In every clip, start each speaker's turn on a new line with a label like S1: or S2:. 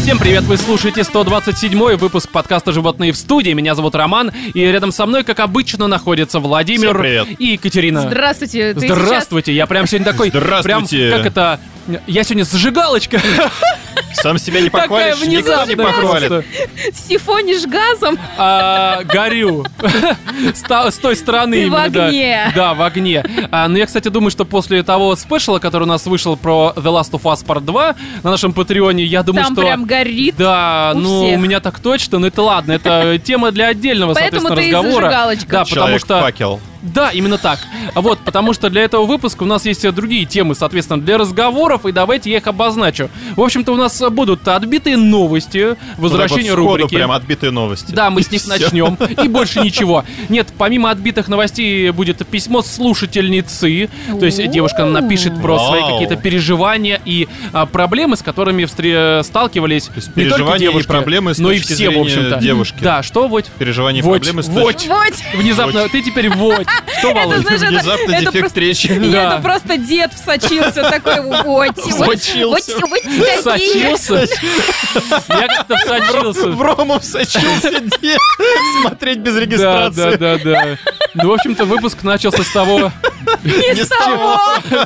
S1: Всем привет, вы слушаете 127-й выпуск подкаста «Животные в студии». Меня зовут Роман, и рядом со мной, как обычно, находятся Владимир
S2: Всем привет.
S1: и Екатерина.
S3: Здравствуйте. ты
S1: Здравствуйте, я прям сегодня такой,
S2: Здравствуйте.
S1: прям, как это, я сегодня зажигалочка,
S2: Сам себя не
S1: такая
S2: похвалишь, никто не
S1: внезапная
S2: похвалит.
S1: просто.
S3: сейчас Сифонишь газом.
S1: А, горю. С та- с той стороны
S3: Ты в
S1: именно, да.
S3: огне.
S1: Да, в огне. А, Но я, кстати, думаю, что после того спешла, который у нас вышел про The Last of Us Part 2 на нашем Патреоне, я думаю,
S3: Там
S1: Ну что...
S3: прям горит.
S1: Да,
S3: у
S1: ну
S3: всех.
S1: у меня так точно, но это ладно, это тема для отдельного,
S3: Поэтому
S1: соответственно,
S3: ты и
S1: разговора.
S3: зажигалочка.
S1: Да, потому
S2: Человек
S1: что
S2: факел.
S1: да, именно так. А Вот, потому что для этого выпуска у нас есть э, другие темы, соответственно, для разговоров, и давайте я их обозначу. В общем-то, у нас э, будут отбитые новости,
S2: Вот Ну, так вот
S1: возвращение
S2: сходу
S1: рубрики.
S2: прям отбитые новости.
S1: Да, мы с
S2: И
S1: них
S2: всё.
S1: начнем. И больше ничего. Нет, помимо отбитых новостей будет письмо слушательницы. То есть
S3: У-у-у.
S1: девушка нам напишет про свои
S2: Вау.
S1: какие-то переживания и а, проблемы, с которыми встре- сталкивались.
S2: То есть
S1: не только
S2: переживания и
S1: девушки,
S2: проблемы с
S1: но и
S2: точки
S1: все, в
S2: зрения
S1: общем-то.
S2: девушки.
S1: Да, что вот.
S2: Переживания и
S1: Вот,
S2: проблемы с
S1: вот.
S2: точки-
S3: Вот.
S1: Внезапно, ты теперь вот. Что,
S3: Это,
S1: Володь?
S3: знаешь, это-
S2: Внезапно
S3: это
S2: дефект
S3: просто-
S2: речи.
S3: Нет,
S1: Да.
S3: это просто дед всочился такой. Вот.
S2: Всочился.
S3: Вот, вот такие.
S1: Сочился? Я как-то всочился.
S2: В Рому всочился дед. Смотреть без
S1: Да, да,
S2: регистрации.
S1: да, да. Ну, в общем-то, выпуск начался с того,
S2: Ни с чего.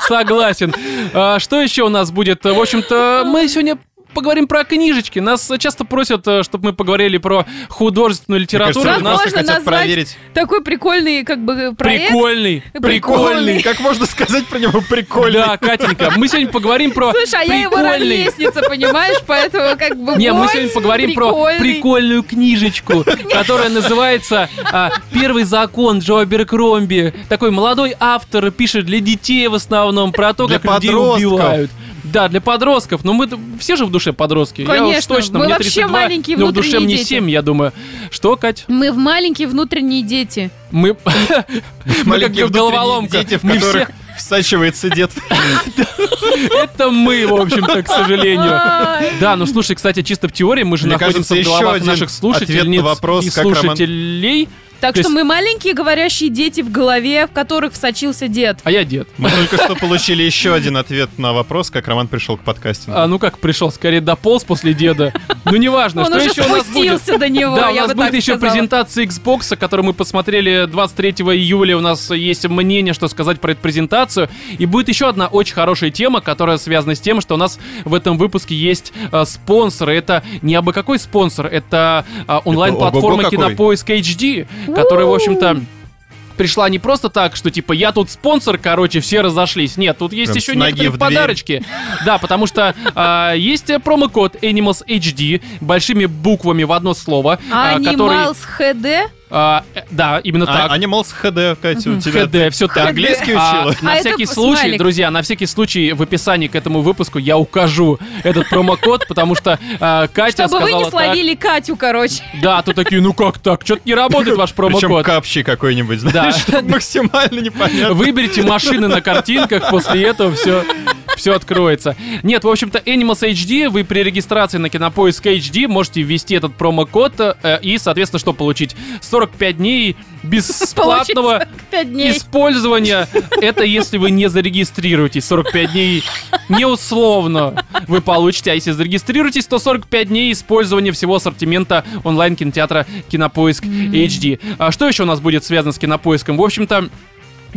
S1: Согласен. А, Что еще у нас будет? В общем-то, мы сегодня поговорим про книжечки. Нас часто просят, чтобы мы поговорили про художественную литературу.
S2: Мне
S3: Как
S2: кажется, нас
S3: можно
S2: хотят
S3: назвать
S2: проверить.
S3: такой прикольный как бы
S1: У нас
S3: проект?
S1: прикольный, прикольный.
S3: Прикольный.
S2: Как можно сказать про него
S1: Да,
S2: прикольно?
S1: Катенька, мы сегодня поговорим про
S3: Слушай, а я его
S1: прикольный.
S3: ровесница, понимаешь? Поэтому как бы
S1: Не, мы
S3: вот,
S1: сегодня поговорим про
S3: прикольный.
S1: прикольную книжечку, которая называется а, «Первый закон Джо Аберкромби». Такой молодой автор пишет для детей в основном про то,
S2: Для
S1: как людей
S2: подростков.
S1: убивают. Да, для подростков. Но мы т- все же в душе подростки. я уж
S3: Конечно,
S1: точно,
S3: мы
S1: мне
S3: вообще
S1: 32,
S3: маленькие
S1: но в душе
S3: внутренние
S1: мне
S3: дети.
S1: 7, я думаю. Что, Кать?
S3: Мы в маленькие внутренние дети.
S1: Мы, мы как
S2: Маленькие
S1: в головоломках.
S2: Дети, в
S1: Мы все-
S2: которых всачивается дед.
S1: Это мы, в общем-то, к сожалению.
S3: Ай.
S1: Да, ну слушай, кстати, чисто в теории мы же
S2: Мне
S1: находимся
S2: кажется,
S1: в
S2: еще
S1: головах
S2: один
S1: наших
S2: ответ
S1: слушательниц
S2: на вопрос,
S1: и
S2: как Роман-
S1: слушателей.
S3: Так
S1: То
S3: что
S1: есть-
S3: мы маленькие говорящие дети в голове, в которых всочился дед.
S1: А я дед.
S2: Мы только что получили еще один ответ на вопрос, как Роман пришел к
S1: А,
S2: подкастингу.
S1: ну как пришел, скорее дополз после деда. Ну неважно,
S3: Он
S1: что
S3: уже
S1: еще у нас будет.
S3: спустился до него,
S1: Да, у
S3: я
S1: нас
S3: бы
S1: будет
S3: так
S1: еще
S3: сказала.
S1: презентация Xbox, которую мы посмотрели 23 июля. У нас есть мнение, что сказать про эту презентацию. И будет еще одна очень хорошая тема, которая связана с тем, что у нас в этом выпуске есть э, спонсоры. Это не абы какой спонсор, это э, онлайн-платформа
S2: ого-го какой.
S1: Кинопоиск HD, которая, в общем-то, пришла не просто так, что типа я тут спонсор, короче, все разошлись. Нет, тут есть
S2: Прям
S1: еще
S2: с ноги
S1: некоторые
S2: в дверь.
S1: подарочки. Да, потому что а, есть э, промокод Animals HD большими буквами в одно слово, а, который.
S3: Анималс ХД?
S1: а, э, Да, именно
S2: А-
S1: так.
S2: Анималс ХД, Катя, у тебя
S1: ХД, все так.
S2: английский
S1: А,
S2: учила?
S1: на
S3: А
S1: всякий
S3: это
S1: случай,
S3: смайлик.
S1: друзья, на всякий случай в описании к этому выпуску я укажу этот промокод, потому что а, Катя
S3: Чтобы вы
S1: сказала
S3: не словили Катю, короче.
S1: так. Да, тут такие, ну как так, что-то не работает ваш
S2: Причем
S1: промокод.
S2: капчи какой-нибудь, знаешь, чтоб максимально непонятно.
S1: Выберите машины на картинках, после этого все, все откроется. Нет, в общем-то, Animals HD, вы при регистрации на Кинопоиск HD можете ввести этот промокод э, и, соответственно, что получить? 45 дней бесплатного
S3: Получится 5 дней.
S1: использования. Это если вы не зарегистрируетесь. 45 дней неусловно вы получите. А если зарегистрируетесь, то 45 дней использования всего ассортимента онлайн-кинотеатра Кинопоиск HD. А что еще у нас будет связано с Кинопоиском? В общем-то,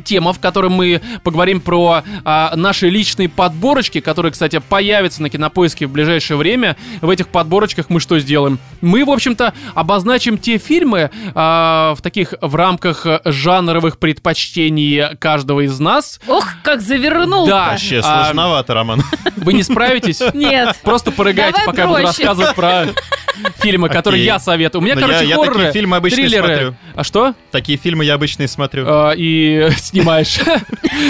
S1: тема, в которой мы поговорим про а, наши личные подборочки, которые, кстати, появятся на кинопоиске в ближайшее время. В этих подборочках мы что сделаем? Мы, в общем-то, обозначим те фильмы а, в таких в рамках э, жанровых предпочтений каждого из нас.
S3: Ох, как завернул.
S1: Да.
S2: Вообще
S1: А,
S2: сложновато, Роман.
S1: Вы не справитесь?
S3: Нет.
S1: Просто порыгайте,
S3: Давай
S1: пока я буду
S3: проще.
S1: рассказывать про фильмы, которые
S2: Окей.
S1: я советую. У меня,
S2: Но
S1: короче,
S2: я- я
S1: хорроры,
S2: такие фильмы обычно и
S1: триллеры.
S2: смотрю.
S1: А что?
S2: Такие фильмы я обычно и смотрю.
S1: А, и снимаешь.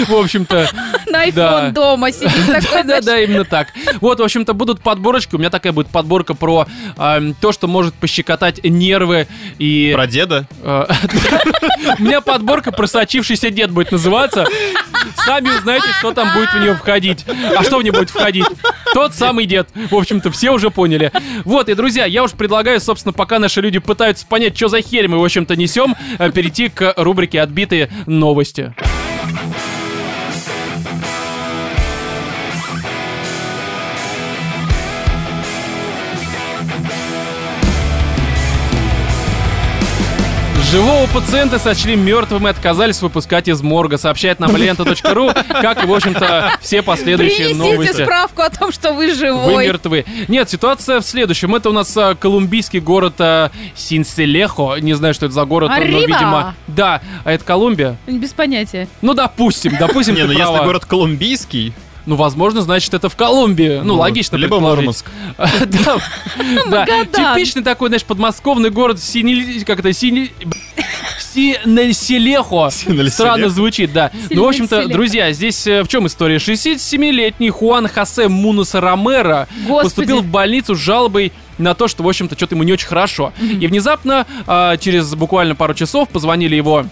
S1: В общем-то,
S3: На
S1: Да.
S3: iPhone дома сидит такой.
S1: Да,
S3: знаешь,
S1: да, именно так. Вот, в общем-то, будут подборочки. У меня такая будет подборка про эм, то, что может пощекотать нервы и.
S2: Про деда?
S1: э, У меня подборка просочившийся дед будет называться. Сами узнаете, что там будет в нее входить. А что в нее будет входить? Тот самый дед. В общем-то, все уже поняли. Вот, и, друзья, я уж предлагаю, собственно, пока наши люди пытаются понять, что за херь мы, в общем-то, несем, э, перейти к рубрике «Отбитые новости». Живого пациента сочли мертвым и отказались выпускать из морга, сообщает нам лента.ру, как и, в общем-то, все последующие
S3: Принесите
S1: новости.
S3: справку о том, что вы живой.
S1: Вы мертвы. Нет, ситуация в следующем. Это у нас а, колумбийский город а, Синселехо. Не знаю, что это за город, но,
S3: Арриба!
S1: видимо... Да, а это Колумбия?
S3: Без понятия.
S1: Ну, допустим, допустим,
S2: Не,
S1: ты
S2: ну если
S1: права.
S2: город колумбийский...
S1: Ну, возможно, значит, это в Колумбии. Ну, логично
S2: Либо
S1: предположить.
S2: Мурманск.
S1: Да, да.
S3: Магадан.
S1: Типичный такой, знаешь, подмосковный город Синили... Как это? Сини... Синельселехо.
S2: Синельселехо.
S1: Странно звучит, да. Ну, в общем-то,
S3: Синельселехо.
S1: друзья, здесь э, в чем история? 67-летний Хуан Хосе Мунуса Ромеро
S3: Господи.
S1: поступил в больницу с жалобой на то, что, в общем-то, что-то ему не очень хорошо. И внезапно, а, через буквально пару часов, позвонили его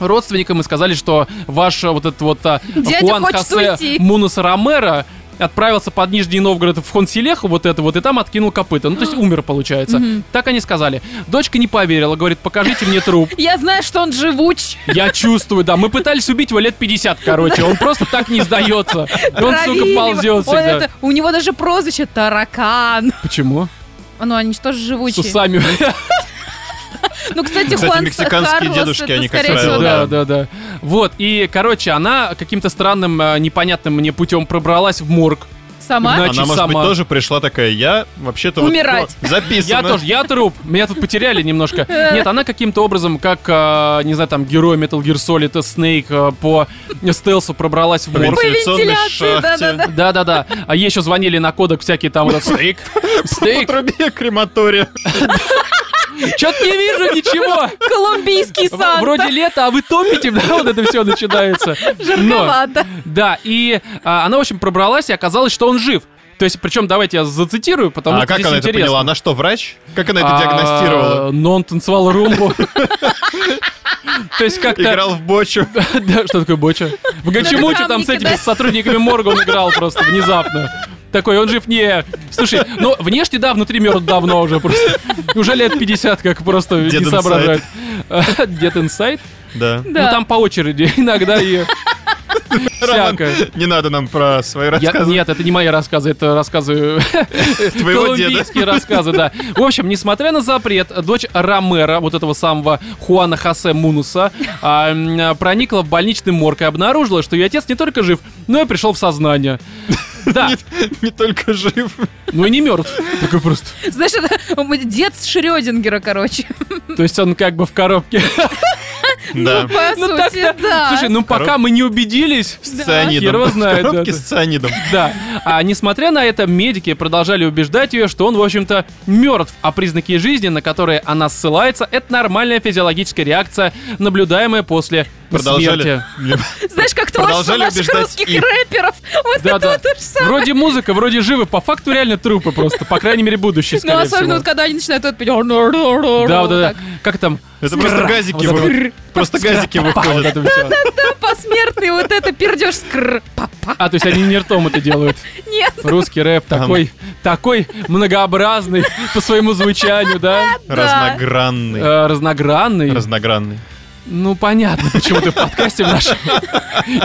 S1: родственникам и сказали, что ваш а, вот этот вот а,
S3: Дядя
S1: Хуан
S3: хочет
S1: Хосе
S3: уйти.
S1: Мунус Ромеро отправился под Нижний Новгород в Хонсилеху, вот это вот, и там откинул копыта. Ну, то есть умер, получается. Так они сказали. Дочка не поверила, говорит, покажите мне труп.
S3: Я знаю, что он живуч.
S1: Я чувствую, да. Мы пытались убить его лет 50, короче. Он просто так не сдается. И Он, сука,
S3: Травили его. Он
S1: ползет всегда.
S3: это- У него даже прозвище таракан.
S1: Почему?
S3: А Ну, они же тоже
S1: С
S3: живучие.
S1: усами.
S3: Ну, кстати,
S2: Кстати,
S3: Хуан
S2: мексиканские
S3: Карлос,
S2: дедушки,
S3: это,
S2: они, как
S3: скорее
S2: правило,
S3: всего,
S1: Да, да, да. Вот, и, короче, она каким-то странным, э, непонятным мне путем пробралась в морг.
S3: Сама?
S1: Значит,
S2: Она, может быть,
S1: сама.
S2: тоже пришла такая, я вообще-то... вот,
S3: Умирать.
S2: ну, записана.
S1: Я тоже, я труп. Меня тут потеряли немножко. Нет, она каким-то образом, как, а, не знаю, там, герой Metal Gear Solid и Snake а, по стелсу пробралась в
S2: По
S1: морг.
S2: вентиляционной
S3: вентиляции, да-да-да.
S2: шахте.
S1: Да-да-да. А ей еще звонили на кодек всякие там, вот этот Snake.
S2: По
S1: Snake.
S2: трубе крематория.
S1: Чё-то не вижу ничего.
S3: Колумбийский
S1: В-
S3: Санта.
S1: Вроде лето, а вы топите, да, вот это все начинается. Но,
S3: Жарковато.
S1: да, и а, она, в общем, пробралась, и оказалось, что он жив. То есть, причем, давайте я зацитирую, потому
S2: А
S1: что
S2: как
S1: здесь
S2: она это
S1: интересно.
S2: поняла? Она что, врач? Как она это
S1: А,
S2: диагностировала?
S1: Но он танцевал румбу. То есть как-то...
S2: Играл в бочу.
S1: Да, что такое боча? В Гачимуче там с
S3: травнике,
S1: этими
S3: Ну, да?
S1: с сотрудниками морга он играл просто внезапно. Такой, он жив не... Слушай, ну, внешне да, внутри мертв давно уже просто. Уже лет 50, как просто
S2: Dead
S1: не
S2: inside.
S1: соображает. Дед инсайд?
S2: Да.
S1: Ну,
S3: Да.
S1: там по очереди иногда и...
S2: Роман,
S1: Всякое.
S2: не надо нам про свои
S1: Я-
S2: рассказы
S1: нет, это не мои рассказы, это рассказы
S2: твоего деда.
S1: Колумбийские рассказы, да. В общем, несмотря на запрет, дочь Ромера, вот этого самого Хуана Хосе Мунуса, а, м, проникла в больничный морг и обнаружила, что ее отец не только жив, но и пришел в сознание. Да,
S2: Не только жив.
S1: ну и не мертв. Такой просто.
S3: Знаешь, это м, дед с Шрёдингера, короче.
S1: То есть он как бы в коробке.
S2: Да.
S3: По
S1: Ну
S3: сути,
S1: так-то-
S3: да.
S1: Слушай, ну
S2: Короб-
S1: пока мы не убедились.
S2: С цианидом.
S1: Хер его знает,
S2: В коробке
S1: да,
S2: с цианидом.
S1: Да. А несмотря на это, медики продолжали убеждать ее, что он, в общем-то, мертв, а признаки жизни, на которые она ссылается, это нормальная физиологическая реакция, наблюдаемая после
S2: Продолжали.
S1: смерти.
S3: Знаешь, как то ваш-
S2: Продолжали
S3: наших
S2: убеждать
S3: русских
S2: их.
S3: рэперов. Вот
S1: Да,
S3: это
S1: да.
S3: вот то же самое.
S1: Вроде музыка, вроде живы, по факту реально трупы просто, по крайней мере, будущее,
S3: Ну,
S1: скорее
S3: особенно вот
S1: всего.
S3: когда они начинают вот петь.
S1: Да, да,
S3: Да,
S1: да. Как там?
S2: Это просто газики
S1: Вот это-
S2: вы- Просто газики
S1: Пах, вот
S2: выходят.
S1: это всё.
S3: Посмертный вот это пердеж скр. Папа.
S1: А, то есть они не ртом это делают.
S3: Нет.
S1: Русский рэп
S2: Там.
S1: такой, такой многообразный по своему звучанию, да?
S3: Да.
S2: Разногранный.
S1: Э, Разногранный.
S2: Разногранный.
S1: Ну, понятно, почему ты в подкасте в нашем.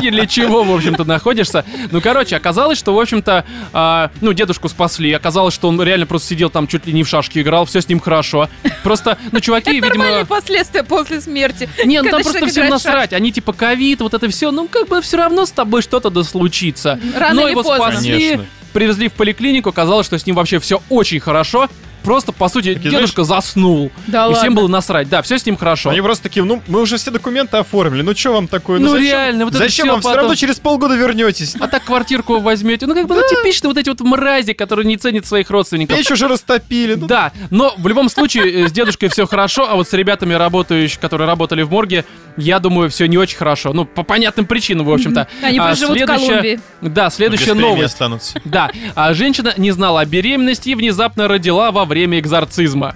S1: И для чего, в общем-то, находишься. Ну, короче, оказалось, что, в общем-то, а, ну, дедушку спасли. Оказалось, что он реально просто сидел там, чуть ли не в шашки играл, все с ним хорошо. Просто, ну, чуваки,
S3: Нормальные
S1: видимо...
S3: последствия после смерти.
S1: Не, ну там
S3: Когда
S1: просто
S3: человек
S1: всем
S3: играет в
S1: насрать. Они типа ковид, вот это все. Ну, как бы все равно с тобой что-то да случится.
S3: Рано
S1: Но
S3: или
S1: его
S3: поздно.
S1: спасли,
S2: Конечно.
S1: привезли в поликлинику, оказалось, что с ним вообще все очень хорошо. Просто, по сути,
S2: Такие,
S1: дедушка заснул.
S3: Да
S1: и всем
S3: ладно?
S1: было насрать. Да, все с ним хорошо.
S2: Они просто такие, ну, мы уже все документы оформили, ну что вам такое?
S1: Ну,
S2: зачем?
S1: реально, вот это
S2: Зачем
S1: всё
S2: вам все
S1: потом.
S2: равно через полгода вернетесь?
S1: А так квартирку возьмете. Ну, как бы, ну, типичные вот эти вот мрази, которые не ценят своих родственников.
S2: Печь уже растопили. ну,
S1: Да, но в любом случае э, с дедушкой все хорошо, а вот с ребятами, работающими, которые работали в морге, я думаю, все не очень хорошо. Ну, по понятным причинам, в общем-то.
S3: Они
S1: А
S3: проживут в
S1: следующая-
S3: Колумбии.
S1: Да, следующая
S2: без премии
S1: новость.
S2: останутся.
S1: Да, а женщина не знала о беременности и внезапно родила во время экзорцизма.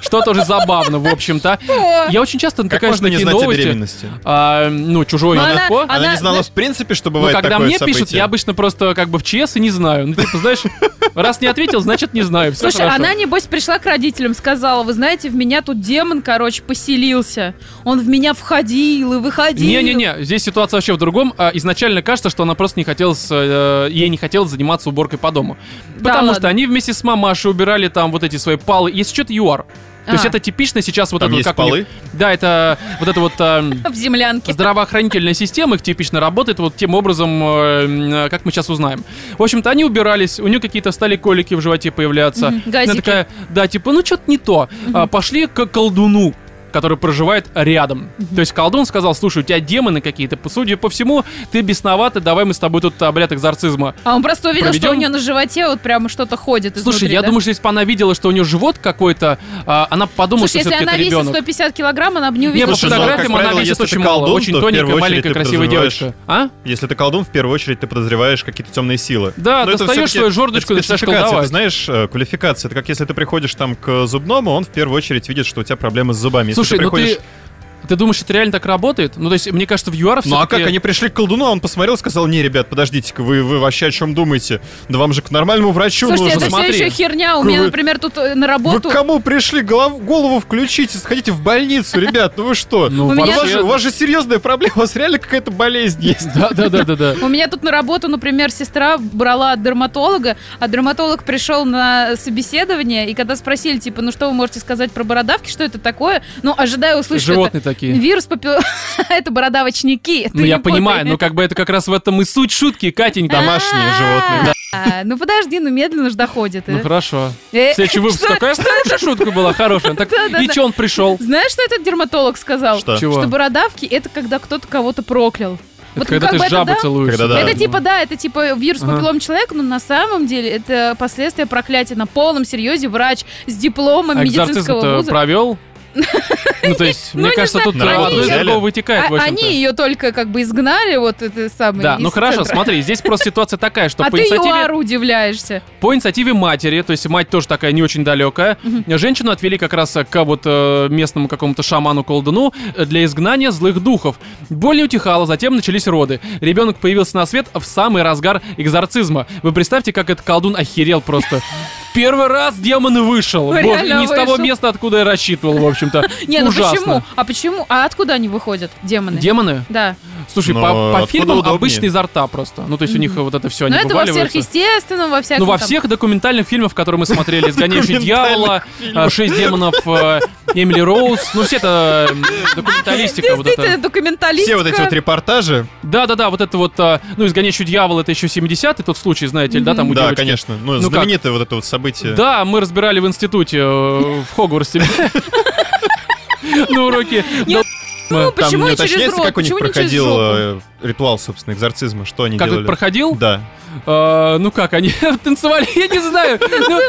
S1: Что тоже забавно, в общем-то. Я очень часто
S2: Как
S1: натыкаюсь
S2: можно
S1: на
S2: не
S1: такие
S2: знать о
S1: новости.
S2: беременности?
S1: А, ну, чужое
S3: Но она-
S1: молоко.
S2: Она,
S3: Она,
S2: не знала,
S3: знаешь-
S2: в принципе, что
S1: Ну,
S2: А бывает
S1: когда
S2: такое
S1: мне
S2: событие.
S1: пишут, я обычно просто как бы в ЧС и не знаю. Ну, типа, знаешь, раз не ответил, значит, не знаю. Все
S3: Слушай, а она, небось, пришла к родителям, сказала, вы знаете, в меня тут демон, короче, поселился. Он в меня входил и выходил.
S1: Не-не-не, здесь ситуация вообще в другом. А, Изначально кажется, что она просто не хотела, с, э, ей не хотелось заниматься уборкой по дому.
S3: Да
S1: Потому
S3: ладно.
S1: что они вместе с мамашей убирали там вот эти свои палы. Если что-то ЮАР. То есть
S3: А.
S1: это типично сейчас вот
S2: Там
S1: это вот
S2: есть
S1: как у них-
S2: полы?
S1: Да, это вот это вот эм,
S3: В землянке.
S1: здравоохранительная система их типично работает вот тем образом, э, м, как мы сейчас узнаем. В общем-то, они убирались, у нее какие-то стали колики в животе появляться.
S3: Мгм,
S1: Она
S3: газики.
S1: такая, да, типа, ну что-то не то. А, пошли к колдуну который проживает рядом. То есть колдун сказал, слушай, у тебя демоны какие-то, по- судя по всему, ты бесноватый, давай мы с тобой тут обряд экзорцизма.
S3: А он просто увидел, что у
S1: Проведем?
S3: нее на животе вот прямо что-то ходит
S1: Слушай,
S3: изнутри,
S1: я
S3: да?
S1: думаю, что если бы она видела, что у нее живот какой-то, а, она подумала,
S3: Слушай,
S1: что
S3: если
S1: все-таки
S3: она
S1: это
S3: весит
S1: ребенок.
S3: 150 килограмм, она бы не
S1: Не,
S3: увидела.
S1: по
S2: Слушай, ну, как
S1: фотографиям она
S2: правило,
S1: весит
S2: если
S1: очень
S2: ты
S1: мало.
S2: колдун,
S1: Очень
S2: то в
S1: тоненькая,
S2: первую очередь
S1: маленькая,
S2: ты
S1: красивая
S2: подразумеваешь-
S1: девочка. А?
S2: Если ты колдун, в первую очередь ты подозреваешь какие-то темные силы.
S1: Да,
S2: Но это
S1: достаешь
S2: всё-таки-
S1: свою жердочку и
S2: это
S1: начинаешь
S2: спецификация,
S1: колдовать.
S2: Ты знаешь, э, квалификация. Это как если ты приходишь там к зубному, он в первую очередь видит, что у тебя проблемы с зубами. Если
S1: Слушай,
S2: ты
S1: ну
S2: приходишь...
S1: ты... Ты думаешь, это реально так работает? Ну, то есть, мне кажется, в ЮАР
S2: Ну а как они пришли к колдуну, а он посмотрел, сказал, не, ребят, подождите-ка, вы, вы вообще о чем думаете? Да вам же к нормальному врачу
S3: Слушайте,
S2: нужно.
S3: это
S1: смотри.
S3: все еще херня. У меня,
S2: Вы-
S3: например, тут э, на
S2: Вы
S3: работу...
S2: к кому пришли? Голов- голову включите, сходите в больницу, ребят, ну вы что?
S1: Ну,
S3: У
S2: у,
S3: меня-
S2: вас же,
S1: вообще...
S2: у вас же серьезная проблема, у вас реально какая-то болезнь есть.
S1: Да, да, да, да, да.
S3: У меня тут на работу, например, сестра брала от дерматолога, а дерматолог пришел на собеседование, и когда спросили, типа, ну что вы можете сказать про бородавки, что это такое, ну, ожидая услышать, что это
S1: Животные такие.
S3: вирус попил... Это бородавочники.
S1: Ну, я понимаю, но как бы это как раз в этом и суть шутки, Катенька.
S2: Домашние животные.
S3: А, Ну подожди, ну медленно же доходит.
S1: Ну,
S3: э.
S1: хорошо.
S3: Э,
S1: Следующий выпуск.
S3: что?
S1: Такая хорошая шутка была, хорошая. Так,
S3: Да-да-да.
S1: и че он пришел?
S3: Знаешь, что этот дерматолог сказал?
S2: Что?
S1: Чего?
S3: Что бородавки это когда кто-то кого-то проклял.
S1: Это
S3: Вот
S1: когда
S3: как бы
S1: ты
S3: это
S1: жабу
S3: да.
S1: целуешь.
S2: Когда да.
S3: Это типа, да, это типа вирус
S1: Ага.
S3: папиллом человека, но на самом деле это последствия проклятия. На полном серьезе врач с дипломом
S1: А
S3: медицинского
S1: экзорцизм-то
S3: вуза.
S1: провел? Ну, то есть,
S3: ну,
S1: мне
S3: не
S1: кажется,
S3: знаю,
S1: тут э,
S2: они-
S1: одно из
S2: Взяли.
S1: другого
S3: А-
S1: вытекает, в
S3: они
S1: общем-то.
S3: ее только как бы изгнали, вот это самое.
S1: Да,
S3: из
S1: ну хорошо,
S3: центра.
S1: смотри, здесь просто ситуация такая, что
S3: А
S1: по
S3: ты
S1: инициативе
S3: ЮАР удивляешься.
S1: По инициативе матери, то есть мать тоже такая не очень далекая, женщину отвели как раз э, к вот э, местному какому-то шаману-колдуну э, для изгнания злых духов. Боль не утихала, затем начались роды. Ребенок появился на свет в самый разгар экзорцизма. Вы представьте, как этот колдун охерел просто. В Первый раз демон вышел.
S3: Ну,
S1: Боже,
S3: реально
S1: не с того
S3: вышел.
S1: места, откуда я рассчитывал, в общем-то.
S3: Не, ну
S1: Ужасно.
S3: почему? А почему? А откуда они выходят, демоны?
S1: Демоны?
S3: Да.
S1: Слушай,
S2: Но
S1: по, по
S2: Ну, откуда
S1: фильмам
S2: удобнее?
S1: обычно изо рта просто. Ну, то есть у них вот это все, они
S3: Но это во всех
S1: вываливаются.
S3: естественном, во всяком
S1: Ну, во
S3: там.
S1: всех документальных фильмах, которые мы смотрели, «Изгоняющий дьявола», а, «Шесть демонов», э, «Эмили Роуз», ну, все это м, документалистика вот
S3: Действительно,
S1: это.
S3: документалистика.
S2: Все вот эти вот репортажи,
S1: Да-да-да, вот это вот, а, ну, «Изгоняющий дьявола» — это еще 70-й тот случай, знаете ли, да, там у
S2: да,
S1: девочки.
S2: конечно, ну,
S1: Ну как?
S2: знаменитое вот это вот событие.
S1: Да, мы разбирали в институте, э, в Хогвартсе. На уроке.
S3: Не
S1: Да,
S3: Ну,
S1: там
S3: почему
S2: Не
S3: не через
S2: уточняется,
S3: рот?
S2: как у них
S3: Почему не через
S2: проходил
S3: жопу?
S2: э, ритуал, собственно, экзорцизма, что они
S1: Как это
S2: делали?
S1: проходил?
S2: Да.
S1: Э, Ну как, они танцевали, я не знаю. Ну,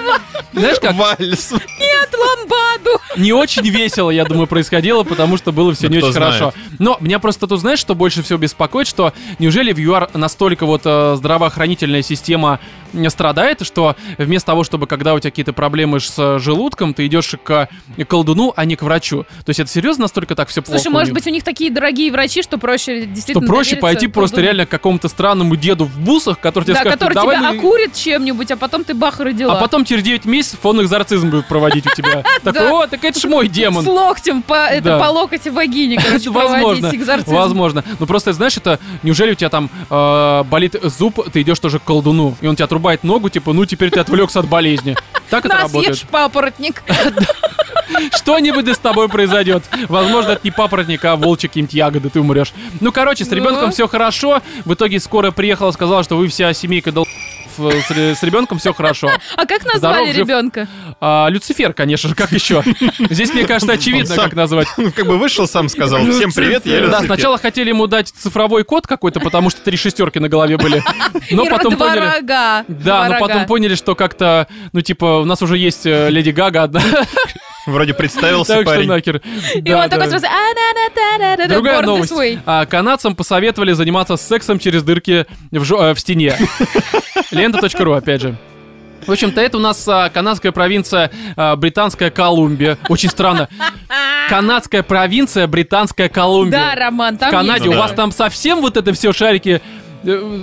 S1: Знаешь как,
S2: Вальс.
S3: Нет, ламбаду!
S1: не очень весело, я думаю, происходило, потому что было все
S2: Да
S1: не
S2: Ну, кто
S1: очень
S2: знает.
S1: хорошо. Но меня просто тут, знаешь, что больше всего беспокоит, что неужели в ЮАР настолько вот э, здравоохранительная система э, страдает, что вместо того, чтобы когда у тебя какие-то проблемы ж с э, желудком, ты идешь к э, колдуну, а не к врачу. То есть это серьезно настолько так все плохо? у
S3: Слушай, может
S1: них?
S3: быть, у них такие дорогие врачи, что проще
S1: что
S3: действительно
S1: проще
S3: довериться
S1: пойти просто
S3: колдуну.
S1: реально к какому-то странному деду в бусах, который тебе
S3: Да,
S1: скажет, «Ну,
S3: который
S1: давай,
S3: тебя
S1: ну,
S3: окурит чем-нибудь, а потом ты бах и
S1: а
S3: родила.
S1: потом через 9 месяцев он экзорцизм будет проводить у тебя. Такой, о, так это ж мой демон.
S3: С локтем по, это,
S1: Да.
S3: по локоть в вагине, короче,
S1: Возможно,
S3: проводить экзорцизм.
S1: возможно. Ну просто, знаешь, это неужели у тебя там э, болит зуб, ты идешь тоже к колдуну, и он тебя отрубает ногу, типа, ну теперь ты отвлекся от болезни. Так это
S3: На,
S1: работает.
S3: съешь папоротник.
S1: Что-нибудь да с тобой произойдет. Возможно, это не папоротник, а волчьи какие-нибудь ягоды, ты умрешь. Ну, короче, с
S3: Ну.
S1: ребенком все хорошо. В итоге скоро приехала, сказала, что вы вся семейка дол... э, С, ре- с ребенком все хорошо.
S3: А как
S1: Здоров,
S3: назвали
S1: жив.
S3: ребенка?
S1: А, Люцифер, конечно же, как еще? Здесь, мне кажется, очевидно,
S2: Он сам
S1: как назвать.
S2: Ну, Как бы вышел сам, сказал, всем привет, я
S1: Ну, э, Да,
S2: Люцифер».
S1: сначала хотели ему дать цифровой код какой-то, потому что три шестерки на голове были. Но
S3: И
S1: потом
S3: два
S1: поняли.
S3: рога.
S1: Да,
S3: Два
S1: но потом
S3: рога.
S1: поняли, что как-то, ну, типа, у нас уже есть э, Леди Гага одна,
S2: Вроде представился
S1: так что
S2: парень.
S1: нахер.
S3: И
S1: Да,
S3: он такой
S1: да.
S3: сразу... «А-на-на-та-на-на-на,
S1: Другая
S3: born this
S1: новость.
S3: way».
S1: А, канадцам посоветовали заниматься сексом через дырки в, жо- э, в стене. Лента.ру, опять же. В общем-то, это у нас а, канадская провинция, а, британская Колумбия. Очень странно. Канадская провинция, британская Колумбия.
S3: Да, Роман, там
S1: в Канаде.
S3: есть
S1: У вас
S2: да.
S1: там совсем вот это все шарики э,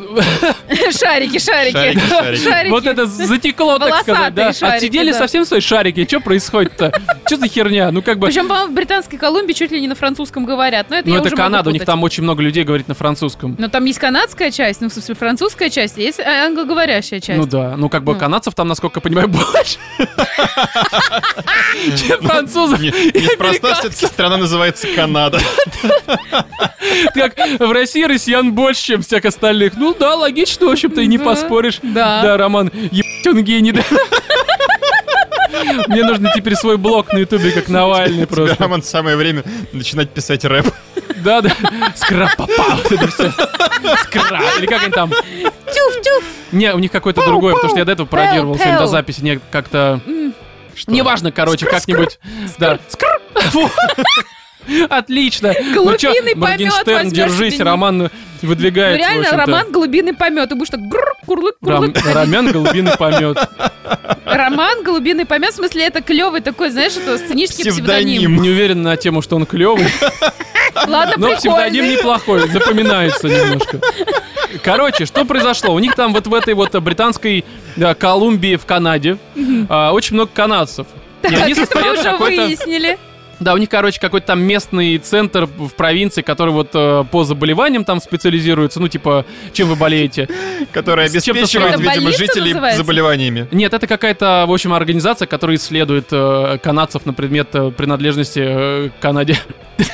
S3: Шарики, шарики.
S2: Шарики, шарики.
S3: Шарики.
S1: Вот это затекло, так
S3: Волосатые
S1: сказать, да.
S3: шарики,
S1: Отсидели
S3: да.
S1: совсем свои шарики. Что происходит-то? Что за херня? Ну как бы.
S3: Причем, по-моему, в Британской Колумбии чуть ли не на французском говорят. Но это
S1: Ну
S3: я
S1: это
S3: уже могу
S1: Канада, у них
S3: путать.
S1: там очень много людей говорит на французском.
S3: Но там есть канадская часть, ну, в смысле, французская часть, есть а, англоговорящая часть.
S1: Ну да, ну как бы
S3: Ну.
S1: канадцев там, насколько я понимаю, больше, чем французов.
S2: Не- Неспроста все-таки страна называется Канада.
S1: Как в России россиян больше, чем всех остальных. Ну да, логично, в общем-то, и не
S3: Да,
S1: поспоришь.
S3: да.
S1: Да, Роман, ебать он гений, да. Мне нужно теперь свой блог на ютубе, как Навальный
S2: Тебе,
S1: просто.
S2: Роман, самое время начинать писать рэп.
S1: Да, да. Скрап попал. Вот это все. Скрап. Или как они там?
S3: Тюф-тюф!
S1: Не, у них какое-то другое, потому что я до этого
S3: пэу,
S1: пародировал сегодня до
S3: пэу.
S1: записи. Не, как-то...
S2: Что?
S1: Неважно, короче, как-нибудь... Да. Фу. Отлично. Ну чё,
S3: Глубинный помёт
S1: Моргенштерн,
S3: возьмёшь
S1: держись,
S3: себе.
S1: Роман
S3: Ну,
S1: выдвигается. в
S3: реально,
S1: общем-то.
S3: Роман глубины помет. Ты будешь так гррр, курлык,
S1: Ром-
S3: курлык.
S1: Ромян голубиный помет.
S3: Роман глубины помет, в смысле, это клевый такой, знаешь, это сценический псевдоним.
S2: Псевдоним.
S1: Не уверен на тему, что он клевый,
S3: Ладно,
S1: но Ну, псевдоним
S3: прикольный.
S1: неплохой, запоминается немножко. Короче, что произошло? У них там вот в этой вот э, британской э, Колумбии в Канаде а, очень много канадцев. И они
S3: Так, это мы
S1: состоят в
S3: уже
S1: какой-то-
S3: выяснили.
S1: Да, у них, короче, какой-то там местный центр в провинции, который вот э, по заболеваниям там специализируется, ну, типа, чем вы болеете.
S2: Которая
S1: С чем-то
S2: обеспечивает,
S1: связано.
S3: Это
S2: видимо,
S3: больница
S2: жителей
S3: называется?
S2: заболеваниями.
S1: Нет, это какая-то, в общем, организация, которая исследует э, канадцев на предмет э, принадлежности э, к Канаде.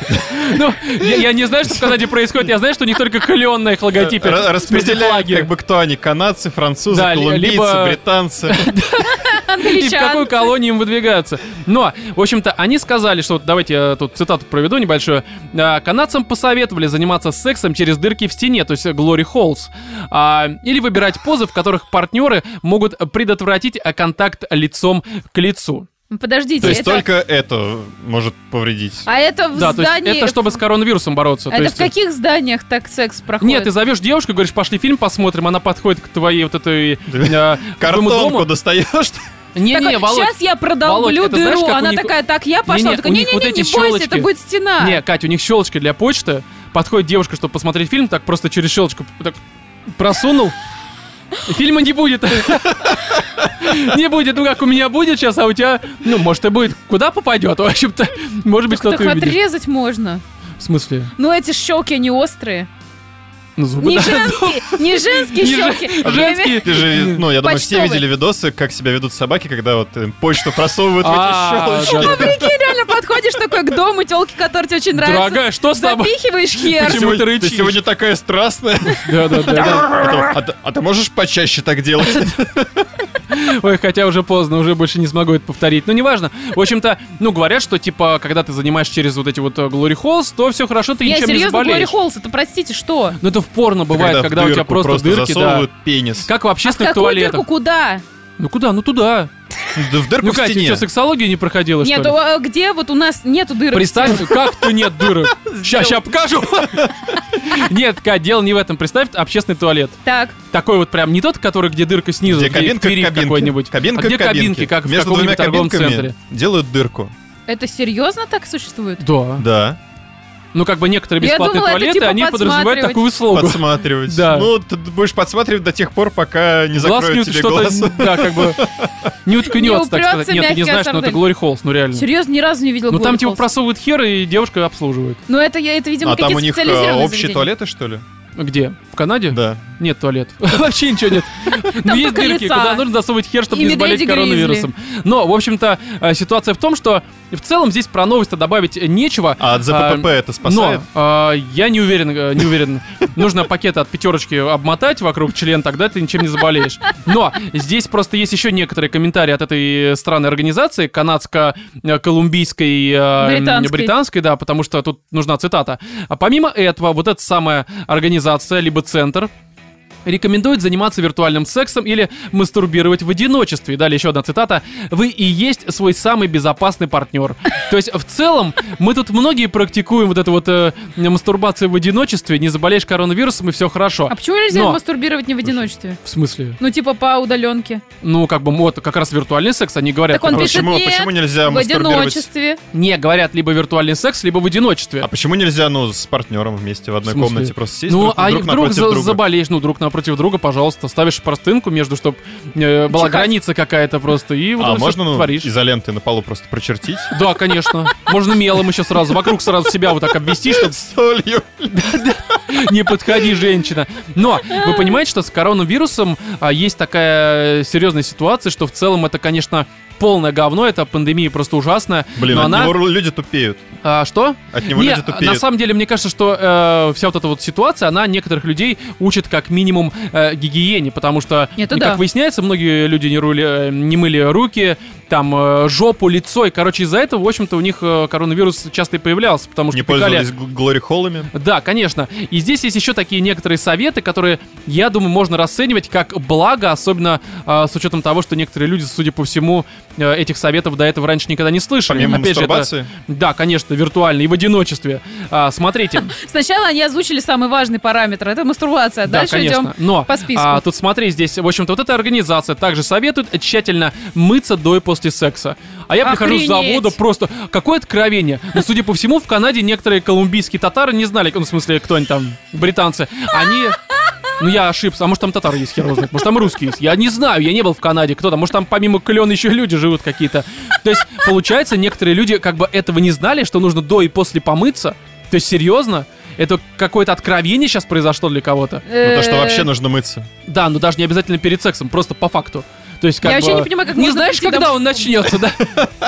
S1: Ну, я я не знаю, что в Канаде происходит, я знаю, что у них только клен на их логотипе.
S2: Ра-
S1: В смысле, Э,
S2: Распределяют,
S1: типа, флаги.
S2: как бы кто они, канадцы, французы,
S1: Да, ли-
S2: колумбийцы,
S1: либо-
S2: британцы.
S1: И в какую
S3: Англичан.
S1: колонию им выдвигаться. Но, в общем-то, они сказали, что вот давайте я тут цитату проведу небольшую. А, Канадцам посоветовали заниматься сексом через дырки в стене, то есть э, glory holes. А, Или выбирать позы, в которых партнеры могут предотвратить э, контакт лицом к лицу.
S3: Подождите,
S2: То есть
S3: это-
S2: только это может повредить.
S3: А это в
S1: да, то
S3: здании...
S1: есть это чтобы с коронавирусом бороться. то
S3: Это
S1: есть,
S3: в каких зданиях так секс проходит?
S1: Нет, ты зовешь девушку, говоришь, пошли фильм посмотрим, она подходит к твоей вот этой... э, к твоему
S2: Картонку
S1: дому.
S2: достаешь,
S1: Не-не, Володь,
S3: Сейчас я продолблю
S1: Володь, это знаешь,
S3: дыру.
S1: как у
S3: Она
S1: них-
S3: такая, так, я пошла.
S1: Не-не,
S3: Он такой,
S1: у них вот
S3: не-не-не, не
S1: эти
S3: бойся,
S1: щелочки.
S3: это будет стена.
S1: Не, Кать, у них щелочка для почты. Подходит девушка, чтобы посмотреть фильм, так просто через щелочку так просунул. Фильма не будет. Не будет, ну как у меня будет сейчас, а у тебя, ну, может, и будет. Куда попадет, в общем-то. Может быть,
S3: так
S1: что
S3: так
S1: ты увидишь.
S3: отрезать можно.
S1: В смысле?
S3: Но Ну, эти щелки, они острые.
S1: Ну, зубы,
S3: Не
S1: да.
S3: женские, не женские
S1: Не жен-
S3: щелки.
S1: Женские.
S2: Ты же, ну, я думаю, все
S3: Почтовый.
S2: видели видосы, как себя ведут собаки, когда вот э, почту просовывают в
S1: А,
S2: эти щелочки.
S1: да, да, да.
S3: Прикинь, реально подходишь такой к дому телки, которая тебе очень нравится.
S1: Дорогая, что с тобой?
S3: Запихиваешь
S2: Ты
S3: хер.
S1: Почему
S2: сегодня-
S1: ты
S2: Ты
S1: рычишь?
S2: сегодня такая страстная.
S1: Да, да, да. да.
S2: А то- а ты- а ты можешь почаще так делать?
S1: Ой, хотя уже поздно, уже больше не смогу это повторить. Но неважно. В общем-то, ну, говорят, что, типа, когда ты занимаешь через вот эти вот э, Glory Halls, то все хорошо, ты
S3: Я
S1: ничем не
S3: серьезно, Глори
S1: заболеешь.
S3: Холлс, это простите, что?
S1: Ну это в порно бывает,
S2: в
S1: когда, у тебя
S2: дырку
S1: просто, дырки, да.
S2: засовывают пенис.
S1: Как в общественных
S3: А Какую
S1: туалетах.
S3: дырку куда?
S1: Ну куда? Ну туда.
S2: Да в дырку
S1: ну
S2: в
S1: Катя, ты
S2: стене.
S1: что, сексологию не проходила,
S3: Нет,
S1: что ли?
S3: а где вот у нас нету дырок?
S1: Представь, как ты нет дырок. Сейчас, сейчас покажу. Нет, Кать, дело не в этом. Представь общественный туалет.
S3: Так,
S1: Такой вот прям не тот, который, где дырка снизу,
S2: Где кабинка
S1: Твери
S2: кабинки.
S1: какой-нибудь.
S2: Кабинка
S1: а где кабинки,
S2: кабинки.
S1: как в
S2: Между двумя
S1: каком-нибудь торговом
S2: кабинками
S1: центре.
S2: делают дырку.
S3: это серьезно так существует?
S1: Да.
S2: Да.
S1: Ну как бы некоторые
S3: Я
S1: бесплатные
S3: думала, это
S1: туалеты,
S3: типа
S1: они подразумевают
S3: подсматривать.
S1: такую услугу.
S2: Подсматривать.
S1: Да.
S2: Ну, ты будешь подсматривать до тех пор, пока не
S1: Глаз
S2: закроют
S1: не
S2: тебе
S1: что-то,
S2: глаз.
S1: да, как бы не уткнется, так
S3: упрется
S1: сказать. Нет, ты не
S3: мягкая
S1: знаешь, но это
S3: сардель.
S1: Глори Холлс, ну реально.
S3: Серьезно, ни разу не видела
S1: Ну там
S3: Глори
S1: типа
S3: Холлс.
S1: просовывают хер, и девушка обслуживает.
S3: Ну это, я, это видимо,
S2: А там
S3: какие-то
S2: у них э,
S3: специализированные
S2: общие
S3: заведения.
S2: туалеты, что ли?
S1: Где? В Канаде?
S2: Да.
S1: Нет туалет. Вообще ничего нет. Но есть
S3: только
S1: дырки,
S3: леса.
S1: куда нужно засовывать хер, чтобы
S3: И
S1: не заболеть
S3: медведи-гризли.
S1: коронавирусом. Но, в общем-то, э, ситуация в том, что в целом здесь про новость-то добавить э, нечего.
S2: А от ЗППП это спасает?
S1: Но э, я не уверен, э, не уверен. Нужно пакеты от пятерочки обмотать вокруг член, тогда ты ничем не заболеешь. Но здесь просто есть еще некоторые комментарии от этой странной организации, канадско-колумбийской, э, м,
S3: Британской.
S1: британской, да, потому что тут нужна цитата. А помимо этого, вот эта самая организация, либо центр, рекомендует заниматься виртуальным сексом или мастурбировать в одиночестве. И далее еще одна цитата. Вы и есть свой самый безопасный партнер. То есть, в целом, мы тут многие практикуем вот эту вот э, мастурбацию в одиночестве, не заболеешь коронавирусом и все хорошо.
S3: А почему нельзя
S1: Но-
S3: мастурбировать не в одиночестве?
S1: В смысле?
S3: Ну, типа по удаленке.
S1: Ну, как бы, вот, как раз виртуальный секс, они говорят...
S3: Так он
S1: как раз-
S3: пишет,
S2: почему,
S3: нет,
S2: почему нельзя
S3: в
S2: мастурбировать?
S3: одиночестве.
S1: Не, говорят либо виртуальный секс, либо в одиночестве.
S2: А почему нельзя, ну, с партнером вместе в одной
S1: В смысле?
S2: комнате просто сесть?
S1: ну,
S2: друг,
S1: а
S2: друг
S1: вдруг
S2: напротив
S1: за-
S2: друга?
S1: заболеешь, ну, друг напротив друга, пожалуйста, ставишь простынку между, чтобы была
S3: Чихать.
S1: граница какая-то просто, и вот
S2: А
S1: это всё
S2: можно, ну,
S1: творишь.
S2: изоленты на полу просто прочертить?
S1: Да, конечно. Можно мелом еще сразу, вокруг сразу себя вот так обвести, чтобы
S2: Солью.
S1: не подходи, женщина. Но вы понимаете, что с коронавирусом а, есть такая серьезная ситуация, что в целом это, конечно, полное говно, это пандемия просто ужасная.
S2: Блин,
S1: но
S2: от
S1: Ну, она...
S2: него люди тупеют.
S1: А, что?
S2: От него
S1: Не,
S2: люди
S1: на
S2: тупеют.
S1: самом деле, мне кажется, что э, вся вот эта вот ситуация, она некоторых людей учит как минимум э, гигиене, потому что,
S3: Это
S1: как
S3: да.
S1: выясняется, многие люди не, рули, э, не мыли руки, там, э, жопу, лицо, и, короче, из-за этого, в общем-то, у них э, коронавирус часто и появлялся, потому что
S2: Не
S1: пекали-
S2: пользовались гл- глори-холлами.
S1: да, конечно. И здесь есть еще такие некоторые советы, которые, я думаю, можно расценивать как благо, особенно э, с учетом того, что некоторые люди, судя по всему, э, этих советов до этого раньше никогда не слышали.
S2: Помимо
S1: это-
S2: мастурбации?
S1: да, конечно, виртуально и в одиночестве. А, смотрите.
S3: Сначала они озвучили самый важный параметр. Это мастурбация. а
S1: Да,
S3: Дальше
S1: конечно.
S3: идем.
S1: Но
S3: по списку.
S1: а, тут смотри, здесь, в общем-то, вот эта организация также советует тщательно мыться до и после секса. А я прихожу с
S3: Охренеть.
S1: завода просто... Какое откровение! Ну, судя по всему, в Канаде некоторые колумбийские татары не знали, ну, в смысле, кто они там, британцы. Они... Ну, я ошибся. А может, там татары есть, хер его знает. Может, там русские есть. Я не знаю, я не был в Канаде. Кто там? Может, там помимо клен еще люди живут какие-то. То есть, получается, некоторые люди как бы этого не знали, что нужно до и после помыться. То есть, серьезно? Это какое-то откровение сейчас произошло для кого-то?
S2: Ну, то, что
S3: Э,
S2: вообще нужно мыться.
S1: Да, но даже не обязательно перед сексом, просто по факту. То есть, как
S3: Я
S1: бы,
S3: вообще не понимаю, как
S1: Не
S3: можно
S1: знаешь,
S3: прийти
S1: когда
S3: домой.
S1: он начнется, да?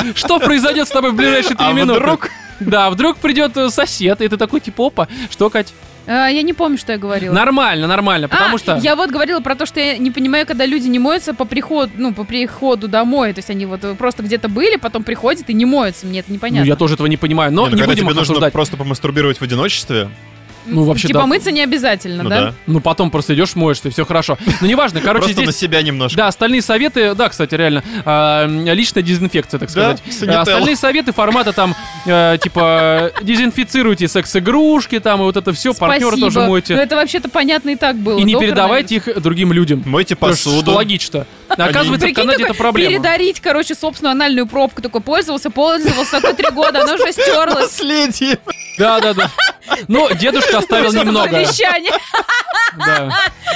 S1: Что произойдет с тобой в ближайшие три
S2: А
S1: минуты?
S2: вдруг?
S1: Да, вдруг придет э, сосед, и ты такой, типа, опа, что, Кать?
S3: а, я не помню, что я говорила.
S1: Нормально, нормально, потому
S3: А,
S1: что... ну,
S3: Я вот говорила про то, что я не понимаю, когда люди не моются по приходу, ну, по приходу домой. То есть они вот э, просто где-то были, потом приходят и не моются. Мне это непонятно.
S1: Ну, я тоже этого не понимаю, но
S2: Не, ну,
S1: не
S2: когда
S1: будем
S2: тебе
S1: их
S2: нужно
S1: обсуждать.
S2: просто помастурбировать в одиночестве,
S1: Ну, вообще,
S3: Типа
S1: да.
S3: мыться не обязательно,
S2: ну
S3: да?
S2: да.
S1: Ну, потом просто идешь, моешься, все хорошо. Ну, неважно, короче,
S2: Просто на
S1: здесь...
S2: себя немножко.
S1: Да, остальные советы, да, кстати, реально, а, личная дезинфекция, так
S2: Да,
S1: сказать.
S2: санител.
S1: А Остальные советы формата там, э, типа, дезинфицируйте секс-игрушки там, и вот это все, партнеры тоже
S3: Ну,
S1: мойте.
S3: это вообще-то понятно и так было.
S1: И не
S3: до
S1: передавайте их другим людям.
S2: Мойте
S1: Потому что Что
S2: посуду.
S1: логично. Оказывается, в
S3: Прикинь,
S1: Канаде это
S3: такой
S1: проблема.
S3: Передарить, короче, собственную анальную пробку. Такой пользовался, пользовался, такой три года, она уже стерлась.
S2: Наследие.
S1: Да, да, да. Ну, дедушка оставил
S3: Что-то
S1: немного.
S3: завещание.
S1: Да.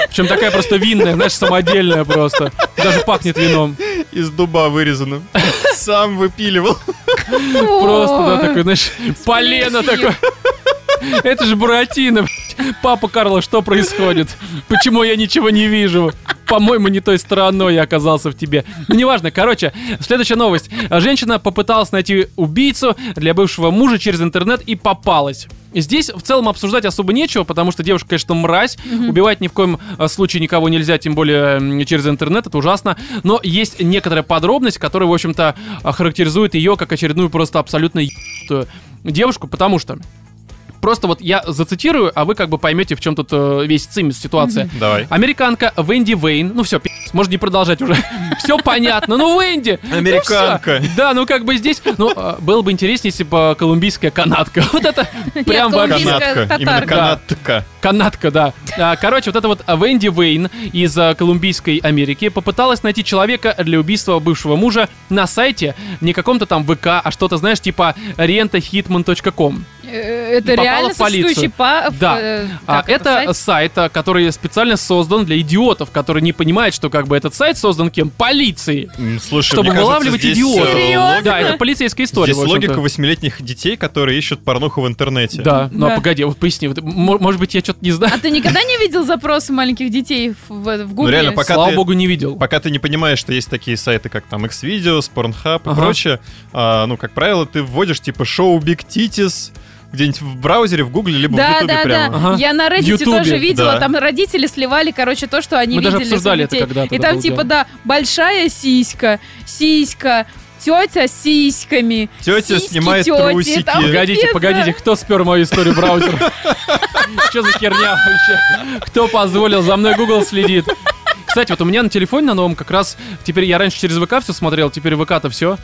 S1: Причем такая просто винная, знаешь, самодельная просто. Даже пахнет вином.
S2: Из дуба вырезано. Сам выпиливал.
S1: Просто, да,
S3: Ой.
S1: такой, знаешь, полено такое. Это же Буратино. блядь. Папа Карло, что происходит? Почему я ничего не вижу? По-моему, не той стороной я оказался в тебе. Ну, неважно. Короче, следующая новость. Женщина попыталась найти убийцу для бывшего мужа через интернет и попалась. Здесь в целом обсуждать особо нечего, потому что девушка, конечно, мразь. Убивать ни в коем э, случае никого нельзя, тем более м, через интернет, это ужасно. Но есть некоторая подробность, которая, в общем-то, а, характеризует ее как очередную просто абсолютно ебанутую девушку, потому что Просто вот я зацитирую, а вы как бы поймете, в чем тут э, весь цимис ситуация.
S2: Давай.
S1: Американка Венди Вейн, ну все, пи***ц, можно не продолжать уже. Все понятно, ну Венди. ну всё.
S2: Американка.
S1: Да, ну как бы здесь, ну э, было бы интереснее, если бы э, колумбийская канатка. Вот это прям
S3: Нет,
S1: вообще.
S3: колумбийская.
S2: Канатка.
S3: Татарка.
S2: Именно
S3: Да.
S2: канатка.
S1: Канатка, да. А, Короче, вот эта вот Венди Вейн из а, колумбийской Америки попыталась найти человека для убийства бывшего мужа на сайте, не каком-то там ВК, а что-то, знаешь, типа rentahitman.com.
S3: Э, Это
S1: Попала
S3: реально
S1: в полицию.
S3: существующий па...
S1: Да.
S3: э,
S1: А,
S3: как
S1: это
S3: сайт?
S1: сайт, а, который специально создан для идиотов, которые не понимают, что как бы этот сайт создан кем? Полицией.
S2: М, Слушай,
S1: Чтобы
S2: мне кажется,
S1: вылавливать
S2: здесь, э,
S1: идиотов.
S3: Серьезно?
S1: Да, это полицейская история.
S2: Здесь
S1: в общем-то.
S2: логика восьмилетних детей, которые ищут порнуху в интернете.
S1: Да, ну а
S3: Да.
S1: погоди, вот поясни, вот, мо- может быть, я что-то не знаю.
S3: А ты никогда не видел запросы маленьких детей в, в, в Гугле?
S2: Ну, реально, пока
S1: Слава
S2: ты-
S1: богу, не видел.
S2: Пока ты не понимаешь, что есть такие сайты, как там Xvideos, Pornhub и
S1: Ага.
S2: прочее, а, ну, как правило, ты вводишь типа шоу Big Titties где-нибудь в браузере, в гугле, либо в
S3: Да,
S2: ютубе
S3: да,
S2: прямо.
S1: Ага.
S3: да. Я на Reddit
S1: Ютубе,
S3: тоже видела,
S2: да.
S3: там родители сливали, короче, то, что они
S1: Мы
S3: видели
S1: даже
S3: у
S1: обсуждали это
S3: детей. типа,
S1: когда-то,
S3: И
S1: да,
S3: там
S1: было
S3: типа,
S1: дело.
S3: да, большая сиська, сиська, тетя с сиськами.
S2: Тетя
S3: Сиськи
S2: снимает
S3: тети,
S2: трусики.
S3: там
S1: Погодите,
S3: пиздец.
S1: погодите, кто спер мою историю браузера? Что за херня вообще? Кто позволил? За мной Google следит. Кстати, вот у меня на телефоне на новом как раз... Теперь я раньше через ВК все смотрел, теперь ВК-то все.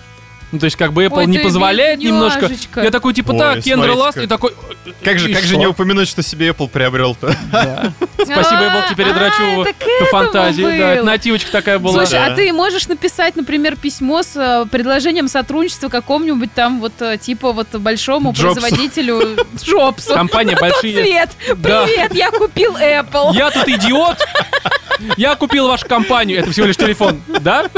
S1: Ну, то есть как бы Apple
S3: Ой,
S1: не
S3: ты
S1: позволяет немножко.
S3: бедняжечка.
S1: Я такой, типа,
S2: Ой,
S1: так, Кендра
S2: смотрите-ка.
S1: Ласт, и такой...
S2: Как же,
S1: и
S2: как же
S1: что?
S2: не упомянуть, что себе Apple приобрел-то?
S1: Да. Спасибо,
S3: А,
S1: Apple, теперь я
S3: а,
S1: драчу
S3: это к этому
S1: по фантазии. Да, это
S3: было.
S1: нативочка такая была.
S3: Слушай,
S2: Да.
S3: а ты можешь написать, например, письмо с э, предложением сотрудничества какому-нибудь там вот э, типа вот большому
S2: Джобсу.
S3: производителю Джобсу?
S1: Компания большие...
S3: Свет,
S1: Да.
S3: привет, я купил Apple.
S1: Я тут идиот! Я купил вашу компанию. Это всего лишь телефон, да?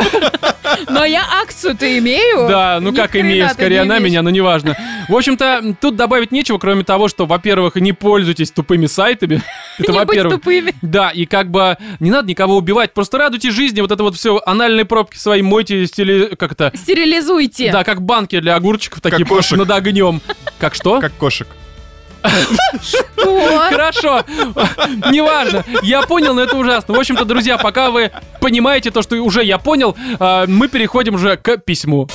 S3: Но я акцию-то имею.
S1: Да, ну
S3: Ни
S1: как
S3: хрена
S1: имею,
S3: ты
S1: скорее
S3: не
S1: она
S3: имеешь.
S1: меня, но неважно. В общем-то, тут добавить нечего, кроме того, что, во-первых, не пользуйтесь тупыми сайтами. Это
S3: Не будь
S1: во-первых.
S3: тупыми.
S1: Да, и как бы не надо никого убивать, просто радуйте жизни, вот это вот все, анальные пробки свои мойте, стили... как это...
S3: Стерилизуйте.
S1: Да, как банки для огурчиков такие
S2: кошек.
S1: над огнем. Как что?
S2: Как кошек.
S3: Что?
S1: Хорошо, неважно, я понял, но это ужасно. В общем-то, друзья, пока вы понимаете то, что уже я понял, а, мы переходим уже к письму.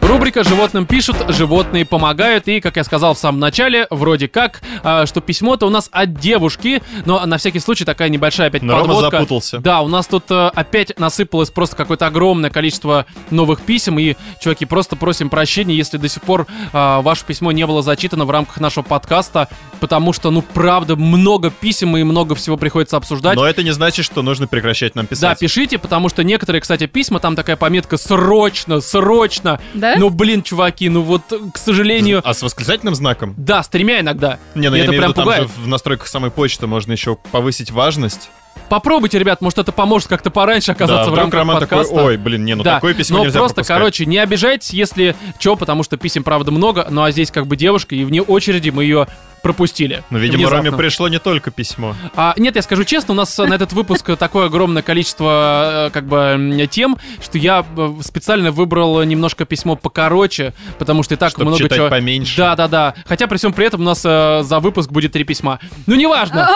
S1: Рубрика «Животным пишут», «Животные помогают» и, как я сказал в самом начале, вроде как, а, что письмо-то у нас от девушки, но на всякий случай такая небольшая опять
S2: Но Рома
S1: подводка.
S2: запутался.
S1: Да, у нас тут э, опять насыпалось просто какое-то огромное количество новых писем, и, чуваки, просто просим прощения, если до сих пор э, ваше письмо не было зачитано в рамках нашего подкаста, потому что, ну, правда, много писем и много всего приходится обсуждать.
S2: Но это не значит, что нужно прекращать нам
S1: Да,
S2: писать.
S1: пишите, потому что некоторые, кстати, письма, там такая пометка «Срочно! Срочно!»
S3: Да?
S1: Ну, блин, чуваки, ну вот, э, к сожалению...
S2: А с восклицательным знаком?
S1: Да, с тремя иногда.
S2: Не, ну
S1: И
S2: я
S1: это
S2: имею
S1: прям
S2: в виду, там
S1: пугает.
S2: же в настройках самой почты можно еще повысить важность.
S1: Попробуйте, ребят, может, это поможет как-то пораньше оказаться
S2: да,
S1: в
S2: вдруг
S1: рамках
S2: Роман
S1: подкаста.
S2: такой, ой, блин, не, ну
S1: да,
S2: такое письмо
S1: но
S2: нельзя
S1: просто,
S2: пропускать».
S1: короче, не обижайтесь, если чё, потому что писем, правда, много, ну а здесь как бы девушка, и вне очереди мы ее пропустили.
S2: Ну, видимо,
S1: Внезапно.
S2: Роме пришло не только письмо.
S1: А, нет, я скажу честно, у нас э, на этот выпуск э, такое огромное количество э, как бы м, тем, что я э, специально выбрал немножко письмо покороче, потому что и так
S2: Чтоб
S1: много
S2: читать
S1: чего.
S2: поменьше.
S1: Да, да, да. Хотя при всем при этом у нас э, за выпуск будет три письма. Ну неважно.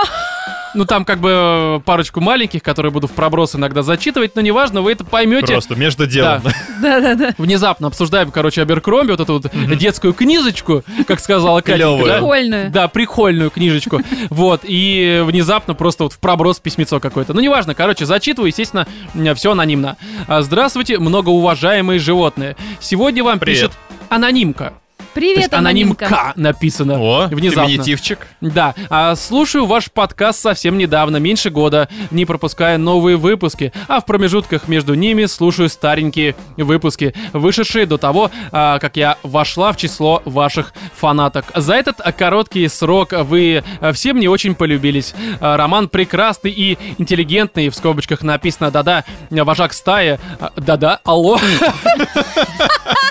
S1: Ну там как бы э, парочку маленьких, которые буду в проброс иногда зачитывать, но неважно, вы это поймете.
S2: Просто между делом.
S1: Да.
S3: Да-да-да.
S1: Внезапно обсуждаем, короче, Аберкромби, вот эту вот детскую книжечку, как сказала Катя.
S2: Клёвую.
S1: да?
S3: Прикольно.
S1: Да, прикольную книжечку. Вот, и внезапно просто вот в проброс письмецо какое-то. Ну, неважно, короче, зачитываю, естественно, все анонимно. А, Здравствуйте, многоуважаемые животные. Сегодня вам
S2: Привет.
S1: пишет анонимка. То
S3: Привет,
S1: есть анонимка написано.
S2: О,
S1: внезапно.
S2: феминитивчик.
S1: Да, а, слушаю ваш подкаст совсем недавно, меньше года, не пропуская новые выпуски, а в промежутках между ними слушаю старенькие выпуски, вышедшие до того, а, как я вошла в число ваших фанаток. За этот а, короткий срок вы а, все мне очень полюбились. А, Роман прекрасный и интеллигентный, в скобочках написано «Да-да, вожак стаи». А, Да-да, алло.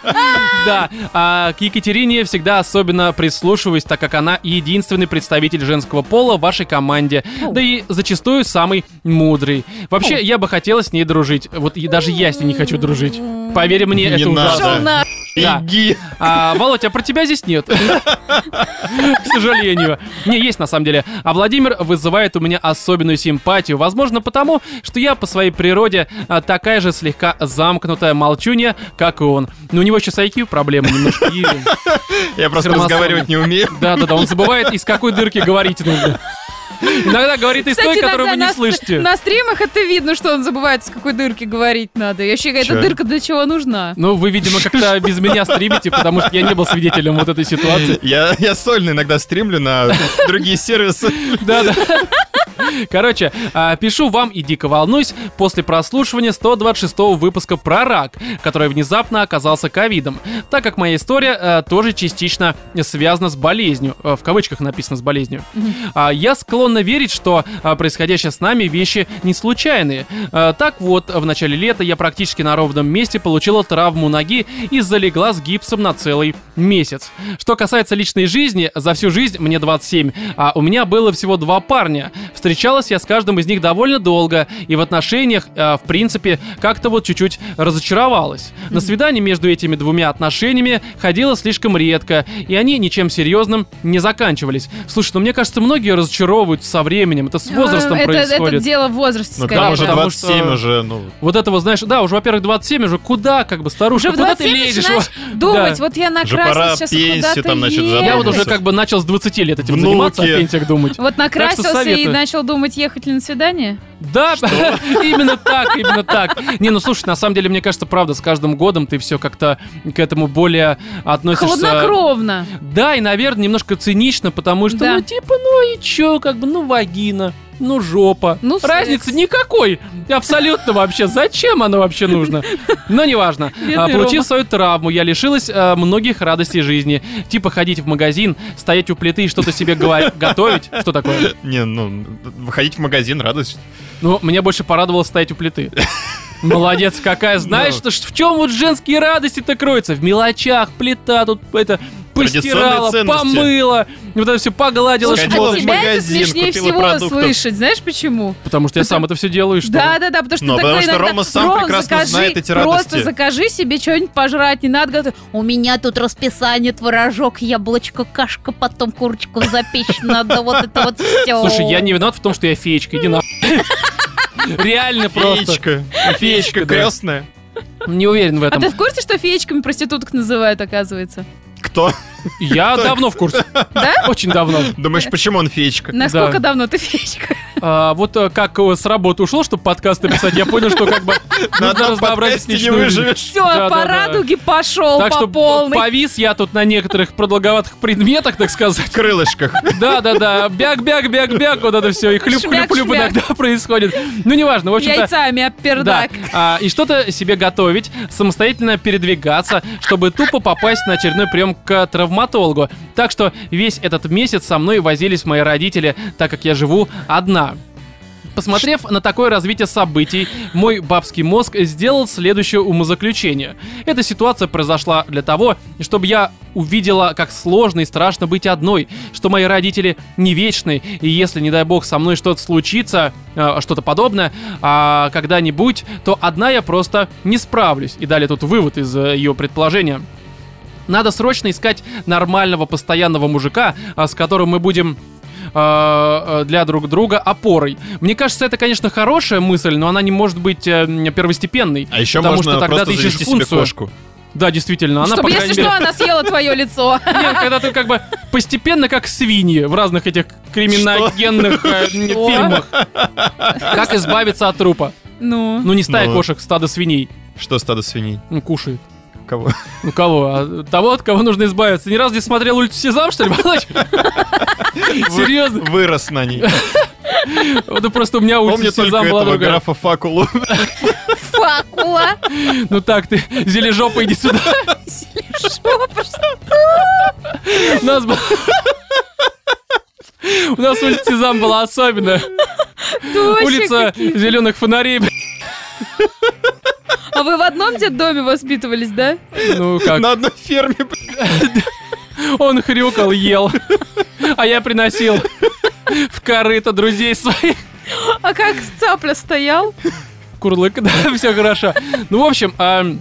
S1: Да, а к Екатерине всегда особенно прислушиваюсь, так как она единственный представитель женского пола в вашей команде, да и зачастую самый мудрый. Вообще, я бы хотела с ней дружить. Вот и даже я с ней не хочу дружить. Поверь мне,
S2: Не
S1: это
S2: надо.
S1: ужасно.
S3: Пошел на...
S1: Да.
S2: Иди.
S1: А, Володь, а про тебя здесь нет. К сожалению. Не, есть на самом деле. А Владимир вызывает у меня особенную симпатию. Возможно, потому, что я по своей природе а, такая же слегка замкнутая молчунья, как и он. Но у него сейчас IQ проблемы немножко. и-
S2: Я просто
S1: Термосон.
S2: разговаривать не умею.
S1: Да-да-да, он забывает, из какой дырки говорить нужно. Иногда говорит из той,
S3: Кстати,
S1: которую вы
S3: иногда
S1: не
S3: на-
S1: слышите.
S3: На стримах это видно, что он забывает, с какой дырки говорить надо. И вообще, эта
S2: Чё?
S3: дырка для чего нужна?
S1: Ну, вы, видимо, как-то без меня стримите, потому что я не был свидетелем вот этой ситуации.
S2: Я, я сольно иногда стримлю на другие сервисы.
S1: Да, да. Короче, а, пишу вам и дико волнуюсь после прослушивания 126 выпуска про рак, который внезапно оказался ковидом, так как моя история э, тоже частично связана с болезнью, э, в кавычках написано с болезнью. А, Я склонна верить, что а, происходящее с нами вещи не случайные. Э, Так вот, в начале лета я практически на ровном месте получила травму ноги и залегла с гипсом на целый месяц. Что касается личной жизни, за всю жизнь мне 27, а у меня было всего два парня. Встретились Встречалась я с каждым из них довольно долго, и в отношениях, э, в принципе, как-то вот чуть-чуть разочаровалась. На свидание между этими двумя отношениями ходила слишком редко, и они ничем серьезным не заканчивались. Слушай, ну мне кажется, многие разочаровываются со временем, это с возрастом
S3: Э, это, это
S1: происходит.
S3: дело в возрасте,
S2: Ну, к
S3: скорее.
S1: да,
S2: тому же
S1: потому
S2: 27
S1: что-
S2: уже, ну...
S1: Вот это вот, знаешь, да, уже, во-первых, 27, уже куда, как бы, старушка,
S3: Уже в
S1: куда ты
S3: 27
S1: лезешь?
S3: начинаешь
S1: Вот,
S3: думать,
S1: да.
S3: вот я
S2: Уже пора
S3: накрасилась, сейчас
S2: пенсию
S3: куда-то
S2: там, значит,
S3: ехать.
S1: А Я вот
S2: Конечно.
S1: уже как бы начал с 20 лет этим
S2: Внуки.
S1: заниматься, о пенсиях думать.
S3: Вот
S1: Так что
S3: накрасился и
S1: советую.
S3: начал думать, ехать ли на свидание.
S1: Да, именно так, именно так. Не, ну слушай, на самом деле, мне кажется, правда, с каждым годом ты все как-то к этому более относишься.
S3: Холоднокровно.
S1: Да, и, наверное, немножко цинично, потому что,
S3: Да.
S1: ну, типа, ну и чё, как бы, ну, вагина, ну, жопа.
S3: Ну,
S1: Разницы
S3: секс.
S1: никакой. Абсолютно вообще. Зачем оно вообще нужно? Но неважно.
S3: Бедный
S1: А, Получив
S3: Рома.
S1: свою травму, я лишилась а, многих радостей жизни. Типа ходить в магазин, стоять у плиты и что-то себе говор- готовить. Что такое?
S2: Не, ну, выходить в магазин, радость.
S1: Ну, мне больше порадовало стоять у плиты. Молодец, какая. Знаешь, что ж- в чем вот женские радости-то кроются? В мелочах, плита тут, это, постирала,
S2: Традиционные ценности.
S1: помыла, вот это все погладила.
S2: Слушай,
S1: что
S2: Сходила
S3: а
S2: в
S3: тебя это
S2: магазин,
S3: смешнее
S2: купила
S3: всего
S2: продуктов.
S3: слышать. Знаешь почему?
S1: Потому что я сам это все делаю, и что?
S3: Да, да, да, потому что
S2: Ну,
S3: ты
S2: потому
S3: такой
S2: что
S3: иногда,
S2: Рома сам
S3: «Ром,
S2: прекрасно
S3: закажи,
S2: знает эти
S3: Просто
S2: радости».
S3: закажи себе что-нибудь пожрать, не надо А готовить.
S4: У меня тут расписание, творожок, яблочко, кашка, потом курочку запечь надо, вот это вот все.
S1: Слушай, я не виноват в том, что я феечка, иди на... Реально просто.
S2: Феечка. Феечка
S1: да.
S2: крестная.
S1: Не уверен в
S3: А
S1: этом.
S3: ты в курсе, что феечками проституток называют, оказывается?
S2: Кто?
S1: Я
S2: Так.
S1: давно в курсе.
S3: Да?
S1: Очень давно.
S2: Думаешь, почему он феечка?
S3: Насколько
S1: Да.
S3: давно ты феечка?
S1: А, Вот э, как э, с работы ушло, чтобы подкасты писать, я понял, что как бы
S2: На
S1: нужно
S2: одном
S1: разнообразить
S2: подкасте не
S1: личную жизнь.
S2: выживешь.
S3: Все,
S1: Да, да,
S3: по
S1: да.
S3: радуге пошел
S1: Так
S3: по
S1: что
S3: полной.
S1: повис я тут на некоторых продолговатых предметах, так сказать.
S2: В крылышках.
S1: Да, да, да. Бяг, бяг, бяг, бяг, вот это все. И хлюп,
S3: Шмяк,
S1: хлюп, хлюп
S3: шмяк.
S1: иногда происходит. Ну, неважно, в общем-то.
S3: Яйцами об
S1: Да.
S3: пердак.
S1: А, и что-то себе готовить, самостоятельно передвигаться, чтобы тупо попасть на очередной прием к травматологу. Так что весь этот месяц со мной возились мои родители, так как я живу одна. Посмотрев на такое развитие событий, мой бабский мозг сделал следующее умозаключение. Эта ситуация произошла для того, чтобы я увидела, как сложно и страшно быть одной, что мои родители не вечны, и если, не дай бог, со мной что-то случится, э, что-то подобное, а, когда-нибудь, то одна я просто не справлюсь. И далее тут вывод из э, ее предположения. Надо срочно искать нормального постоянного мужика, а, с которым мы будем э, э, для друг друга опорой. Мне кажется, это, конечно, хорошая мысль, но она не может быть э, м, первостепенной.
S2: А еще
S1: Потому
S2: можно
S1: что тогда
S2: просто
S1: ты ищешь
S2: завести себе
S1: функцию.
S2: кошку.
S1: Да, действительно, она, по
S3: Чтобы, если
S1: крайней мере,
S3: что, она съела твое лицо.
S1: Нет, когда ты как бы постепенно как свиньи в разных этих криминогенных э, м,
S3: Что?
S1: фильмах. Как избавиться от трупа?
S3: Ну,
S1: Ну, не стая
S2: Ну.
S1: кошек, стадо свиней.
S2: Что стадо свиней?
S1: Ну, кушает.
S2: Кого?
S1: Ну, кого? А того, от кого нужно избавиться. Ни разу не смотрел улицу Сезам, что ли, Палач? Серьезно?
S2: Вырос на ней.
S1: Вот это просто у меня
S2: Помню
S1: улица
S2: только
S1: Сезам была
S2: этого
S1: другая.
S2: графа Факулу.
S4: Факула.
S1: Ну так ты, зележопа, иди сюда. У нас был... У нас улица Сезам была особенная. Улица зеленых фонарей. блин.
S3: А вы в одном детдоме воспитывались, да?
S1: Ну как,
S2: На одной ферме. блин.
S1: он хрюкал, ел. А я приносил в корыто друзей своих.
S3: А как цапля стоял?
S1: Курлык, да, все хорошо. Ну, в общем, эм,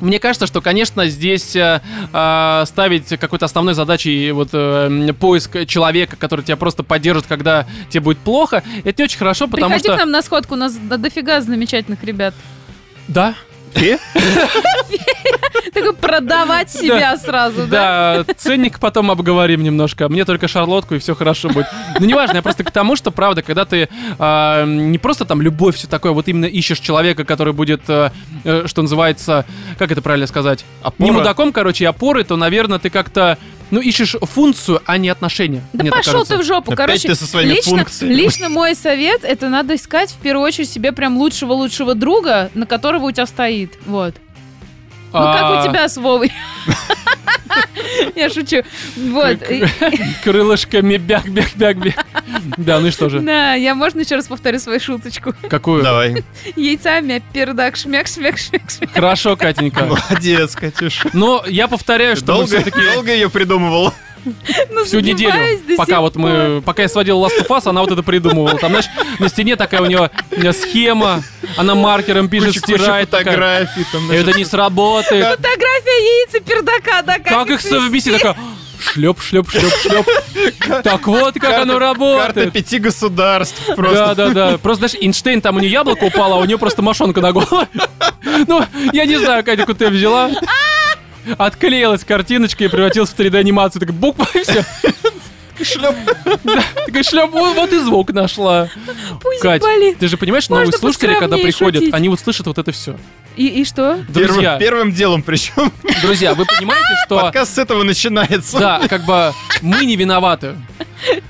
S1: мне кажется, что, конечно, здесь э, э, ставить какой-то основной задачей вот э, поиск человека, который тебя просто поддержит, когда тебе будет плохо, это не очень хорошо, потому
S3: Приходи
S1: что
S3: к нам на сходку, у нас до- дофига замечательных ребят.
S1: да,
S3: Такой продавать себя сразу, да?
S1: Да, ценник потом обговорим немножко. Мне только шарлотку, и все хорошо будет. Ну, неважно, я просто к тому, что, правда, когда ты а, не просто там любовь, все такое, вот именно ищешь человека, который будет, э, э, что называется, как это правильно сказать?
S2: Опора.
S1: Не мудаком, короче, и опорой, то, наверное, ты как-то, ну, ищешь функцию, а не отношения.
S3: Да
S1: мне так
S3: пошел
S1: кажется.
S3: ты в жопу,
S2: Опять
S3: короче.
S2: ты со своими
S3: лично,
S2: функциями.
S3: лично мой совет, это надо искать в первую очередь себе прям лучшего-лучшего друга, на которого у тебя стоит, вот. Ну,
S1: А,
S3: как у тебя с Вовой. Я шучу. Вот. И-
S1: Крылышками бяк-бяк-бяк-бяк. Да, ну и что же?
S3: Да, я можно еще раз повторю свою шуточку?
S1: Какую?
S2: Давай.
S3: Яйцами, об пердак, шмяк, шмяк, шмяк, шмяк.
S1: Хорошо, Катенька.
S2: Молодец, Катюша.
S1: Но я повторяю, что мы
S2: Долго,
S1: все-таки...
S2: долго ее придумывал.
S3: Ну,
S1: всю неделю,
S3: сомневаюсь до
S1: пока
S3: сих
S1: вот мы, пока я сводил Last of Us, она вот это придумывала. Там, знаешь, на стене такая у нее э, схема, она маркером пишет,
S2: Куча, куча
S1: стирает. такая,
S2: фотографий там.
S1: Это не сработает.
S3: Фотография яйца пердака, да, как,
S1: Как их совместить? Такая, шлеп, шлеп, шлеп, шлеп. Так вот, как оно
S2: Карта
S1: работает.
S2: пяти государств
S1: Да,
S2: просто.
S1: да, да. Просто, знаешь, Эйнштейн, там у нее яблоко упало, а у нее просто мошонка на голову. Ну, я не знаю, Катя, куда ты взяла. Отклеилась картиночка и превратилась в 3D-анимацию. Так буква и все.
S2: Шлеп.
S1: Такая шлеп, вот вот и звук нашла.
S3: Пусть
S1: Кать,
S3: болит.
S1: ты же понимаешь,
S3: Можно
S1: новые слушатели, когда
S3: поскромнее
S1: приходят,
S3: шутить.
S1: они вот слышат вот это все.
S3: И, и что?
S1: Друзья,
S2: Первым, первым делом причем.
S1: друзья, вы понимаете, что
S2: Подкаст с этого начинается. Ну, а
S1: да, как бы мы не виноваты.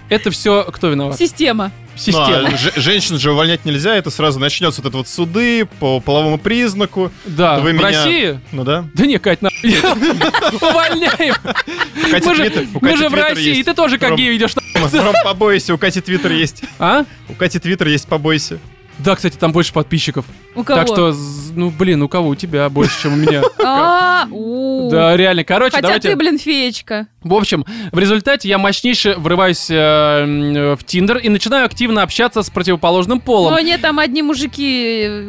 S1: Это все кто виноват?
S3: Система.
S2: Ну, а
S1: Система.
S2: же- женщин же увольнять нельзя, это сразу начнется вот это вот суды по половому признаку.
S1: Да,
S2: Вы
S1: в
S2: меня-
S1: России?
S2: Ну да.
S1: Да не, Кать, на... Увольняем.
S2: У Кати
S1: Мы же-
S2: Твиттер- у
S1: Мы
S2: Кати
S1: же в
S2: Твиттер
S1: России,
S2: есть.
S1: ты тоже как
S2: Ром.
S1: гей ведешь. на-
S2: Ром, побойся, у Кати Твиттер есть.
S1: А?
S2: У Кати Твиттер есть, побойся.
S1: Да, кстати, там больше подписчиков.
S3: У кого?
S1: Так что, з- ну, блин, у кого? У тебя больше, чем у меня.
S3: А, у.
S1: Да, реально. Короче,
S3: Хотя
S1: давайте...
S3: ты, блин, феечка.
S1: В общем, в результате я мощнейше врываюсь э, м, в Тиндер и начинаю активно общаться с противоположным полом.
S3: Но нет, там одни мужики э,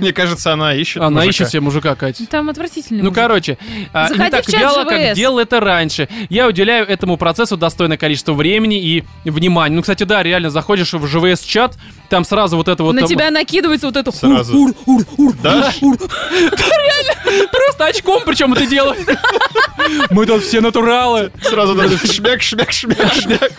S2: Мне кажется, она ищет
S1: Она
S2: мужика.
S1: ищет себе мужика, Кать.
S3: Ну, Там отвратительные
S1: Ну,
S3: мужики.
S1: короче, а, не
S3: Заходи
S1: так
S3: в чат
S1: вяло, как
S3: ЖВС.
S1: делал это раньше. Я уделяю этому процессу достойное количество времени и внимания. Ну, кстати, да, реально, заходишь в ЖВС-чат, там сразу вот это вот...
S3: На
S1: там-
S3: тебя накидывается вот эту...
S2: Сразу.
S3: Ур, ур, ур, ур,
S2: Да?
S3: ур.
S1: Просто очком причем это делают. Мы тут все натуралы.
S2: Сразу даже шмяк, шмяк, шмяк, шмяк.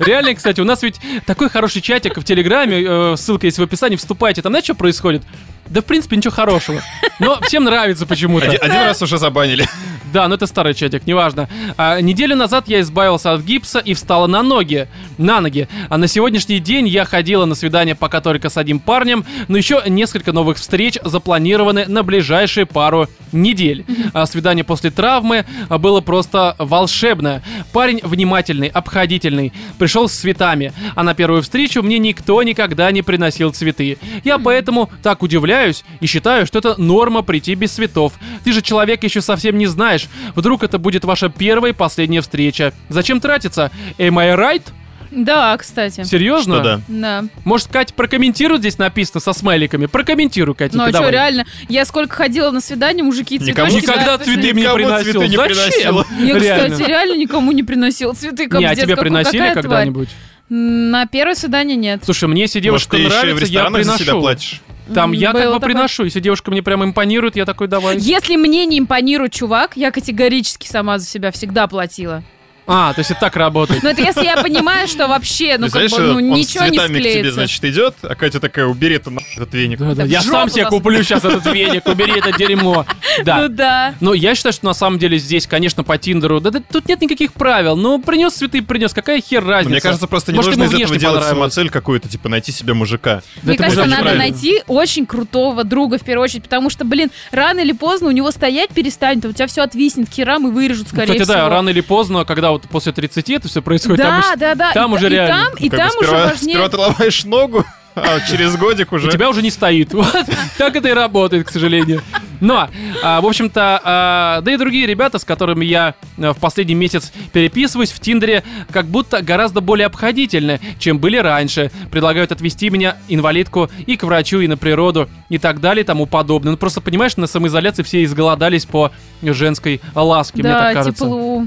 S1: Реально, кстати, у нас ведь такой хороший чатик в Телеграме, э, ссылка есть в описании, вступайте. Там знаете, что происходит? Да, в принципе, ничего хорошего. Но всем нравится почему-то.
S2: Один, один раз уже забанили.
S1: Да, но это старый чатик, неважно. А, неделю назад я избавился от гипса и встала на ноги. На ноги. А на сегодняшний день я ходила на свидание пока только с одним парнем, но еще несколько новых встреч запланированы на ближайшие пару недель. А свидание после травмы а, было просто волшебное. Парень внимательный, обходительный. Пришел с цветами. А на первую встречу мне никто никогда не приносил цветы. Я поэтому так удивляюсь и считаю, что это норма прийти без цветов. Ты же человек еще совсем не знаешь. Вдруг это будет ваша первая и последняя встреча. Зачем тратиться? Am I right?
S3: Да, кстати.
S1: Серьезно?
S2: Что да?
S3: Да.
S1: Может, Катя прокомментирует здесь написано со смайликами? Прокомментируй, Катя.
S3: Ну а
S1: ты
S3: что,
S1: давай.
S3: реально? Я сколько ходила на свидание, мужики цветы
S2: Никому
S3: всегда
S1: Никогда
S3: отношения-
S1: цветы мне
S2: Никому
S1: приносил.
S2: цветы не
S1: Зачем?
S2: приносила.
S3: Я,
S1: Реально.
S3: кстати, реально никому не приносил цветы, как
S1: не, а
S3: в детстве.
S1: тебе
S3: Какая
S1: приносили
S3: тварь?
S1: когда-нибудь?
S3: На первое свидание нет.
S1: Слушай, мне если
S2: Может,
S1: девушка
S2: ты еще и в
S1: нравится, я
S2: ресторанах за себя
S1: приношу.
S2: платишь?
S1: Там я как
S3: Было
S1: бы
S3: такое.
S1: приношу. Если девушка мне прям импонирует, я такой давай.
S3: Если мне не импонирует чувак, я категорически сама за себя всегда платила.
S1: А, то есть это так работает.
S3: Но это если я понимаю, что вообще, ну
S2: Ты
S3: как
S2: знаешь,
S3: бы, ну
S2: он с
S3: ничего
S2: цветами
S3: не
S2: к тебе,
S3: склеится.
S2: значит, идет, а Катя такая, убери ты на этот веник.
S1: Да, да,
S3: в
S1: Я
S3: жопу
S1: сам себе
S3: засунь.
S1: куплю сейчас этот веник, убери это дерьмо.
S3: Ну
S1: Да.
S3: да.
S1: Но я считаю, что на самом деле здесь, конечно, по Тиндеру, да, да тут нет никаких правил. Ну, принес цветы, принес, какая хер разница.
S2: Мне кажется, просто не
S1: Может,
S2: нужно
S1: ему
S2: из этого
S1: внешне
S2: делать
S1: понравилось.
S2: самоцель какую-то, типа найти себе мужика.
S1: Да
S3: Мне
S1: это
S3: кажется,
S1: будет
S3: надо
S1: правильно.
S3: найти очень крутого друга в первую очередь, потому что, блин, рано или поздно у него стоять перестанет, а у тебя все отвиснет к херам и вырежут, скорее
S1: Ну, Кстати, да,
S3: всего.
S1: рано или поздно, когда вот после 30 это все происходит
S3: да,
S1: обычно.
S3: да, да.
S1: там
S3: и,
S1: уже
S3: та- и
S1: реально.
S3: там,
S2: Ну, Как
S3: и
S2: бы
S3: там
S2: сперва-
S3: уже
S2: Сперва
S3: важнее.
S2: ты ломаешь ногу, а через годик
S1: У
S2: уже...
S1: тебя уже не стоит. Вот так это и работает, к сожалению. Но, а, в общем-то, а, да и другие ребята, с которыми я а, в последний месяц переписываюсь в Тиндере, как будто гораздо более обходительны, чем были раньше. Предлагают отвезти меня, инвалидку, и к врачу, и на природу, и так далее, и тому подобное. Ну, просто, понимаешь, на самоизоляции все изголодались по женской ласке, мне так
S3: Да,
S1: кажется.
S3: тепло.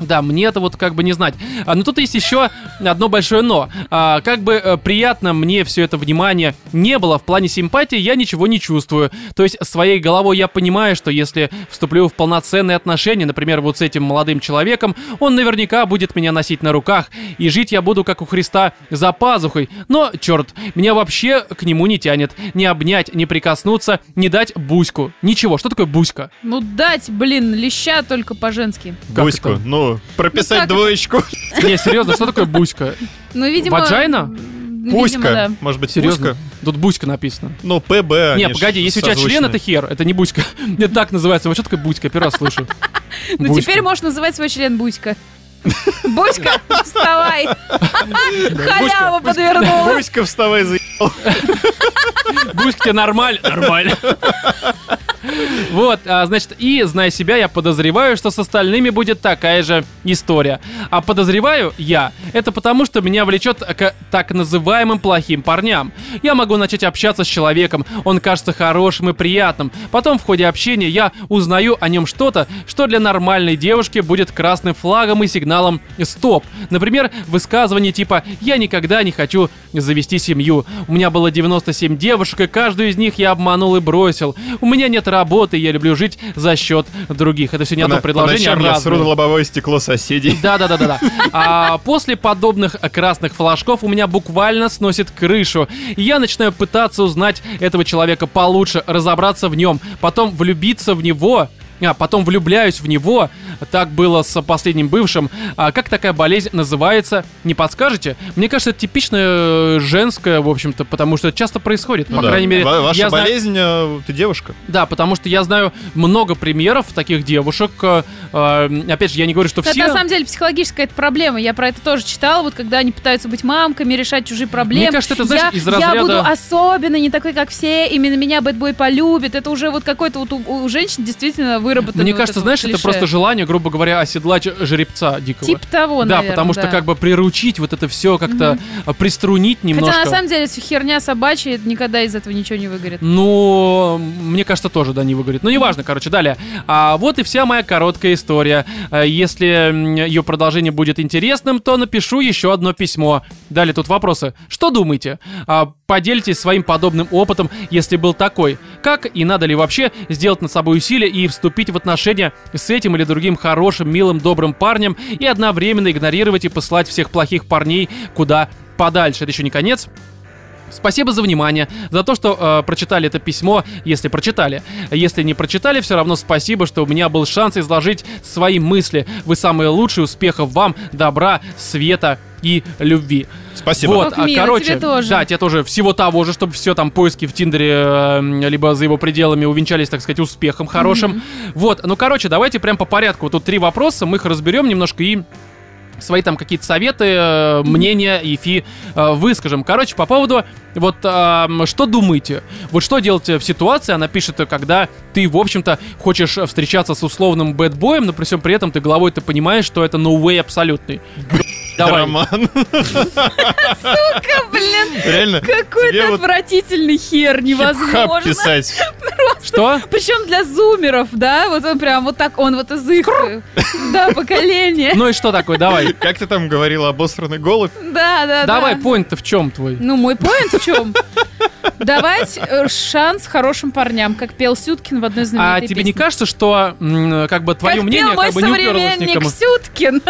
S1: Да, мне это вот как бы не знать. А, но тут есть еще одно большое но. А, как бы э, приятно мне все это внимание не было, в плане симпатии я ничего не чувствую. То есть своей головой я понимаю, что если вступлю в полноценные отношения, например, вот с этим молодым человеком, он наверняка будет меня носить на руках, и жить я буду как у Христа за пазухой. Но, черт, меня вообще к нему не тянет. Не обнять, не прикоснуться, не дать буську. Ничего, что такое буська?
S3: Ну дать, блин, леща только по-женски.
S1: Как
S2: Буську,
S1: это?
S2: ну, прописать
S3: как это?
S2: двоечку.
S1: Не, серьезно, что такое буська?
S3: Ну, видимо...
S1: Ваджайна?
S3: м, Ну, видимо,
S2: Пуська,
S3: да.
S2: может быть,
S1: Серьезно?
S2: пуська?
S1: Тут буська написано.
S2: Ну, ПБ,
S1: Не,
S2: они ж
S1: погоди, если у тебя
S2: созвучны.
S1: член, это хер, это не буська. Нет, так называется. Вот что такое буська? Первый раз слышу.
S3: Ну,
S1: Буська.
S3: теперь можешь называть свой член Буська. Буська, вставай! Халява подвернулась!
S2: Буська, вставай, за...
S1: Буська тебе нормально? Нормально. Вот, а, значит, и, зная себя, я подозреваю, что с остальными будет такая же история. А подозреваю я, это потому, что меня влечет к так называемым плохим парням. Я могу начать общаться с человеком, он кажется хорошим и приятным. Потом в ходе общения я узнаю о нем что-то, что для нормальной девушки будет красным флагом и сигналом «стоп». Например, высказывание типа «я никогда не хочу завести семью». У меня было 97 девушек, и каждую из них я обманул и бросил. У меня нет работы, я люблю жить за счет других. Это все не
S2: По-
S1: одно
S2: по
S1: предложение, а
S2: ночам я сру
S1: разное.
S2: на лобовое стекло соседей.
S1: Да, да, да, да, да. А после подобных красных флажков у меня буквально сносит крышу. И я начинаю пытаться узнать этого человека получше, разобраться в нем, потом влюбиться в него. А потом влюбляюсь в него. Так было с последним бывшим. А как такая болезнь называется? Не подскажете? Мне кажется, это типично э, женское, в общем-то, потому что это часто происходит.
S2: Ну
S1: По
S2: да.
S1: крайней мере,
S2: Ва- Ваша
S1: я знаю-
S2: болезнь, э, ты девушка.
S1: да, потому что я знаю много примеров таких девушек. э, э, опять же, я не говорю, что
S3: Это
S1: все.
S3: на самом деле психологическая это проблема. Я про это тоже читала. Вот когда они пытаются быть мамками, решать чужие проблемы.
S1: Мне кажется, это, знаешь,
S3: я,
S1: из
S3: я
S1: разряда-
S3: буду особенно не такой, как все. Именно меня бэтбой полюбит. Это уже вот какой-то вот у, у женщин действительно выработано.
S1: Мне
S3: вот
S1: кажется,
S3: вот
S1: знаешь, это
S3: клише.
S1: просто желание, грубо говоря, оседлать жеребца дикого.
S3: Тип того,
S1: да,
S3: наверное,
S1: потому что
S3: да.
S1: как бы приручить вот это все, как-то а, приструнить немножко.
S3: Хотя на самом деле всё херня собачья, никогда из этого ничего не выгорит.
S1: Ну, мне кажется, тоже да, не выгорит. Ну, неважно, короче, далее. А вот и вся моя короткая история. А Если м, ее продолжение будет интересным, то напишу еще одно письмо. Далее тут вопросы. Что думаете? А, Поделитесь своим подобным опытом, если был такой. Как и надо ли вообще сделать над собой усилие и вступить в отношения с этим или другим хорошим, милым, добрым парнем и одновременно игнорировать и посылать всех плохих парней куда подальше. Это еще не конец. Спасибо за внимание, за то, что э, прочитали это письмо, если прочитали. Если не прочитали, все равно спасибо, что у меня был шанс изложить свои мысли. Вы самые лучшие, успехов вам, добра, света и любви.
S2: Спасибо.
S1: Вот,
S3: Ох,
S1: а,
S3: мило,
S1: короче,
S3: тебе тоже.
S1: да, тебе тоже всего того же, чтобы все там поиски в Тиндере э, либо за его пределами увенчались, так сказать, успехом хорошим. Вот, ну короче, давайте прям по порядку. Вот Тут три вопроса, мы их разберем немножко и свои там какие-то советы, э, мнения и фи э, выскажем. Короче, по поводу вот эм, что думаете? Вот что делать э, в ситуации? Она пишет, э, когда ты, в общем-то, хочешь э, встречаться с условным бэтбоем, но при всем при этом ты головой ты понимаешь, что это no way абсолютный. Давай.
S2: Роман.
S3: Ка, Ну, блин,
S2: Реально. тебе
S3: какой-то
S2: вот
S3: отвратительный хер,
S2: хип-хап
S3: невозможно.
S2: писать.
S1: Что?
S3: Причем для зумеров, да, вот он прям вот так, он вот из их, да, поколения.
S1: Ну и что такое? Давай.
S2: Как ты там говорила, обосранный голубь?
S3: Да, да,
S1: Давай,
S3: да.
S1: поинт-то в чем твой?
S3: Ну, мой поинт в чем? Давать э, шанс хорошим парням, как пел Сюткин в одной
S1: А
S3: знаменитой
S1: тебе не
S3: песне.
S1: кажется, что м, как бы твое
S3: как
S1: мнение
S3: пел мой
S1: как бы не уперлось
S3: современник
S1: никому?
S3: Сюткин.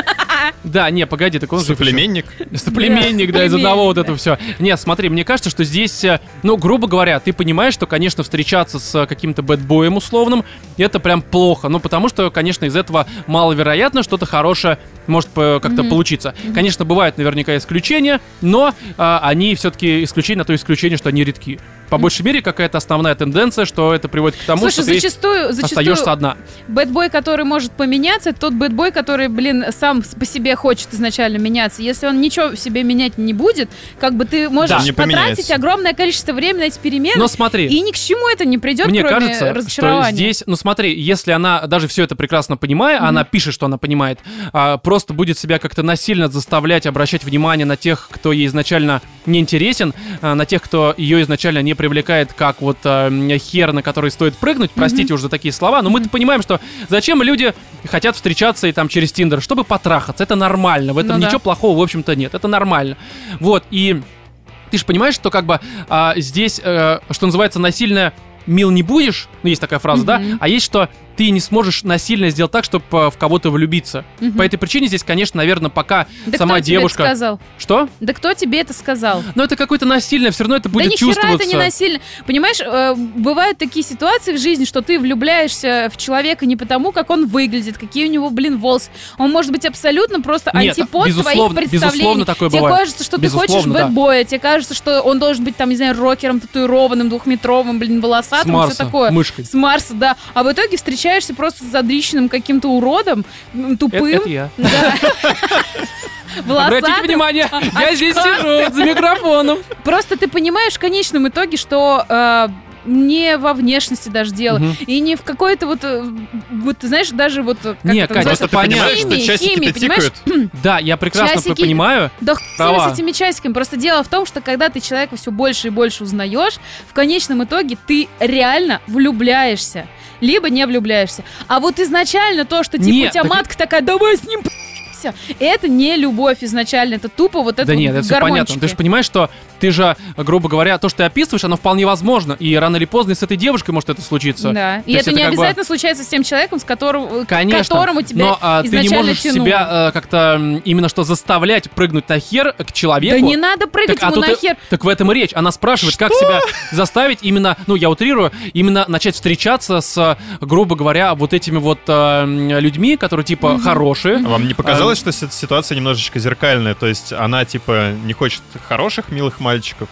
S1: Да, не, погоди, так он же
S2: Соплеменник.
S1: Соплеменник, да, из одного вот
S3: соплеменник,
S1: этого все. Не, смотри, мне кажется, что здесь, э, ну, грубо говоря, ты понимаешь, что, конечно, встречаться с э, каким-то бэтбоем условным, это прям плохо. Ну, потому что, конечно, из этого маловероятно что-то хорошее может по- как-то
S3: Мгм.
S1: получиться. Конечно, бывают наверняка исключения, но а, они все-таки исключения на то исключение, что они редки. По большей мере, какая-то основная тенденция, что это приводит к тому,
S3: Слушай,
S1: что ты
S3: зачастую, зачастую
S1: остаешься одна.
S3: бэтбой, который может поменяться, это тот бэтбой, который, блин, сам с- по себе хочет изначально меняться. Если он ничего в себе менять не будет, как бы ты можешь
S2: не
S3: потратить
S2: поменяется.
S3: огромное количество времени на эти перемены,
S1: Но смотри.
S3: и ни к чему это не придет,
S1: Мне
S3: кроме
S1: кажется, что
S3: разочарования.
S1: здесь, ну смотри, если она даже все это прекрасно понимает, а она пишет, что она понимает, а, просто будет себя как-то насильно заставлять обращать внимание на тех, кто ей изначально не интересен, а, на тех, кто ее изначально не привлекает, как вот а, м, хер, на который стоит прыгнуть. Простите уже за такие слова, но мы-то понимаем, что зачем люди хотят встречаться и там через Тиндер, чтобы потрахаться. Это нормально, в этом
S3: Ну да.
S1: ничего плохого, в общем-то, нет. Это нормально. Вот, и ты же понимаешь, что как бы а, здесь, э, что называется, насильно мил не будешь, ну есть такая фраза, да,
S3: Мгм.
S1: а есть, что ты не сможешь насильно сделать так, чтобы в кого-то влюбиться.
S3: Мгм.
S1: По этой причине здесь, конечно, наверное, пока
S3: да
S1: сама
S3: кто тебе
S1: девушка...
S3: это сказал?
S1: Что?
S3: Да кто тебе это сказал?
S1: Но это какое-то насильное, все равно это будет
S3: да ни хера
S1: чувствоваться.
S3: это не насильно. Понимаешь, э, бывают такие ситуации в жизни, что ты влюбляешься в человека не потому, как он выглядит, какие у него, блин, волосы. Он может быть абсолютно просто
S1: Нет,
S3: антипод твоих
S1: безусловно,
S3: представлений.
S1: безусловно, такое
S3: тебе
S1: бывает.
S3: кажется, что ты хочешь
S1: Безусловно, да.
S3: бэтбоя, тебе кажется, что он должен быть там, не знаю, рокером, татуированным, двухметровым, блин,
S1: С
S3: волосатым, все
S1: Марса,
S3: а такое.
S1: мышкой.
S3: С Марса, да. А в итоге встречаешься просто с задрищенным каким-то уродом, м,
S1: Это,
S3: тупым,
S1: Э, это я.
S3: да.
S1: Обратите
S3: волосатым.
S1: внимание, я здесь сижу за микрофоном.
S3: Просто ты понимаешь в конечном итоге, что э, не во внешности даже дело.
S1: Мгм.
S3: И не в какой-то вот, э, вот, ты знаешь, даже вот... э, Как
S1: Не,
S3: это
S1: Кать,
S3: называется?
S2: Просто ты понимаешь,
S3: Химии,
S2: что часики-то
S3: химии, понимаешь?
S2: тикают.
S1: Да, я прекрасно
S3: Часики-
S1: понимаю.
S3: Да хуй
S1: Права.
S3: с этими часиками. Просто дело в том, что когда ты человека все больше и больше узнаешь, в конечном итоге ты реально влюбляешься. Либо не влюбляешься. А вот изначально то, что типа
S1: Нет,
S3: у тебя
S1: так-
S3: матка такая, давай с ним п***ься», это не любовь изначально, это тупо вот это
S1: Да
S3: вот
S1: нет, это все понятно.
S3: гормончики.
S1: Ты же понимаешь, что ты же, грубо говоря, то, что ты описываешь, оно вполне возможно. И рано или поздно и с этой девушкой может это случиться.
S3: Да. И
S1: есть
S3: это
S1: это
S3: не
S1: как бы-
S3: обязательно случается с тем человеком, с которым, к
S1: Конечно.
S3: которому тебя
S1: но а, ты не
S3: изначально
S1: можешь
S3: тянуло.
S1: себя э, как-то м, именно что заставлять прыгнуть на хер к человеку.
S3: Да не надо прыгать
S1: так, а
S3: ему
S1: тут и-
S3: нахер.
S1: так в этом и речь. Она спрашивает, как себя заставить именно, ну я утрирую, именно начать встречаться с, э, грубо говоря, вот этими вот э, м, людьми, которые типа хорошие.
S2: А Вам не показалось, что си- ситуация немножечко зеркальная? То есть она, типа, не хочет хороших, милых мальчиков.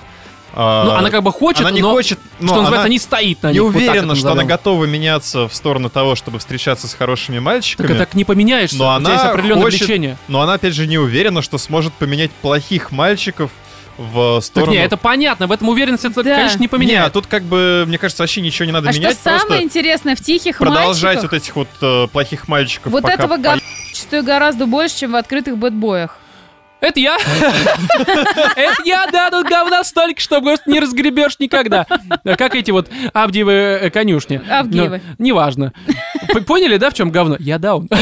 S2: а
S1: Ну, она как бы хочет,
S2: она не
S1: но,
S2: хочет, но
S1: что называется,
S2: она
S1: не стоит на
S2: не
S1: них. вот так это
S2: уверена, что она
S1: назовем.
S2: готова меняться в сторону того, чтобы встречаться с хорошими
S1: Так а
S2: мальчиками.
S1: так не поменяешься.
S2: Но
S1: У тебя есть
S2: она
S1: определенное
S2: хочет
S1: влечение.
S2: Но она, опять же, не уверена, что сможет поменять плохих мальчиков в
S1: Так
S2: сторону...
S1: не, это понятно, в этом уверенность это,
S3: Да.
S1: конечно, не
S2: Не, а
S1: поменяет.
S2: тут как бы, мне кажется, вообще ничего не надо
S3: А что
S2: менять,
S3: самое
S2: просто
S3: интересное в тихих
S2: продолжать
S3: мальчиках-
S2: вот этих вот э, плохих мальчиков.
S3: Вот
S2: пока
S3: этого
S2: по-
S3: Зачастую гораздо больше, чем в открытых бэтбоях.
S1: Это я. Это я, да, тут говна столько, что просто не разгребешь никогда. А Как эти вот Авдиевы э, конюшни.
S3: Авгиевы.
S1: Ну, Неважно. П- Поняли, да, в чем говно? Я даун.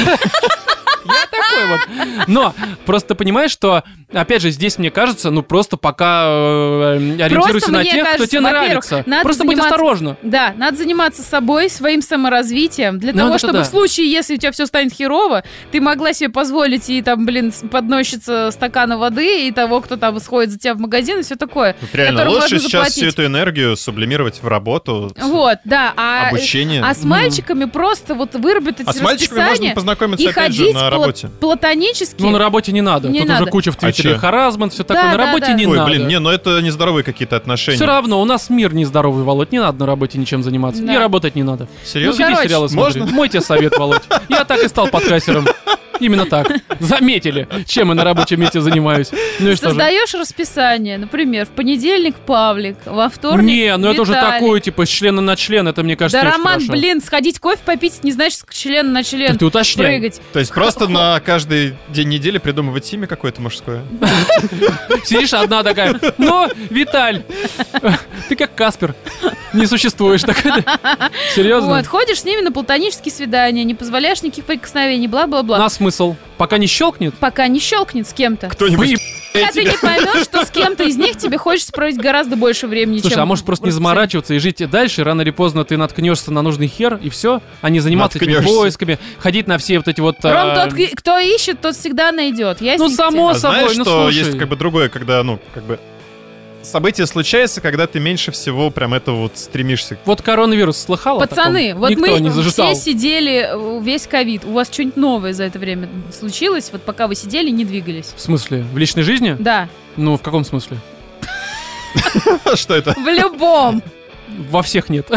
S1: Я такой вот. Но просто понимаешь, что, опять же, здесь, мне кажется, ну просто пока э, ориентируйся на
S3: мне
S1: тех, кто
S3: кажется,
S1: тебе
S3: во-первых,
S1: нравится.
S3: надо
S1: Просто будь
S3: заниматься-
S1: осторожна.
S3: Да, надо заниматься собой, своим саморазвитием, для
S1: Ну,
S3: того,
S1: вот это
S3: чтобы
S1: да.
S3: в случае, если у тебя все станет херово, ты могла себе позволить и там, блин, с- подносчица стакана воды, и того, кто там сходит за тебя в магазин, и все такое.
S2: Вот реально,
S3: которому
S2: лучше
S3: можно
S2: сейчас
S3: заплатить.
S2: всю эту энергию сублимировать в работу, с-
S3: Вот, да. А,
S2: обучение.
S3: а с мальчиками просто вот выработать
S2: А с мальчиками можно
S3: расписание
S2: познакомиться,
S3: и
S2: опять
S3: ходить
S2: же, на
S3: пла-
S2: работе.
S3: платонически.
S1: Ну, на работе не надо.
S3: Не
S1: Тут
S3: надо.
S1: уже куча в Твиттере
S2: А чё?
S1: харазмент, все
S3: Да,
S1: такое. На
S3: да,
S1: работе
S3: да.
S1: не
S2: Ой,
S1: надо.
S2: блин, не, но это нездоровые какие-то отношения.
S1: Все равно, у нас мир нездоровый, Володь, не надо на работе ничем заниматься.
S3: Да.
S1: И работать не надо. Ну,
S2: Серьезно?
S1: сиди
S3: короче,
S1: сериалы смотри.
S2: можно?
S1: Мой тебе совет, Володь. Я так и стал подкастером. Именно так. Заметили, чем я на рабочем месте занимаюсь. Ну и что же?
S3: Создаешь расписание, например, в понедельник Павлик, во вторник
S1: Не, ну это уже
S3: Виталик.
S1: такое, типа, с члена на член, это мне кажется,
S3: Да,
S1: не очень
S3: Роман,
S1: хорошо.
S3: блин, сходить кофе попить не значит с члена на член
S1: Так ты уточняй.
S3: прыгать.
S2: То есть просто на каждый день недели придумывать имя какое-то мужское?
S1: Сидишь одна такая, ну, Виталь, ты как Каспер, не существуешь так. Серьезно?
S3: Вот, ходишь с ними на платонические свидания, не позволяешь никаких прикосновений, бла-бла-бла.
S1: На смысл? Пока не щелкнет?
S3: Пока не щелкнет с кем-то.
S2: Кто-нибудь...
S3: Пока ты не поймешь, что с кем-то из них тебе хочется проводить гораздо больше времени,
S1: Слушай,
S3: чем
S1: а может просто не
S3: расписание.
S1: заморачиваться и жить дальше, рано или поздно ты наткнешься на нужный хер, и все, а не заниматься этими
S2: Наткнешься.
S1: поисками, ходить на все вот эти вот...
S3: Ром,
S1: а,
S3: тот, ки- кто ищет, тот всегда найдет. Я
S1: Ну, само
S2: А
S1: с собой,
S2: знаешь,
S1: ну,
S2: что
S1: слушай.
S2: есть как бы другое, когда, ну, как бы... Событие случается, когда ты меньше всего прям этого вот стремишься.
S1: Вот коронавирус слыхал о
S3: Пацаны,
S1: таком?
S3: вот
S1: Никто
S3: мы
S1: не зажитал.
S3: все сидели э, весь ковид. У вас что-нибудь новое за это время случилось, вот пока вы сидели, не двигались?
S1: В смысле? В личной жизни?
S3: Да,
S1: Ну, в каком смысле?
S2: Что это?
S3: в любом.
S1: Во всех нет.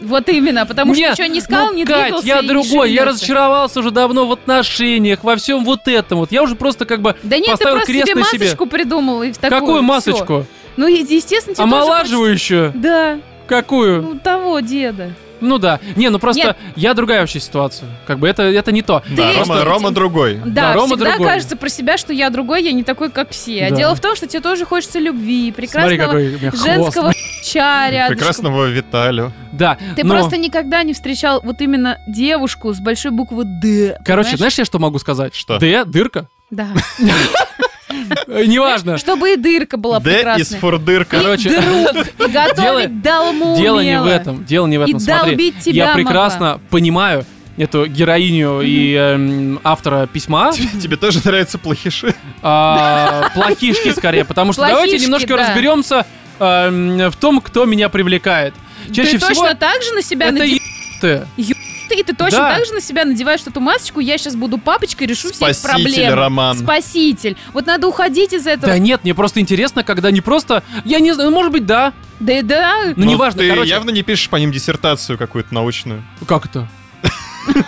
S3: Вот именно, потому что
S1: Нет,
S3: ничего не искал,
S1: ну,
S3: не
S1: Кать,
S3: двигался.
S1: я
S3: и не
S1: другой, я
S3: шевелился.
S1: разочаровался уже давно в отношениях, во всем вот этом вот. Я уже просто как бы
S3: Да нет,
S1: поставил
S3: ты просто
S1: крест
S3: себе
S1: на себе.
S3: масочку придумал и в такую.
S1: Какую
S3: всё.
S1: масочку?
S3: Ну, е- естественно, тебе тоже
S1: Омолаживающую?
S3: хочется- Да,
S1: Какую?
S3: ну того деда.
S1: Ну да. Не, ну просто
S3: Нет.
S1: я другая вообще ситуация. Как бы это, это не то.
S2: Да,
S3: Ты-
S2: Рома,
S3: что-
S2: Рома другой.
S3: Да,
S1: Рома
S3: всегда
S1: другой.
S3: кажется про себя, что я другой, я не такой, как все. А
S1: Да.
S3: дело в том, что тебе тоже хочется любви,
S1: Смотри,
S3: прекрасного
S1: какой у меня хвост.
S3: женского ча рядышком.
S2: Прекрасного Виталю.
S1: Да. ну,
S3: Ты
S1: но-
S3: просто никогда не встречал вот именно девушку с большой буквы «Д».
S1: Короче,
S3: понимаешь?
S1: знаешь, я что могу сказать?
S2: Что?
S1: Д, дырка. Э, Неважно.
S3: Да. Чтобы и дырка была
S2: Д из
S3: прекрасная.
S2: фурдырка.
S1: Короче,
S3: Друг,
S1: Дело-
S3: готовить долму
S1: Дело не
S3: умела.
S1: в этом, дело не в этом.
S3: И
S1: Смотри,
S3: долбить тебя
S1: я
S3: могла.
S1: прекрасно понимаю эту героиню и эм, автора письма,
S2: Тебе тоже нравятся плохиши?
S1: а, плохишки скорее, потому что давайте
S3: Плохишки,
S1: немножко
S3: да.
S1: разберемся эм, в том, кто меня привлекает. Чаще
S3: Ты
S1: всего
S3: точно так же на себя
S1: это
S3: наде-
S1: еб***ты.
S3: ты, и ты точно
S1: Да.
S3: так же на себя надеваешь эту масочку, я сейчас буду папочкой, решу все эти
S2: Спаситель,
S3: проблемы.
S2: Роман.
S3: Спаситель. Вот надо уходить из этого.
S1: Да нет, мне просто интересно, когда не просто... Я не знаю, ну, может быть, да.
S3: Да, да.
S1: Ну, неважно,
S2: ты
S1: короче.
S2: явно не пишешь по ним диссертацию какую-то научную.
S1: Как это?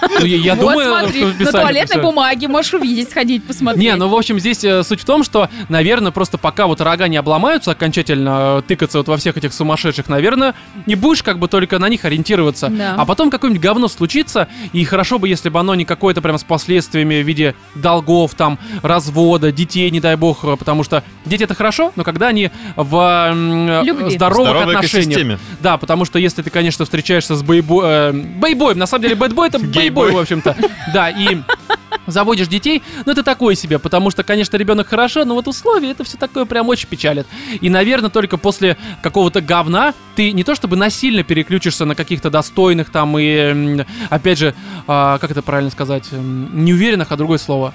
S1: Ну, я- Я
S3: вот
S1: думаю,
S3: смотри,
S1: что
S3: на
S1: писали,
S3: туалетной
S1: писали.
S3: бумаге можешь увидеть, сходить, посмотреть.
S1: Не, ну в общем, здесь э, суть в том, что, наверное, просто пока вот рога не обломаются окончательно, э, тыкаться вот во всех этих сумасшедших, наверное, не будешь как бы только на них ориентироваться.
S3: Да.
S1: А потом какое-нибудь говно случится, и хорошо бы, если бы оно не какое-то прям с последствиями в виде долгов, там, развода, детей, не дай бог, э, потому что дети это хорошо, но когда они в м, э,
S3: Любви.
S1: здоровых
S2: Здоровая
S1: отношениях.
S2: экосистеме.
S1: Да, потому что если ты, конечно, встречаешься с бейбо... э, бейбоем, на самом деле бэтбой это бейбой,
S2: Гейбой.
S1: в общем-то. Да, и заводишь детей, ну это такое себе, потому что, конечно, ребенок хорошо, но вот условия это все такое прям очень печалит. И, наверное, только после какого-то говна ты не то чтобы насильно переключишься на каких-то достойных там и, м, опять же, а, как это правильно сказать, м, неуверенных, а другое слово.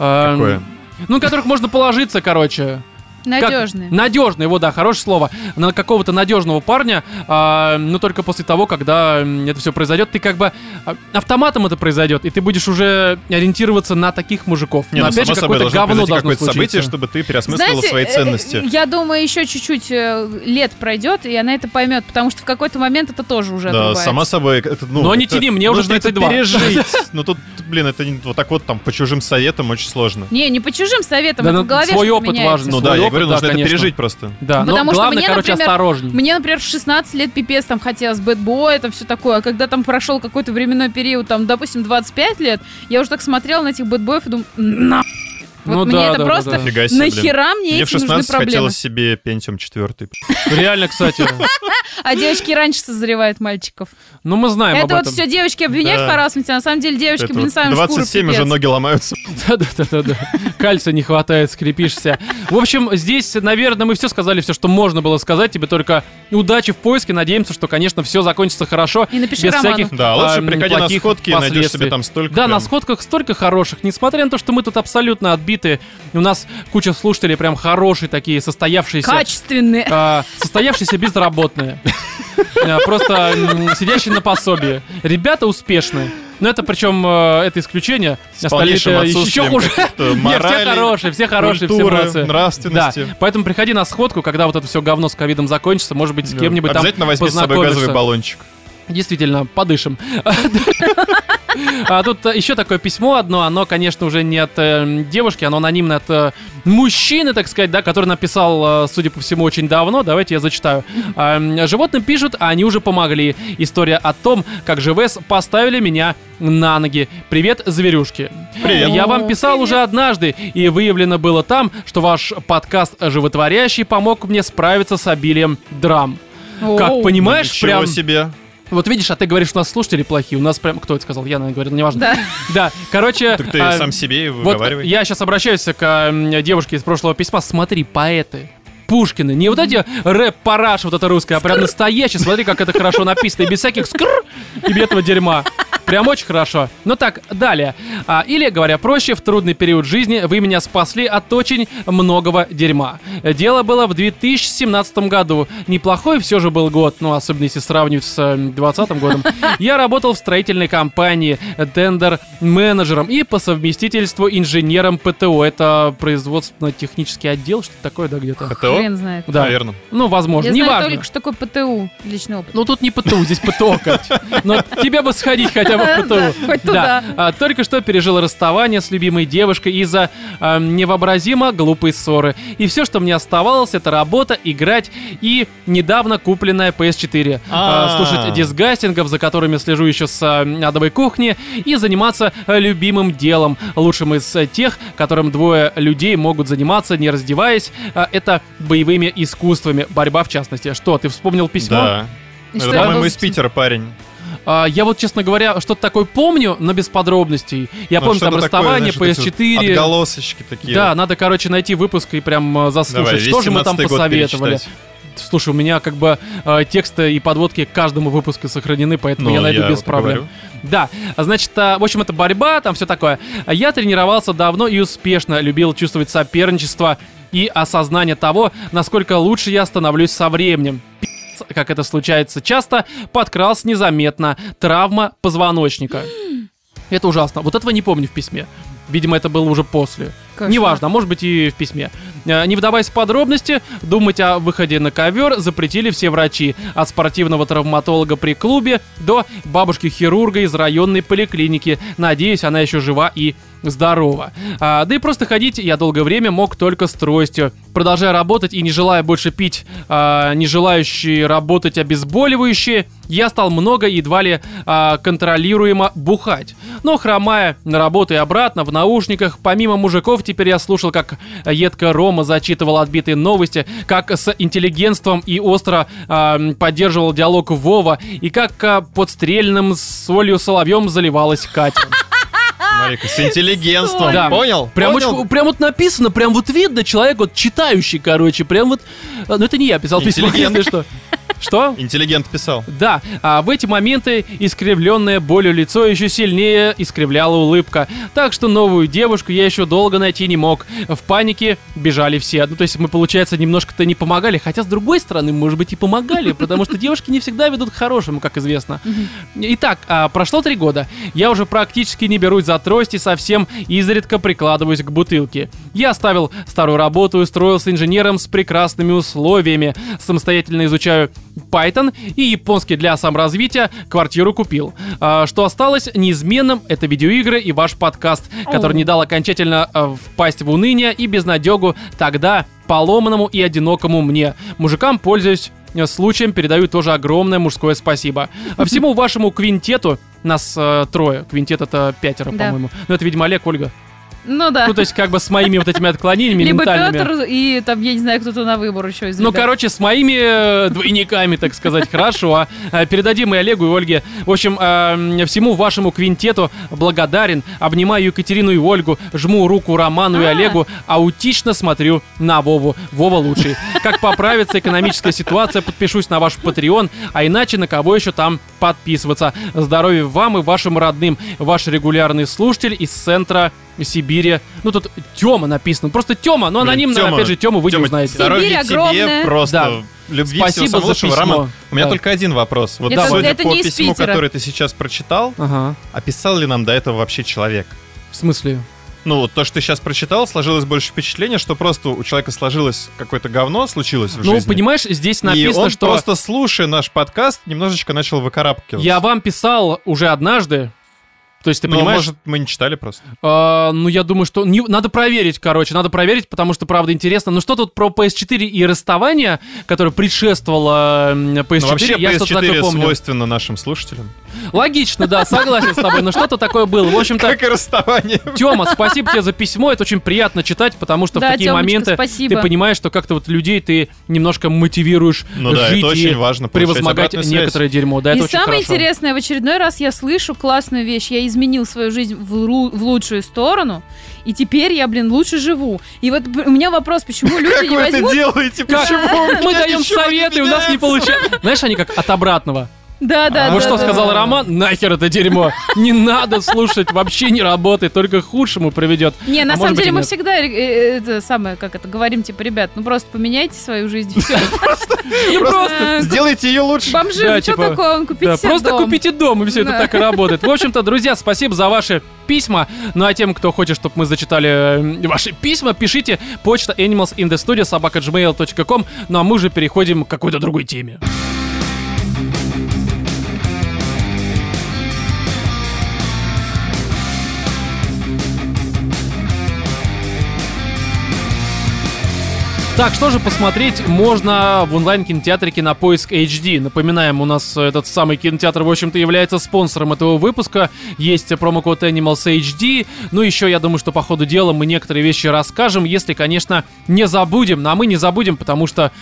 S1: Эм,
S2: Какое?
S1: Ну, на которых можно положиться, короче. Как-
S3: Надежные.
S1: Надежный, вот да, хорошее слово. На какого-то надежного парня, а, ну только после того, когда м, это все произойдет, ты как бы а, автоматом это произойдет, и ты будешь уже ориентироваться на таких мужиков.
S2: Не,
S1: Но
S2: ну,
S1: опять же,
S2: само собой,
S1: какое-то
S2: должно
S1: говно
S2: произойти
S1: должно
S2: какое-то событие,
S1: случиться.
S2: чтобы ты переосмыслила
S3: Знаете,
S2: свои
S3: э, э,
S2: ценности.
S3: Я думаю, еще чуть-чуть э, лет пройдет, и она это поймет, потому что в какой-то момент это тоже уже
S2: Да,
S3: отрубается.
S2: сама собой. это, ну,
S1: Но не
S2: это-
S1: тяни, мне уже
S2: нужно это
S1: 32.
S2: пережить. Ну тут, блин, это не- вот так вот там по чужим советам очень сложно.
S3: Не, не по чужим советам,
S1: Да,
S3: это
S1: ну,
S3: в голове
S1: свой
S3: что-то
S1: опыт
S3: меняется.
S1: важен.
S2: Ну
S1: Свой
S2: да, я
S1: опыт,
S2: говорю,
S1: да,
S2: нужно это
S1: конечно.
S2: пережить просто.
S1: Да, но
S3: Потому что
S1: главное,
S3: мне,
S1: короче,
S3: например,
S1: осторожней.
S3: Мне, например, в 16 лет пипец там хотелось бэтбой, это все такое. А когда там прошел какой-то временной период, там, допустим, 25 лет, я уже так смотрела на этих бэтбоев и думаю, на. Вот
S1: Ну
S3: мне
S1: да, да,
S3: это
S1: да,
S3: просто
S1: да.
S2: Фига себе, блин.
S3: нахера мне,
S2: Мне в
S3: эти нужны
S2: 16
S3: проблемы.
S2: хотелось себе Pentium 4.
S1: Реально, кстати.
S3: А девочки раньше созревают мальчиков.
S1: Ну мы знаем об
S3: это вот
S1: этом.
S3: все девочки обвиняют
S2: Да.
S3: в харасменте, а на самом деле девочки,
S2: Это
S3: блин,
S2: вот
S3: сами
S2: 27
S3: шкуры,
S2: уже
S3: пипец.
S2: ноги ломаются.
S1: Да-да-да-да. Кальция не хватает, скрипишься. В общем, здесь, наверное, мы все сказали, все, что можно было сказать. Тебе только удачи в поиске. Надеемся, что, конечно, все закончится хорошо.
S3: И напиши
S1: без
S3: роман.
S1: всяких
S2: Да, лучше
S1: эм,
S2: приходи на
S1: плохих
S2: сходки и найдешь
S1: последствий.
S2: себе там столько.
S1: Да,
S2: прям.
S1: на сходках столько хороших, несмотря на то, что мы тут абсолютно отбиты. У нас куча слушателей прям хорошие такие, состоявшиеся.
S3: Качественные.
S1: А, состоявшиеся безработные. А, Просто м, сидящие на пособии. Ребята успешные. Но это причем э, это исключение.
S2: С полнейшим
S1: Остальные-то еще
S2: отсутствием
S1: хуже.
S2: каких-то
S1: Нет, все
S2: морали,
S1: хорошие, все хорошие,
S2: культуры,
S1: все молодцы.
S2: нравственности.
S1: Да, поэтому приходи на сходку, когда вот это все говно с ковидом закончится, может быть, с кем-нибудь там
S2: Обязательно возьми с собой
S1: познакомишься.
S2: газовый баллончик.
S1: Действительно, подышим. А тут еще такое письмо одно, оно, конечно, уже не от э, девушки, оно анонимно от э, мужчины, так сказать, да, который написал, э, судя по всему, очень давно. Давайте я зачитаю. А, м, Животным пишут, а они уже помогли. История о том, как ЖВС поставили меня на ноги. Привет, зверюшки.
S2: Привет.
S1: Я вам
S3: О,
S1: писал уже однажды, и выявлено было там, что ваш подкаст «Животворящий» помог мне справиться с обилием драм. Как
S3: Оу.
S1: понимаешь,
S2: Ничего
S1: прям...
S2: себе.
S1: Вот видишь, а ты говоришь, у нас слушатели плохие, у нас прям... Кто это сказал? Я, наверное, говорил, неважно.
S3: Да.
S1: Да, короче...
S2: Так ты
S1: а,
S2: сам себе и
S1: вот
S2: выговаривай.
S1: я сейчас обращаюсь к а, м, девушке из прошлого письма. Смотри, поэты. Пушкины. Не вот эти рэп-параш вот это русское, а прям настоящее. Смотри, как это хорошо написано. И без всяких скр и без этого дерьма. Прям очень хорошо. Ну так, далее. А, или, говоря проще, в трудный период жизни вы меня спасли от очень многого дерьма. Дело было в 2017 году. Неплохой все же был год, ну, особенно если сравнивать с э, 2020 годом. Я работал в строительной компании, э, тендер-менеджером и по совместительству инженером ПТО. Это производственно-технический отдел, что-то такое, да, где-то.
S2: ПТО?
S3: Хрен знает.
S1: Да.
S2: Наверное.
S1: Ну, возможно,
S3: Я
S1: не
S3: знаю
S1: важно.
S3: только, что такое ПТУ, личный опыт.
S1: Ну тут не ПТУ, здесь ПТО, Кать. Но тебе бы сходить хотя бы в
S3: Да,
S1: ПТУ.
S3: хоть туда.
S1: Да. А, Только что пережил расставание с любимой девушкой из-за а, невообразимо глупой ссоры. И все, что мне оставалось, это работа, играть и недавно купленная PS4. а,
S2: А.
S1: Слушать дисгастингов, за которыми слежу еще с а, адовой кухни, и заниматься а, любимым делом, лучшим из а, тех, которым двое людей могут заниматься, не раздеваясь. А, Это боевыми искусствами, борьба в частности. Что, ты вспомнил письмо?
S2: Да.
S1: Ну,
S3: И
S2: Это,
S3: что это
S2: по-моему,
S3: был
S2: из
S3: за-
S2: Питера парень.
S1: А, я вот, честно говоря, что-то такое помню, но без подробностей. Я
S2: Ну,
S1: помню там
S2: что-то такое,
S1: расставание,
S2: знаешь, вот эти вот
S1: PS4.
S2: Отголосочки такие.
S1: да, надо, короче, найти выпуск и прям э, заслушать,
S2: Давай, весь
S1: что же мы там
S2: 17-й год
S1: посоветовали.
S2: перечитать.
S1: Слушай, у меня как бы э, тексты и подводки к каждому выпуску сохранены, поэтому
S2: Ну,
S1: я найду
S2: я
S1: без
S2: вот и
S1: проблем.
S2: говорю.
S1: Да, а, значит, а, в общем, это борьба, там все такое. А Я тренировался давно и успешно, любил чувствовать соперничество и осознание того, насколько лучше я становлюсь со временем. Пи***ц, Как это случается часто, подкрался незаметно. Травма позвоночника. Это ужасно. Вот этого не помню в письме. Видимо, это было уже после.
S3: Кошмар.
S1: Неважно, а может быть и в письме. Э, Не вдаваясь в подробности, думать о выходе на ковер запретили все врачи. От спортивного травматолога при клубе до бабушки-хирурга из районной поликлиники. Надеюсь, она еще жива и здорова. А, да и просто ходить я долгое время мог только с тростью. Продолжая работать и не желая больше пить, а, не желающие работать обезболивающие, я стал много и едва ли а, контролируемо бухать. Но хромая на работу и обратно, в наушниках, помимо мужиков, теперь я слушал, как едко Рома зачитывал отбитые новости, как с интеллигентством и остро а, м, поддерживал диалог Вова, и как а, под стрельным солью соловьем заливалась Катя.
S3: А,
S2: Марика, с интеллигентством.
S1: Да.
S2: Понял?
S1: Прям,
S2: Понял?
S1: очень- прям вот написано, прям вот видно, человек вот читающий, короче, прям вот... э, Ну это не я писал письмо,
S2: Интеллигент.
S1: если что. Что?
S2: Интеллигент писал.
S1: Да, а в эти моменты искривленное болью лицо еще сильнее искривляла улыбка. Так что новую девушку я еще долго найти не мог. В панике бежали все. Ну, то есть мы, получается, немножко-то не помогали. Хотя, с другой стороны, может быть, и помогали, потому что девушки не всегда ведут к хорошему, как известно. Итак, а, прошло три года. Я уже практически не берусь за трость и совсем изредка прикладываюсь к бутылке. Я оставил старую работу и устроился инженером с прекрасными условиями. Самостоятельно изучаю Python и японский для саморазвития квартиру купил. А, Что осталось неизменным, это видеоигры и ваш подкаст, который не дал окончательно э, впасть в уныние и безнадегу тогда поломанному и одинокому мне. Мужикам пользуюсь э, случаем, передаю тоже огромное мужское спасибо. А Всему вашему квинтету, нас э, трое, квинтет это пятеро,
S3: Да.
S1: по-моему. Ну, это, видимо, Олег, Ольга.
S3: Ну да.
S1: Ну, то есть, как бы с моими вот этими отклонениями
S3: Либо
S1: ментальными.
S3: Петр и там, я не знаю, кто-то на выбор еще из
S1: Ну,
S3: ребят.
S1: короче, с моими э, двойниками, так сказать, хорошо. А, э, передадим и Олегу, и Ольге. В общем, э, всему вашему квинтету благодарен. Обнимаю Екатерину и Ольгу, жму руку Роману и
S3: А.
S1: Олегу, аутично смотрю на Вову. Вова лучший. Как поправится экономическая ситуация, подпишусь на ваш Patreon, а иначе на кого еще там подписываться. Здоровья вам и вашим родным. Ваш регулярный слушатель из центра Сибири. Ну, тут Тёма написано. Просто Тёма, но анонимно,
S2: Тёма,
S1: опять же, Тёму вы
S2: Тёма,
S1: не знаете.
S2: Здоровья
S3: Сибирь
S2: тебе,
S3: огромная.
S1: Да.
S2: просто любви,
S1: Спасибо
S2: всего самого
S1: за
S2: лучшего.
S1: письмо.
S2: Роман, у меня
S1: Да.
S2: только один вопрос. Вот
S3: Это-
S2: судя
S3: это
S2: по
S3: не из
S2: письму,
S3: Питера.
S2: которое ты сейчас прочитал,
S1: Ага.
S2: описал ли нам до этого вообще человек?
S1: В смысле?
S2: Ну, вот то, что ты сейчас прочитал, сложилось больше впечатление, что просто у человека сложилось какое-то говно, случилось в
S1: ну,
S2: жизни.
S1: понимаешь, здесь
S2: и
S1: написано,
S2: он
S1: что
S2: просто, слушая наш подкаст, немножечко начал выкарабкиваться.
S1: я вам писал уже однажды. То есть ты
S2: Ну,
S1: понимаешь?
S2: может, мы не читали просто.
S1: А, ну, я думаю, что не- надо проверить, короче, надо проверить, потому что правда интересно. Ну что тут про PS4 и расставание, которое предшествовало м, PS4?
S2: Ну, вообще,
S1: я что-то такое
S2: PS4
S1: помню.
S2: свойственно нашим слушателям.
S1: Логично, да, согласен с тобой. Но что-то такое было. В общем-то,
S2: Как и расставание.
S1: Тёма, спасибо тебе за письмо. Это очень приятно читать, потому что
S3: Да,
S1: в такие
S3: Тёмочка,
S1: моменты
S3: спасибо.
S1: ты понимаешь, что как-то вот людей ты немножко мотивируешь
S2: Ну да, это
S1: жить и
S2: очень важно, получать
S1: превозмогать
S2: обратную связь.
S1: некоторое дерьмо. Да, это
S3: и
S1: очень
S3: самое
S1: хорошо.
S3: интересное, в очередной раз я слышу классную вещь. Я изменил свою жизнь в, ру- в лучшую сторону, и теперь я, блин, лучше живу. И вот б- у меня вопрос, почему люди
S2: Как
S3: не
S2: вы это
S3: возьмут...
S2: делаете?
S1: Как?
S2: Почему? у
S1: Мы
S2: меня
S1: даем
S2: ничего не
S1: советы, у нас не
S2: меняется?
S1: получается. Знаешь, они как от обратного.
S3: Да, да,
S2: А
S3: да.
S1: Вот что
S3: да,
S1: сказал
S3: да.
S1: Роман, нахер это дерьмо. Не надо слушать, вообще не работает, только к худшему приведет.
S3: Не, на
S1: А
S3: самом
S1: может быть,
S3: деле
S1: и
S3: мы
S1: нет.
S3: всегда э, э, это самое, как это, говорим, типа, ребят, ну просто поменяйте свою жизнь, все.
S2: Просто
S3: Э,
S2: сделайте ее лучше.
S1: Да,
S3: Бомжи, ну, что
S1: типа,
S3: такое, он
S1: Да,
S3: купит себе
S1: просто
S3: дом.
S1: купите дом, и все это
S3: Да.
S1: так и работает. В общем-то, друзья, спасибо за ваши письма. Ну а тем, кто хочет, чтобы мы зачитали э, ваши письма, пишите почта animals in the studio собакаджмейл.ком. Ну а мы уже переходим к какой-то другой теме. Так, что же посмотреть можно в онлайн-кинотеатре «Кинопоиск HD». Напоминаем, у нас этот самый кинотеатр, в общем-то, является спонсором этого выпуска. Есть промокод Animals HD. Ну, еще, я думаю, что по ходу дела мы некоторые вещи расскажем, если, конечно, не забудем. Ну, а мы не забудем, потому что...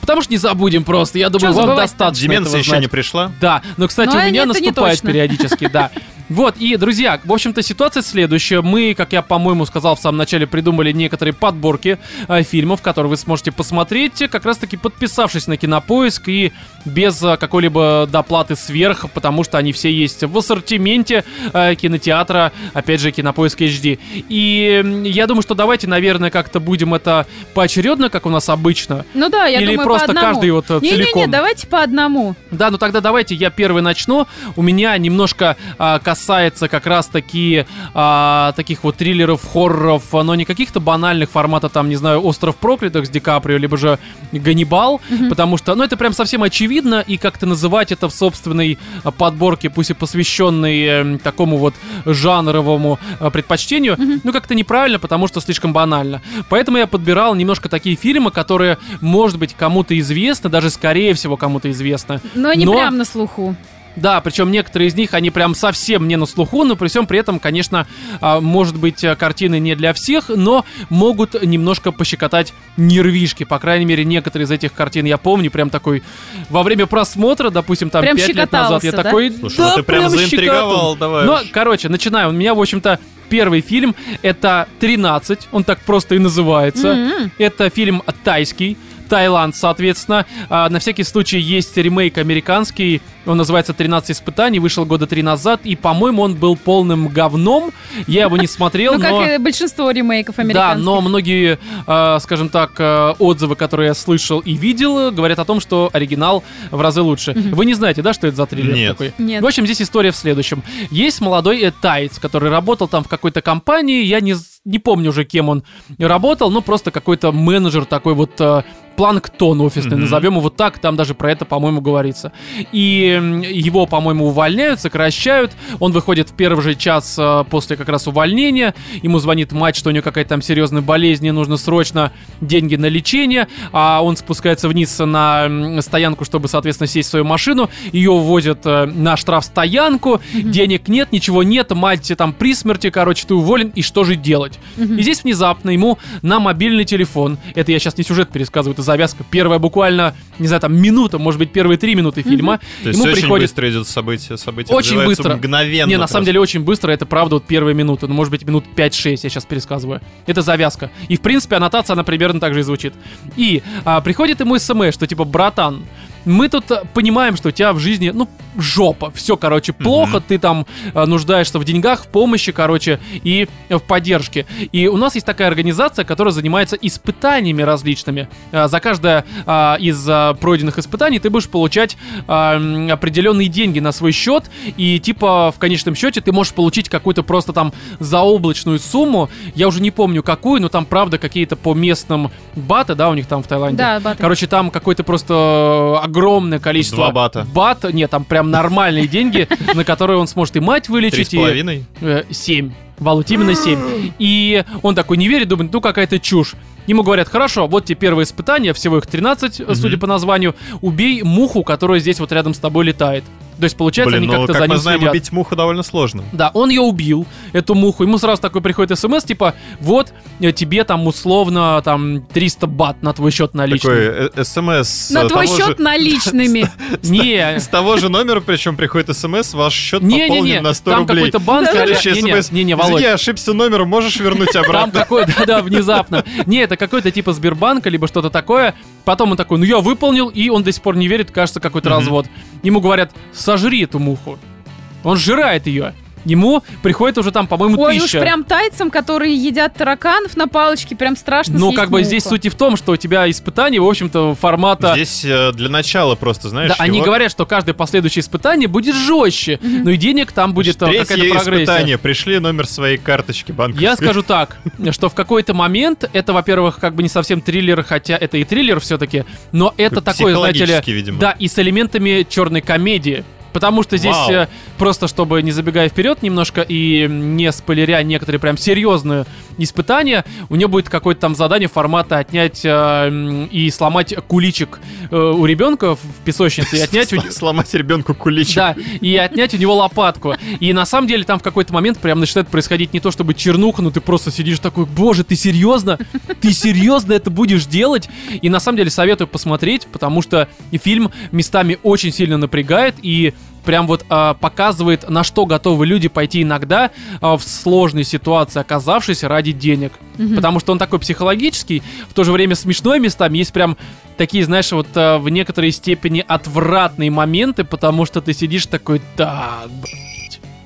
S1: Потому что не забудем просто. Я думаю, вам
S3: забывать-то?
S1: достаточно этого
S2: Деменция еще
S1: знать.
S2: не пришла.
S1: Да, но, кстати,
S3: Но
S1: у меня
S3: это не
S1: наступает
S3: точно.
S1: периодически, да. Вот, и, друзья, в общем-то, ситуация следующая. Мы, как я, по-моему, сказал в самом начале, придумали некоторые подборки э, фильмов, которые вы сможете посмотреть, э, как раз-таки подписавшись на Кинопоиск и без э, какой-либо доплаты сверх, потому что они все есть в ассортименте э, кинотеатра, опять же, Кинопоиск HD. И м, я думаю, что давайте, наверное, как-то будем это поочередно, как у нас обычно.
S3: Ну да, я
S1: Или
S3: думаю,
S1: просто
S3: по одному.
S1: каждый вот, э,
S3: Не-не-не,
S1: целиком.
S3: давайте по одному.
S1: Да, ну тогда давайте я первый начну. У меня немножко а, касается как раз таки а, таких вот триллеров, хорроров, но не каких-то банальных формата, там, не знаю, «Остров проклятых» с Ди Каприо, либо же «Ганнибал», потому что, ну, это прям совсем очевидно, и как-то называть это в собственной а, подборке, пусть и посвященной э, такому вот жанровому э, предпочтению, ну, как-то неправильно, потому что слишком банально. Поэтому я подбирал немножко такие фильмы, которые, может быть, кому-то известны, даже, скорее всего, кому-то известны.
S3: Но не
S1: Но-
S3: прям на слуху.
S1: Да, причем некоторые из них, они прям совсем не на слуху, но при всем при этом, конечно, а, может быть, а, картины не для всех, но могут немножко пощекотать нервишки. По крайней мере, некоторые из этих картин я помню, прям такой, во время просмотра, допустим, там
S3: Прям
S1: 5 лет назад, я
S3: щекотался, да?
S1: такой,
S2: Слушай,
S1: да,
S2: ну ты прям заинтриговал,
S1: щекотан».
S2: давай
S1: Ну,
S2: уж.
S1: короче, начинаю. У меня, в общем-то, первый фильм, это «13», он так просто и называется.
S3: Мгм.
S1: Это фильм тайский, Таиланд, соответственно. А, на всякий случай есть ремейк американский, он называется «13 испытаний», вышел года три назад, и, по-моему, он был полным говном. Я его не смотрел,
S3: Ну, как
S1: но...
S3: и большинство ремейков
S1: Да,
S3: американских.
S1: но многие, э, скажем так, э, отзывы, которые я слышал и видел, э, говорят о том, что оригинал в разы лучше. Вы не знаете, да, что это за триллер
S2: Нет.
S1: такой?
S3: Нет.
S1: В общем, здесь история в следующем. Есть молодой э, таец, который работал там в какой-то компании, я не, з- не помню уже, кем он работал, но просто какой-то менеджер такой вот... э, планктон офисный,
S2: Мгм.
S1: назовем его так, там даже про это, по-моему, говорится. И м, его, по-моему, увольняют, сокращают, он выходит в первый же час э, после как раз увольнения, ему звонит мать, что у нее какая-то там серьезная болезнь, и нужно срочно деньги на лечение, а он спускается вниз на м, стоянку, чтобы, соответственно, сесть в свою машину, ее увозят э, на штрафстоянку, денег нет, ничего нет, мать э, там при смерти, короче, ты уволен, и что же делать? И здесь внезапно ему на мобильный телефон, это я сейчас не сюжет пересказываю, это завязка, первая буквально, не знаю, там минута, может быть, первые три минуты фильма,
S2: То есть
S1: ему
S2: очень
S1: приходит...
S2: быстро идет событие, событие
S1: Очень
S2: развивается
S1: быстро.
S2: мгновенно.
S1: Не, на
S2: просто.
S1: самом деле очень быстро, это правда, вот первые минуты, ну, может быть, минут 5-6, я сейчас пересказываю. Это завязка. И, в принципе, аннотация, она примерно так же и звучит. И а, приходит ему смс, что типа, братан, мы тут а, понимаем, что у тебя в жизни, ну, жопа, все, короче, плохо, ты там а, нуждаешься в деньгах, в помощи, короче, и э, в поддержке. И у нас есть такая организация, которая занимается испытаниями различными. А, за каждое а, из а, пройденных испытаний ты будешь получать а, м, определенные деньги на свой счет, и типа в конечном счете ты можешь получить какую-то просто там заоблачную сумму, я уже не помню какую, но там правда какие-то по местным бата, да, у них там в Таиланде.
S3: Да, баты.
S1: Короче, там какое-то просто э, огромное количество...
S2: Два бата.
S1: Бат, нет, там прям нормальные деньги, на которые он сможет и мать
S2: Три с
S1: вылечить, и
S2: половиной?
S1: Э, 7. Володь, именно 7. И он такой не верит, думает, ну какая-то чушь. Ему говорят, хорошо, вот тебе первое испытание, всего их 13, э, судя по названию, убей муху, которая здесь вот рядом с тобой летает. То есть, получается,
S2: Блин,
S1: они
S2: ну
S1: как-то за
S2: как
S1: ним
S2: мы знаем,
S1: следят.
S2: убить муху довольно сложно.
S1: Да, он ее убил, эту муху. Ему сразу такой приходит смс, типа, вот э, тебе там условно там 300 бат на твой счет наличный.
S2: Такой э, смс.
S3: На
S2: э,
S3: твой
S2: того
S3: счет
S2: же-
S3: наличными.
S1: Не,
S2: С того же номера, причем приходит смс, ваш счет
S1: не, не,
S2: пополнен
S1: не,
S2: на 100
S1: там
S2: рублей.
S1: какой-то банк.
S2: Следующий
S1: Не-не,
S2: смс.
S1: не, не,
S2: «Извини,
S1: Володь.
S2: я ошибся номером, можешь вернуть
S1: Там
S2: обратно?
S1: какой да, да, внезапно. Не, это какой-то типа Сбербанка, либо что-то такое. Потом он такой, ну я выполнил, и он до сих пор не верит, кажется, какой-то
S2: Мгм.
S1: развод. Ему говорят, сожри эту муху. Он жирает ее. Ему приходит уже там, по-моему,
S3: Ой, уж
S1: тысяча.
S3: прям тайцам, которые едят тараканов на палочке, прям страшно
S1: Ну,
S3: съесть
S1: как бы
S3: муху.
S1: здесь суть и в том, что у тебя испытание, в общем-то, формата...
S2: Здесь э, для начала просто, знаешь,
S1: да, они
S2: его-
S1: говорят, что каждое последующее испытание будет жестче, но и денег там будет э,
S2: Третье
S1: какая-то прогрессия.
S2: испытание. Пришли номер своей карточки банковской.
S1: Я скажу так, что в какой-то момент это, во-первых, как бы не совсем триллер, хотя это и триллер все-таки, но это такое, знаете ли,
S2: Психологический, видимо.
S1: да, и с элементами черной комедии. Потому что здесь
S2: Вау.
S1: э, просто, чтобы не забегая вперед немножко и не спойлеря некоторые прям серьезные испытания, у нее будет какое-то там задание формата отнять э, м, и сломать куличик э, у ребенка в в песочнице и отнять у,
S2: Сло- Сломать ребенку куличик.
S1: да, и отнять у него лопатку. И на самом деле там в какой-то момент прям начинает происходить не то чтобы чернуха, но ты просто сидишь такой, боже, ты серьезно? Ты серьезно это будешь делать? И на самом деле советую посмотреть, потому что и фильм местами очень сильно напрягает и прям вот а, показывает, на что готовы люди пойти иногда а, в сложной ситуации, оказавшись ради денег. Потому что он такой психологический, в то же время смешной местами, есть прям такие, знаешь, вот а, в некоторой степени отвратные моменты, потому что ты сидишь такой, да, б***ь».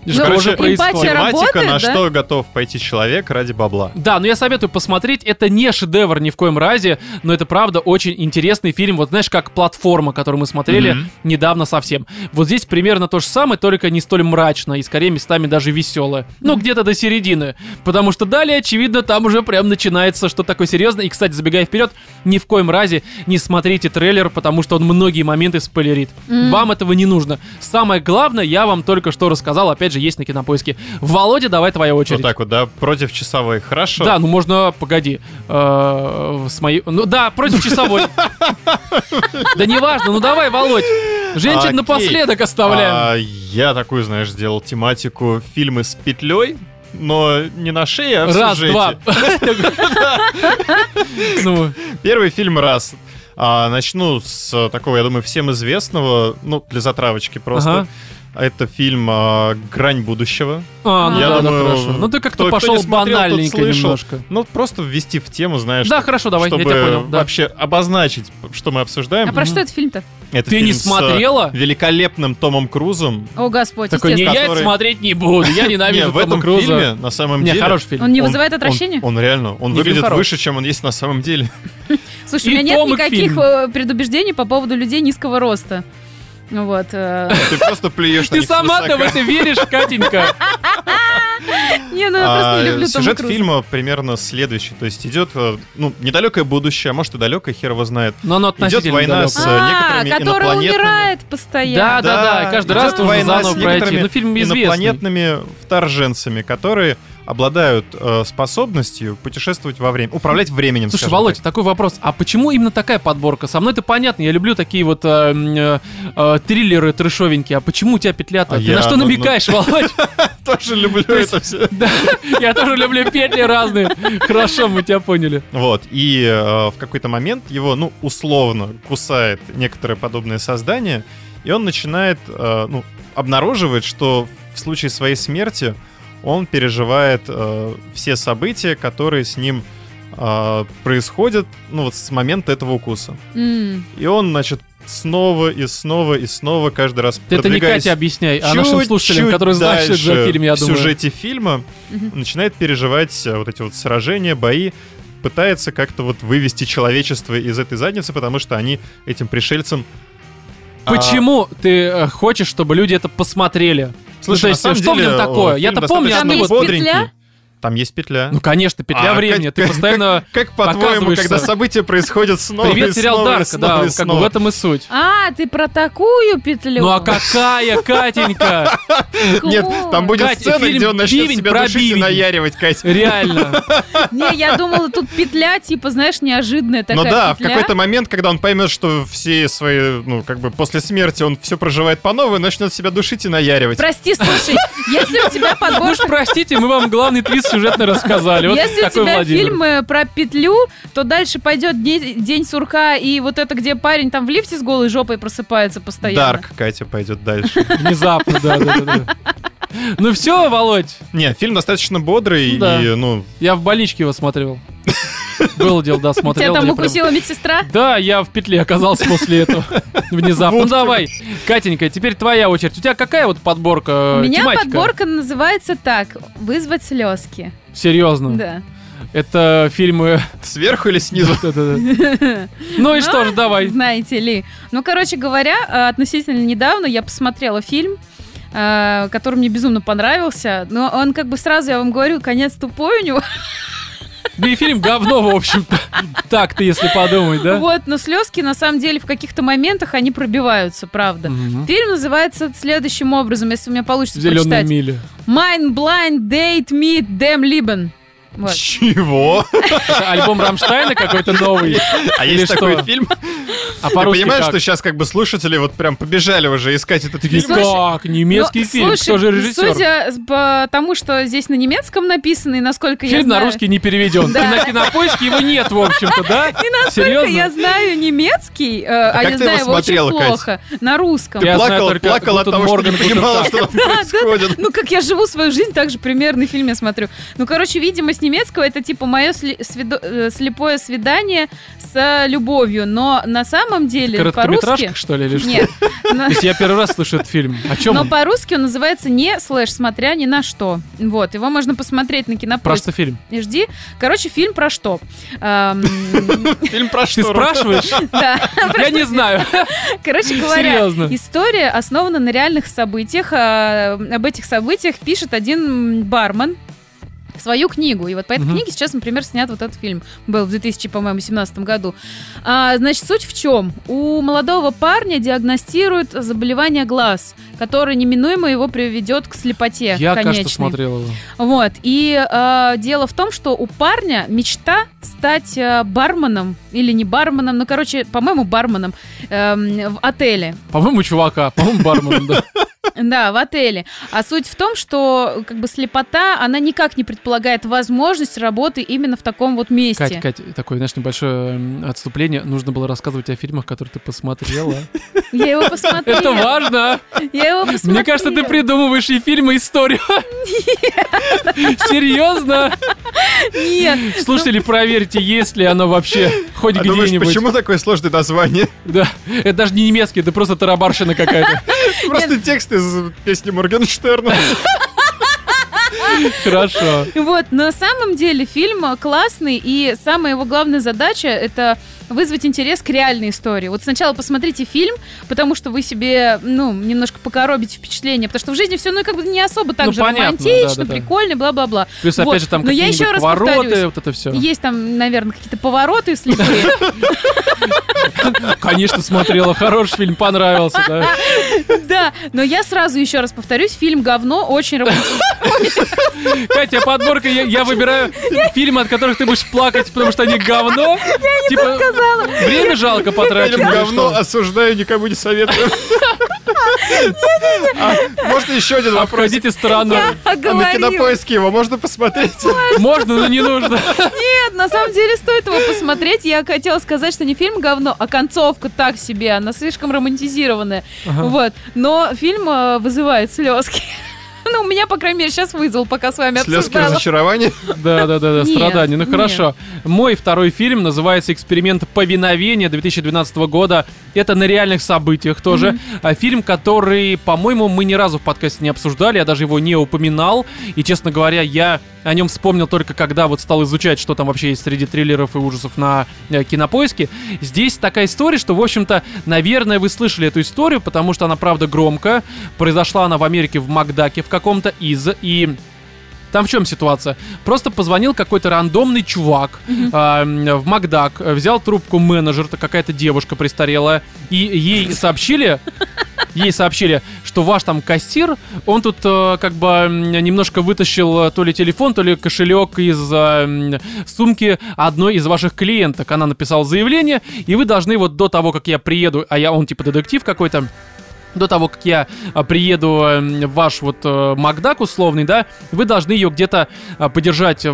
S1: И что
S3: Ну,
S1: же
S2: короче,
S1: происходит?
S3: эмпатия
S2: Тематика, на
S3: работает, да?
S2: что готов пойти человек ради бабла.
S1: Да, но я советую посмотреть. Это не шедевр ни в коем разе, но это правда очень интересный фильм. Вот знаешь, как платформа, которую мы смотрели
S2: Мгм.
S1: недавно совсем. Вот здесь примерно то же самое, только не столь мрачно и скорее местами даже весело. Ну, где-то до середины. Потому что далее, очевидно, там уже прям начинается что такое серьезное. И, кстати, забегая вперед, ни в коем разе не смотрите трейлер, потому что он многие моменты спойлерит. Вам этого не нужно. Самое главное, я вам только что рассказал. Опять же, есть на кинопоиске. Володя, давай твоя очередь.
S2: Вот так вот, да, против часовой. Хорошо.
S1: Да, ну можно, погоди. Э, С моей. Ну да, против часовой. Да неважно, ну давай, Володь. Женщин
S2: Окей.
S1: напоследок оставляем.
S2: А, я такую, знаешь, сделал тематику фильмы с петлей, но не на шее, а в
S1: Раз,
S2: сюжете.
S1: два. Ну,
S2: Первый фильм раз. А, начну с а, такого, я думаю, всем известного, ну, для затравочки просто.
S1: Ага.
S2: Это фильм а, «Грань будущего».
S1: а, ну
S2: Я
S1: да, ну
S2: думаю,
S1: хорошо. Ну ты как-то
S2: кто- кто не
S1: пошел
S2: смотрел, тот
S1: банальненько
S2: слышал.
S1: немножко.
S2: Ну, просто ввести в тему, знаешь,
S1: Да, хорошо, давай, я
S2: чтобы
S1: тебя понял. да.
S2: вообще обозначить, что мы обсуждаем.
S3: А про что это фильм-то?
S2: Это
S1: Ты не
S2: фильм с, а,
S1: смотрела?
S2: великолепным Томом Крузом.
S3: О, Господь,
S1: Такой, не,
S3: естественно.
S1: я это
S2: который-
S1: смотреть не буду, я
S2: Не,
S1: ненавижу
S2: в
S1: Тома
S2: этом
S1: Круза.
S2: фильме, на самом
S1: Не,
S2: деле...
S1: хороший фильм.
S3: Он не
S2: он-
S3: вызывает отвращения?
S2: Он, он реально, он
S1: Не, фильм
S2: выглядит
S1: хорош.
S2: выше, чем он есть на самом деле.
S3: Слушай,
S1: И
S3: у меня нет
S1: том, и
S3: никаких
S1: фильм.
S3: э, предубеждений по поводу людей низкого роста. Ну Вот. э,
S2: Ты просто плюешь на
S1: Ты
S2: них
S1: сама-то в
S2: свысока.
S1: это веришь, Катенька?
S3: Не, ну я просто
S2: А,
S3: не люблю Тома
S2: Сюжет
S3: Круза.
S2: фильма примерно следующий. То есть идет, э, ну, недалекое будущее, а может и далекое, хер его знает.
S1: Но оно
S2: Идет
S1: относительно
S2: война
S1: далеко.
S2: с э,
S3: А,
S2: некоторыми
S3: который
S2: инопланетными.
S3: умирает
S1: Да, да,
S3: постоянно.
S1: да, и каждый раз
S2: идет
S1: нужно
S2: война с
S1: заново пройти.
S2: некоторыми
S1: Ну, фильм известный.
S2: инопланетными вторженцами, которые обладают э, способностью путешествовать во время, управлять временем.
S1: Слушай,
S2: скажем
S1: Володь,
S2: так.
S1: такой вопрос. А почему именно такая подборка? Со мной это понятно. Я люблю такие вот э, м, э, э, триллеры трешовенькие. А почему у тебя петля-то?
S2: А
S1: Ты
S2: я-
S1: на что
S2: ну, ну.
S1: намекаешь, Володь?
S2: тоже люблю это все.
S1: Да, я тоже люблю петли разные. Хорошо, мы тебя поняли.
S2: Вот, и э, в какой-то момент его, ну, условно кусает некоторое подобное создание, и он начинает, э, ну, обнаруживает, что в случае своей смерти он переживает э, все события, которые с ним э, происходят, ну, вот с момента этого укуса.
S3: М.
S2: И он, значит, снова и снова и снова каждый раз
S1: Ты это не
S2: продвигаясь
S1: Катя объясняй, а нашим
S2: чуть-чуть
S1: слушателям, которые знают, что это за
S2: дальше
S1: фильм, я
S2: в
S1: думаю.
S2: сюжете фильма
S3: Мгм.
S2: начинает переживать э, вот эти вот сражения, бои, пытается как-то вот вывести человечество из этой задницы, потому что они этим пришельцам... а,
S1: Почему ты э, хочешь, чтобы люди это посмотрели?
S2: слушай,
S1: Ну, то
S2: на
S1: есть,
S2: самом
S1: что в
S2: деле,
S1: нем
S2: э,
S1: такое?
S2: фильм
S1: Я-то помню,
S2: достаточно
S3: а ты вот-
S2: бодренький.
S3: Петля?
S2: Там есть петля.
S1: Ну, конечно, петля
S2: А,
S1: времени.
S2: как-
S1: Ты
S2: как-
S1: постоянно...
S2: Как, по-твоему,
S1: показываешься.
S2: когда события происходят снова и
S1: Привет, сериал
S2: снова и
S1: Дарк,
S2: снова
S1: да,
S2: и
S1: как бы в
S2: снова?
S1: этом и суть.
S3: А, ты про такую петлю?
S1: Ну а какая, Катенька?
S2: Нет, там будет
S1: Кать,
S2: сцена,
S1: фильм
S2: где он начнет
S1: «Бивень»
S2: себя
S1: про
S2: душить
S1: бивень.
S2: и наяривать, Кать.
S1: Реально.
S3: Не, я думала, тут петля, типа, знаешь, неожиданная такая
S2: Ну да, в
S3: петля.
S2: какой-то момент, когда он поймет, что все свои, ну, как бы после смерти он все проживает по новой, начнет себя душить и наяривать.
S3: Прости, слушай, если у тебя
S1: Ну уж
S3: подборка...
S1: простите, мы вам главный твист сюжетно рассказали. Вот
S3: Если у
S1: такой
S3: тебя
S1: Владимир.
S3: фильмы про петлю, то дальше пойдет день, День сурка и вот это, где парень там в лифте с голой жопой просыпается постоянно.
S2: Дарк, Катя пойдет дальше.
S1: Внезапно, да, да, да, да. Ну все, Володь,
S2: Не, фильм достаточно бодрый
S1: Да.
S2: и, ну,
S1: я в больничке его смотрел. Было дело, да,
S3: Тебя
S1: смотрел.
S3: там
S1: мне прям-
S3: укусила медсестра?
S1: Да, я в петле оказался после этого. Внезапно. Ну
S2: Вот.
S1: давай, Катенька, теперь твоя очередь. У тебя какая вот подборка?
S3: У меня
S1: Э, тематика?
S3: подборка называется так. Вызвать слезки.
S1: Серьезно.
S3: Да.
S1: Это фильмы...
S2: сверху или снизу?
S1: Да-да-да. Ну и
S3: Ну,
S1: что же, давай.
S3: Знаете ли. Ну, короче говоря, э, относительно недавно я посмотрела фильм, э, который мне безумно понравился. Но он как бы сразу, я вам говорю, конец тупой у него.
S1: Да и фильм говно, в общем-то. Так-то, если подумать, да?
S3: Вот, но слезки на самом деле в каких-то моментах они пробиваются, правда.
S1: Мгм.
S3: Фильм называется следующим образом, если у меня получится
S1: Зеленая
S3: прочитать.
S1: миля.
S3: Mind Blind Date Meet Dem Lieben. Вот.
S2: Чего?
S1: Это альбом Рамштайна какой-то новый.
S2: А
S1: Или
S2: есть такой
S1: что?
S2: фильм?
S1: А
S2: Ты
S1: по-русски
S2: понимаешь,
S1: как?
S2: что сейчас как бы слушатели вот прям побежали уже искать этот
S1: Ты
S2: фильм?
S3: Слушай,
S1: как? Немецкий
S3: Ну,
S1: фильм.
S3: слушай,
S1: Кто же режиссер?
S3: Судя по тому, что здесь на немецком написано, и насколько я
S1: Фильм на
S3: знаю...
S1: русский не переведен. И
S3: Да.
S1: на кинопоиске его нет, в общем-то, да?
S3: Только я
S1: Серьезно?
S3: знаю немецкий, э, а,
S2: как
S3: я
S2: ты
S3: знаю
S2: его
S3: его очень
S2: смотрела, Кать?
S3: плохо. На русском. А,
S1: Я знаю
S2: Плакала,
S1: только
S2: плакала от
S1: Гутен
S2: того, что не
S1: Морген, Гутен
S2: понимала,
S1: Таг.
S2: что там
S3: Да, да,
S2: происходит.
S3: Ну, как я живу свою жизнь, так же примерно и в фильме смотрю. Ну, короче, видимо, с немецкого это типа мое сли- свидо- э, слепое свидание с э, любовью. Но на самом деле по-русски...
S1: Короткометражка, что ли, или что?
S3: Нет,
S1: То есть я первый раз слышу этот фильм. О чем
S3: Но
S1: он?
S3: по-русски он называется не слэш, смотря ни на что. Вот, его можно посмотреть на
S1: Про
S3: кинопоиске.
S1: что фильм?
S3: Не Жди. Короче, фильм про что? Эм,
S2: Фильм про
S1: Ты
S2: что? Ром?
S1: спрашиваешь?
S3: Да.
S1: Я не знаю.
S3: Короче говоря,
S1: Серьезно.
S3: история основана на реальных событиях. а, Об этих событиях пишет один бармен свою книгу. И вот по этой
S1: Мгм.
S3: книге сейчас, например, снят вот этот фильм. Был в 2000, по-моему, 17 году. А, значит, суть в чем? У молодого парня диагностируют заболевание глаз, которое неминуемо его приведет к слепоте
S1: Я, кажется,
S3: конечной.
S1: смотрел его.
S3: Вот. И э, дело в том, что у парня мечта стать э, барменом или не барменом, ну, короче, по-моему, барменом эм, в отеле.
S1: По-моему, чувака, по-моему, бармен, да.
S3: Да, в отеле. А суть в том, что как бы слепота, она никак не предполагает возможность работы именно в таком вот месте.
S1: Кать, Кать, такое, знаешь, небольшое м, отступление. Нужно было рассказывать о фильмах, которые ты посмотрела.
S3: Я его посмотрела.
S1: Это важно.
S3: Я его посмотрела.
S1: Мне кажется, ты придумываешь и фильмы, и историю. Серьезно?
S3: Нет. Ну.
S1: Слушатели, проверьте, есть ли оно вообще хоть
S2: А думаешь,
S1: где-нибудь.
S2: почему такое сложное название?
S1: Да. Это даже не немецкий, это просто тарабарщина какая-то.
S2: Просто текст из песни Моргенштерна.
S1: Хорошо.
S3: Вот, на самом деле фильм э, классный, и самая его главная задача — это вызвать интерес к реальной истории. Вот сначала посмотрите фильм, потому что вы себе, ну, немножко покоробите впечатление, потому что в жизни все, ну, как бы не особо так
S1: Ну,
S3: же
S1: понятно,
S3: романтично,
S1: да-да-да.
S3: прикольно, бла-бла-бла.
S1: Плюс,
S3: Вот.
S1: опять же, там
S3: Но я
S1: какие-нибудь
S3: еще раз
S1: повороты,
S3: повторюсь.
S1: вот это все.
S3: Есть там, наверное, какие-то повороты слепые.
S1: Конечно, смотрела. Хороший фильм, понравился, да.
S3: Да, но я сразу еще раз повторюсь, фильм говно, очень романтично.
S1: Катя, подборка, я, я выбираю фильмы, от которых ты будешь плакать, потому что они говно. типа, Время жалко
S2: Фильм
S1: потрачено. А или
S2: говно,
S1: что?
S2: осуждаю, никому не советую. А, Можно еще один
S1: А
S2: вопрос?
S1: Обходите страну.
S3: Я
S2: А на
S3: говорила.
S2: кинопоиске его можно посмотреть?
S1: Можно, но не нужно.
S3: Нет, на самом деле стоит его посмотреть. Я хотела сказать, что не фильм говно, а концовка так себе, она слишком романтизированная. Вот. Но фильм э, вызывает слезки. Ну, у меня, по крайней мере, сейчас вызвал, пока с вами
S2: Слезки
S3: обсуждала.
S2: разочарования.
S1: Да, да, да, да,
S3: Нет,
S1: страдания. Ну
S3: нет.
S1: хорошо. Мой второй фильм называется Эксперимент повиновения 2012 года. Это на реальных событиях тоже. А Фильм, который, по-моему, мы ни разу в подкасте не обсуждали, я даже его не упоминал. И, честно говоря, я о нем вспомнил только когда вот стал изучать, что там вообще есть среди триллеров и ужасов на э, кинопоиске. Здесь такая история, что, в общем-то, наверное, вы слышали эту историю, потому что она, правда, громкая. Произошла она в Америке в Макдаке в каком-то из. И там в чем ситуация? Просто позвонил какой-то рандомный чувак а, м, в Макдак, э, взял трубку менеджер, это какая-то девушка престарелая, и ей сообщили, ей сообщили, что ваш там кассир, он тут э, как бы м, немножко вытащил э, то ли телефон, то ли кошелек из э, м, сумки одной из ваших клиенток. Она написала заявление, и вы должны вот до того, как я приеду, а я он типа детектив какой-то, до того, как я а, приеду э, м, в ваш вот э, Макдак условный, да, вы должны ее где-то а, подержать в,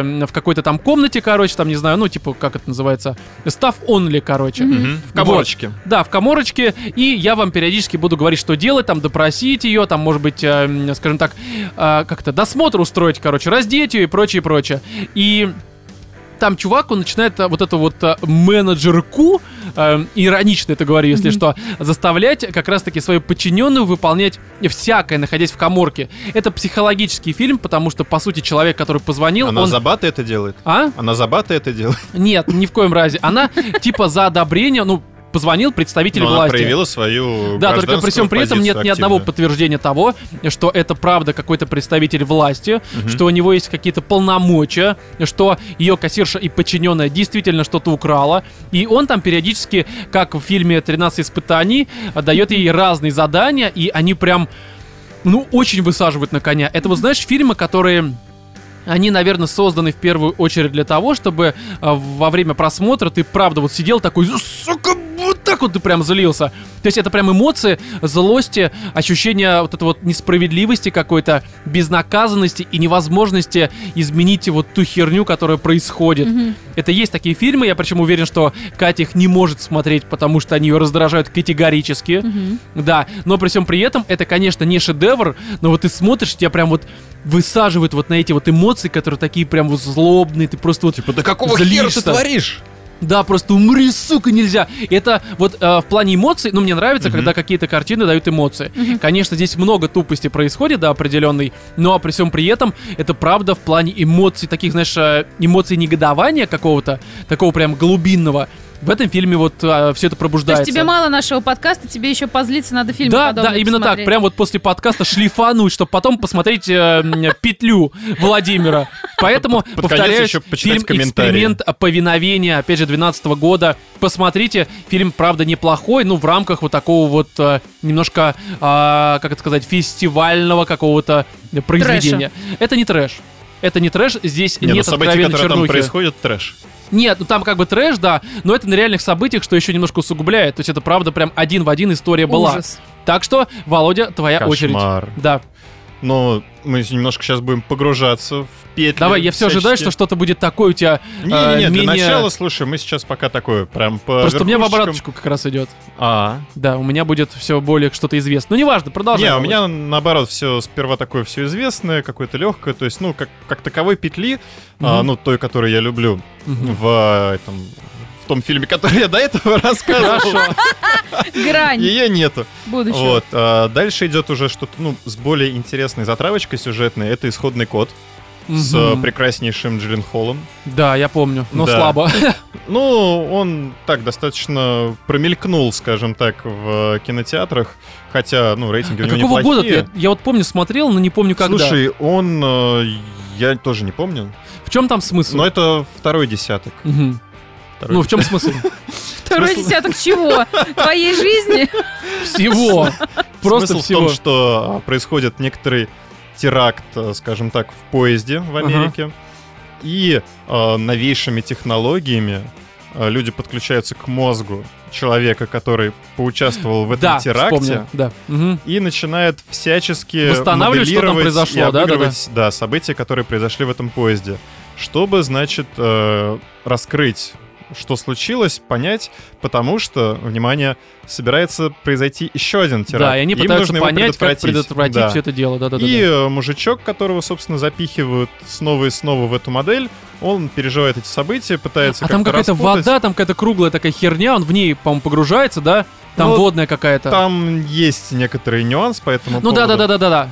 S1: э, в какой-то там комнате, короче, там, не знаю, ну, типа, как это называется, став онли, короче.
S2: В
S1: коморочке. Да, в коморочке, и я вам периодически буду говорить, что делать, там, допросить ее, там, может быть, э, м, скажем так, э, как-то досмотр устроить, короче, раздеть ее и прочее, прочее. И там чувак, он начинает э, вот эту вот э, менеджерку, э, иронично это говорю, если что, заставлять как раз-таки свою подчиненную выполнять всякое, находясь в коморке. Это психологический фильм, потому что, по сути, человек, который позвонил,
S2: Она
S1: он...
S2: за баты это делает.
S1: А?
S2: Она за баты это делает.
S1: Нет, ни в коем разе. Она типа за одобрение, ну, позвонил представитель
S2: Но Ну, она
S1: власти.
S2: проявила свою
S1: Да, только при всем при этом нет ни одного подтверждения того, что это правда какой-то представитель власти, что у него есть какие-то полномочия, что ее кассирша и подчиненная действительно что-то украла. И он там периодически, как в фильме «13 испытаний», дает ей разные задания, и они прям, ну, очень высаживают на коня. Это вот, знаешь, фильмы, которые... Они, наверное, созданы в первую очередь для того, чтобы а, во время просмотра ты правда вот сидел такой, сука, вот так вот ты прям злился. То есть это прям эмоции, злости, ощущение вот этой вот несправедливости какой-то, безнаказанности и невозможности изменить вот ту херню, которая происходит. Это есть такие фильмы, я причем уверен, что Катя их не может смотреть, потому что они ее раздражают категорически. Да, но при всем при этом это, конечно, не шедевр, но вот ты смотришь, тебя прям вот высаживают вот на эти вот эмоции, которые такие прям вот злобные, ты просто вот...
S2: Типа, да какого хера ты
S1: Злишься.
S2: творишь?
S1: Да, просто умри, сука, нельзя. Это вот э, в плане эмоций, ну, мне нравится,
S2: Мгм.
S1: когда какие-то картины дают эмоции. Конечно, здесь много тупости происходит, да, определенной, но при всем при этом это правда в плане эмоций, таких, знаешь, э, эмоций негодования какого-то, такого прям глубинного. В этом фильме вот все это
S3: То
S1: пробуждается.
S3: есть тебе мало нашего подкаста, тебе еще позлиться надо фильм
S1: да, да, именно так. Прям вот после подкаста шлифануть, чтобы потом посмотреть э, м, петлю Владимира. Поэтому,
S2: под конец
S1: повторяю,
S2: еще почитать
S1: фильм
S2: комментарии.
S1: «Эксперимент повиновения», опять же, 12 года. Посмотрите, фильм, правда, неплохой, ну, в рамках вот такого вот э, немножко, а, как это сказать, фестивального какого-то произведения. Это не трэш. Это не трэш, здесь
S2: Не, ну
S1: нет
S2: события,
S1: откровенной
S2: которые там
S1: чернухи.
S2: происходят, трэш.
S1: Нет, ну там как бы трэш, да, но это на реальных событиях, что еще немножко усугубляет. То есть это правда прям один в один история была.
S3: Ужас.
S1: Так что, Володя, твоя Э, очередь.
S2: Кошмар.
S1: Да.
S2: Но мы немножко сейчас будем погружаться в петли.
S1: Давай, я все ожидаю, что что-то будет такое у тебя. э,
S2: Не-не-не, для
S1: менее-
S2: начала, слушай, мы сейчас пока такое прям по
S1: Просто у меня в
S2: верхушечкам.
S1: обраточку как раз идет.
S2: А,
S1: Да, у меня будет все более что-то известно. Ну, неважно, продолжай.
S2: Не, у
S1: Володь.
S2: меня наоборот все сперва такое все известное, какое-то легкое, то есть, ну, как, как таковой петли, а,
S1: Мгм.
S2: ну, той, которую я люблю
S1: Мгм.
S2: в э, этом в том фильме, который я до этого рассказывал,
S3: Грань
S2: ее нету.
S1: Ну
S3: будущего.
S2: Вот. а, Дальше идет уже что-то, ну, с более интересной затравочкой сюжетной. Это исходный код с э,
S1: Мгм.
S2: прекраснейшим Джиллен Холлом.
S1: Да, я помню, но
S2: Да.
S1: слабо.
S2: Ну, он так достаточно промелькнул, скажем так, в э, кинотеатрах, хотя, ну, рейтинги у
S1: А
S2: него
S1: Какого
S2: неплохие.
S1: года? Я, я вот помню, смотрел, но не помню когда.
S2: Слушай, он, э, я тоже не помню,
S1: в чем там смысл?
S2: но это второй десяток.
S1: Мгм.
S2: Второй
S1: Ну, в чем смысл?
S3: Второй
S2: смысл-
S3: десяток чего? Твоей жизни?
S1: Всего. Просто
S2: Смысл
S1: всего.
S2: в том, что а, происходит некоторый теракт, а, скажем так, в поезде в
S1: Ага.
S2: Америке. И а, новейшими технологиями а, люди подключаются к мозгу человека, который поучаствовал в этом
S1: Да,
S2: теракте.
S1: вспомнил, да. Мгм.
S2: И начинает всячески
S1: Восстанавливать, что там
S2: моделировать
S1: произошло,
S2: и
S1: да, да, да.
S2: обыгрывать, да, события, которые произошли в этом поезде. Чтобы, значит, э, раскрыть, что случилось, понять, потому что, внимание, собирается произойти еще один теракт.
S1: Да, и они
S2: Им
S1: пытаются
S2: нужно его
S1: понять, как предотвратить
S2: Да.
S1: все это дело. Да-да-да.
S2: И э, мужичок, которого, собственно, запихивают снова и снова в эту модель, он переживает эти события, пытается
S1: А там
S2: как-то
S1: какая-то
S2: распутать.
S1: вода, там какая-то круглая такая херня, он в ней, по-моему, погружается, да? Там
S2: Ну,
S1: водная какая-то.
S2: Там есть некоторый нюанс, поэтому...
S1: ну да, да, да, да, да, да.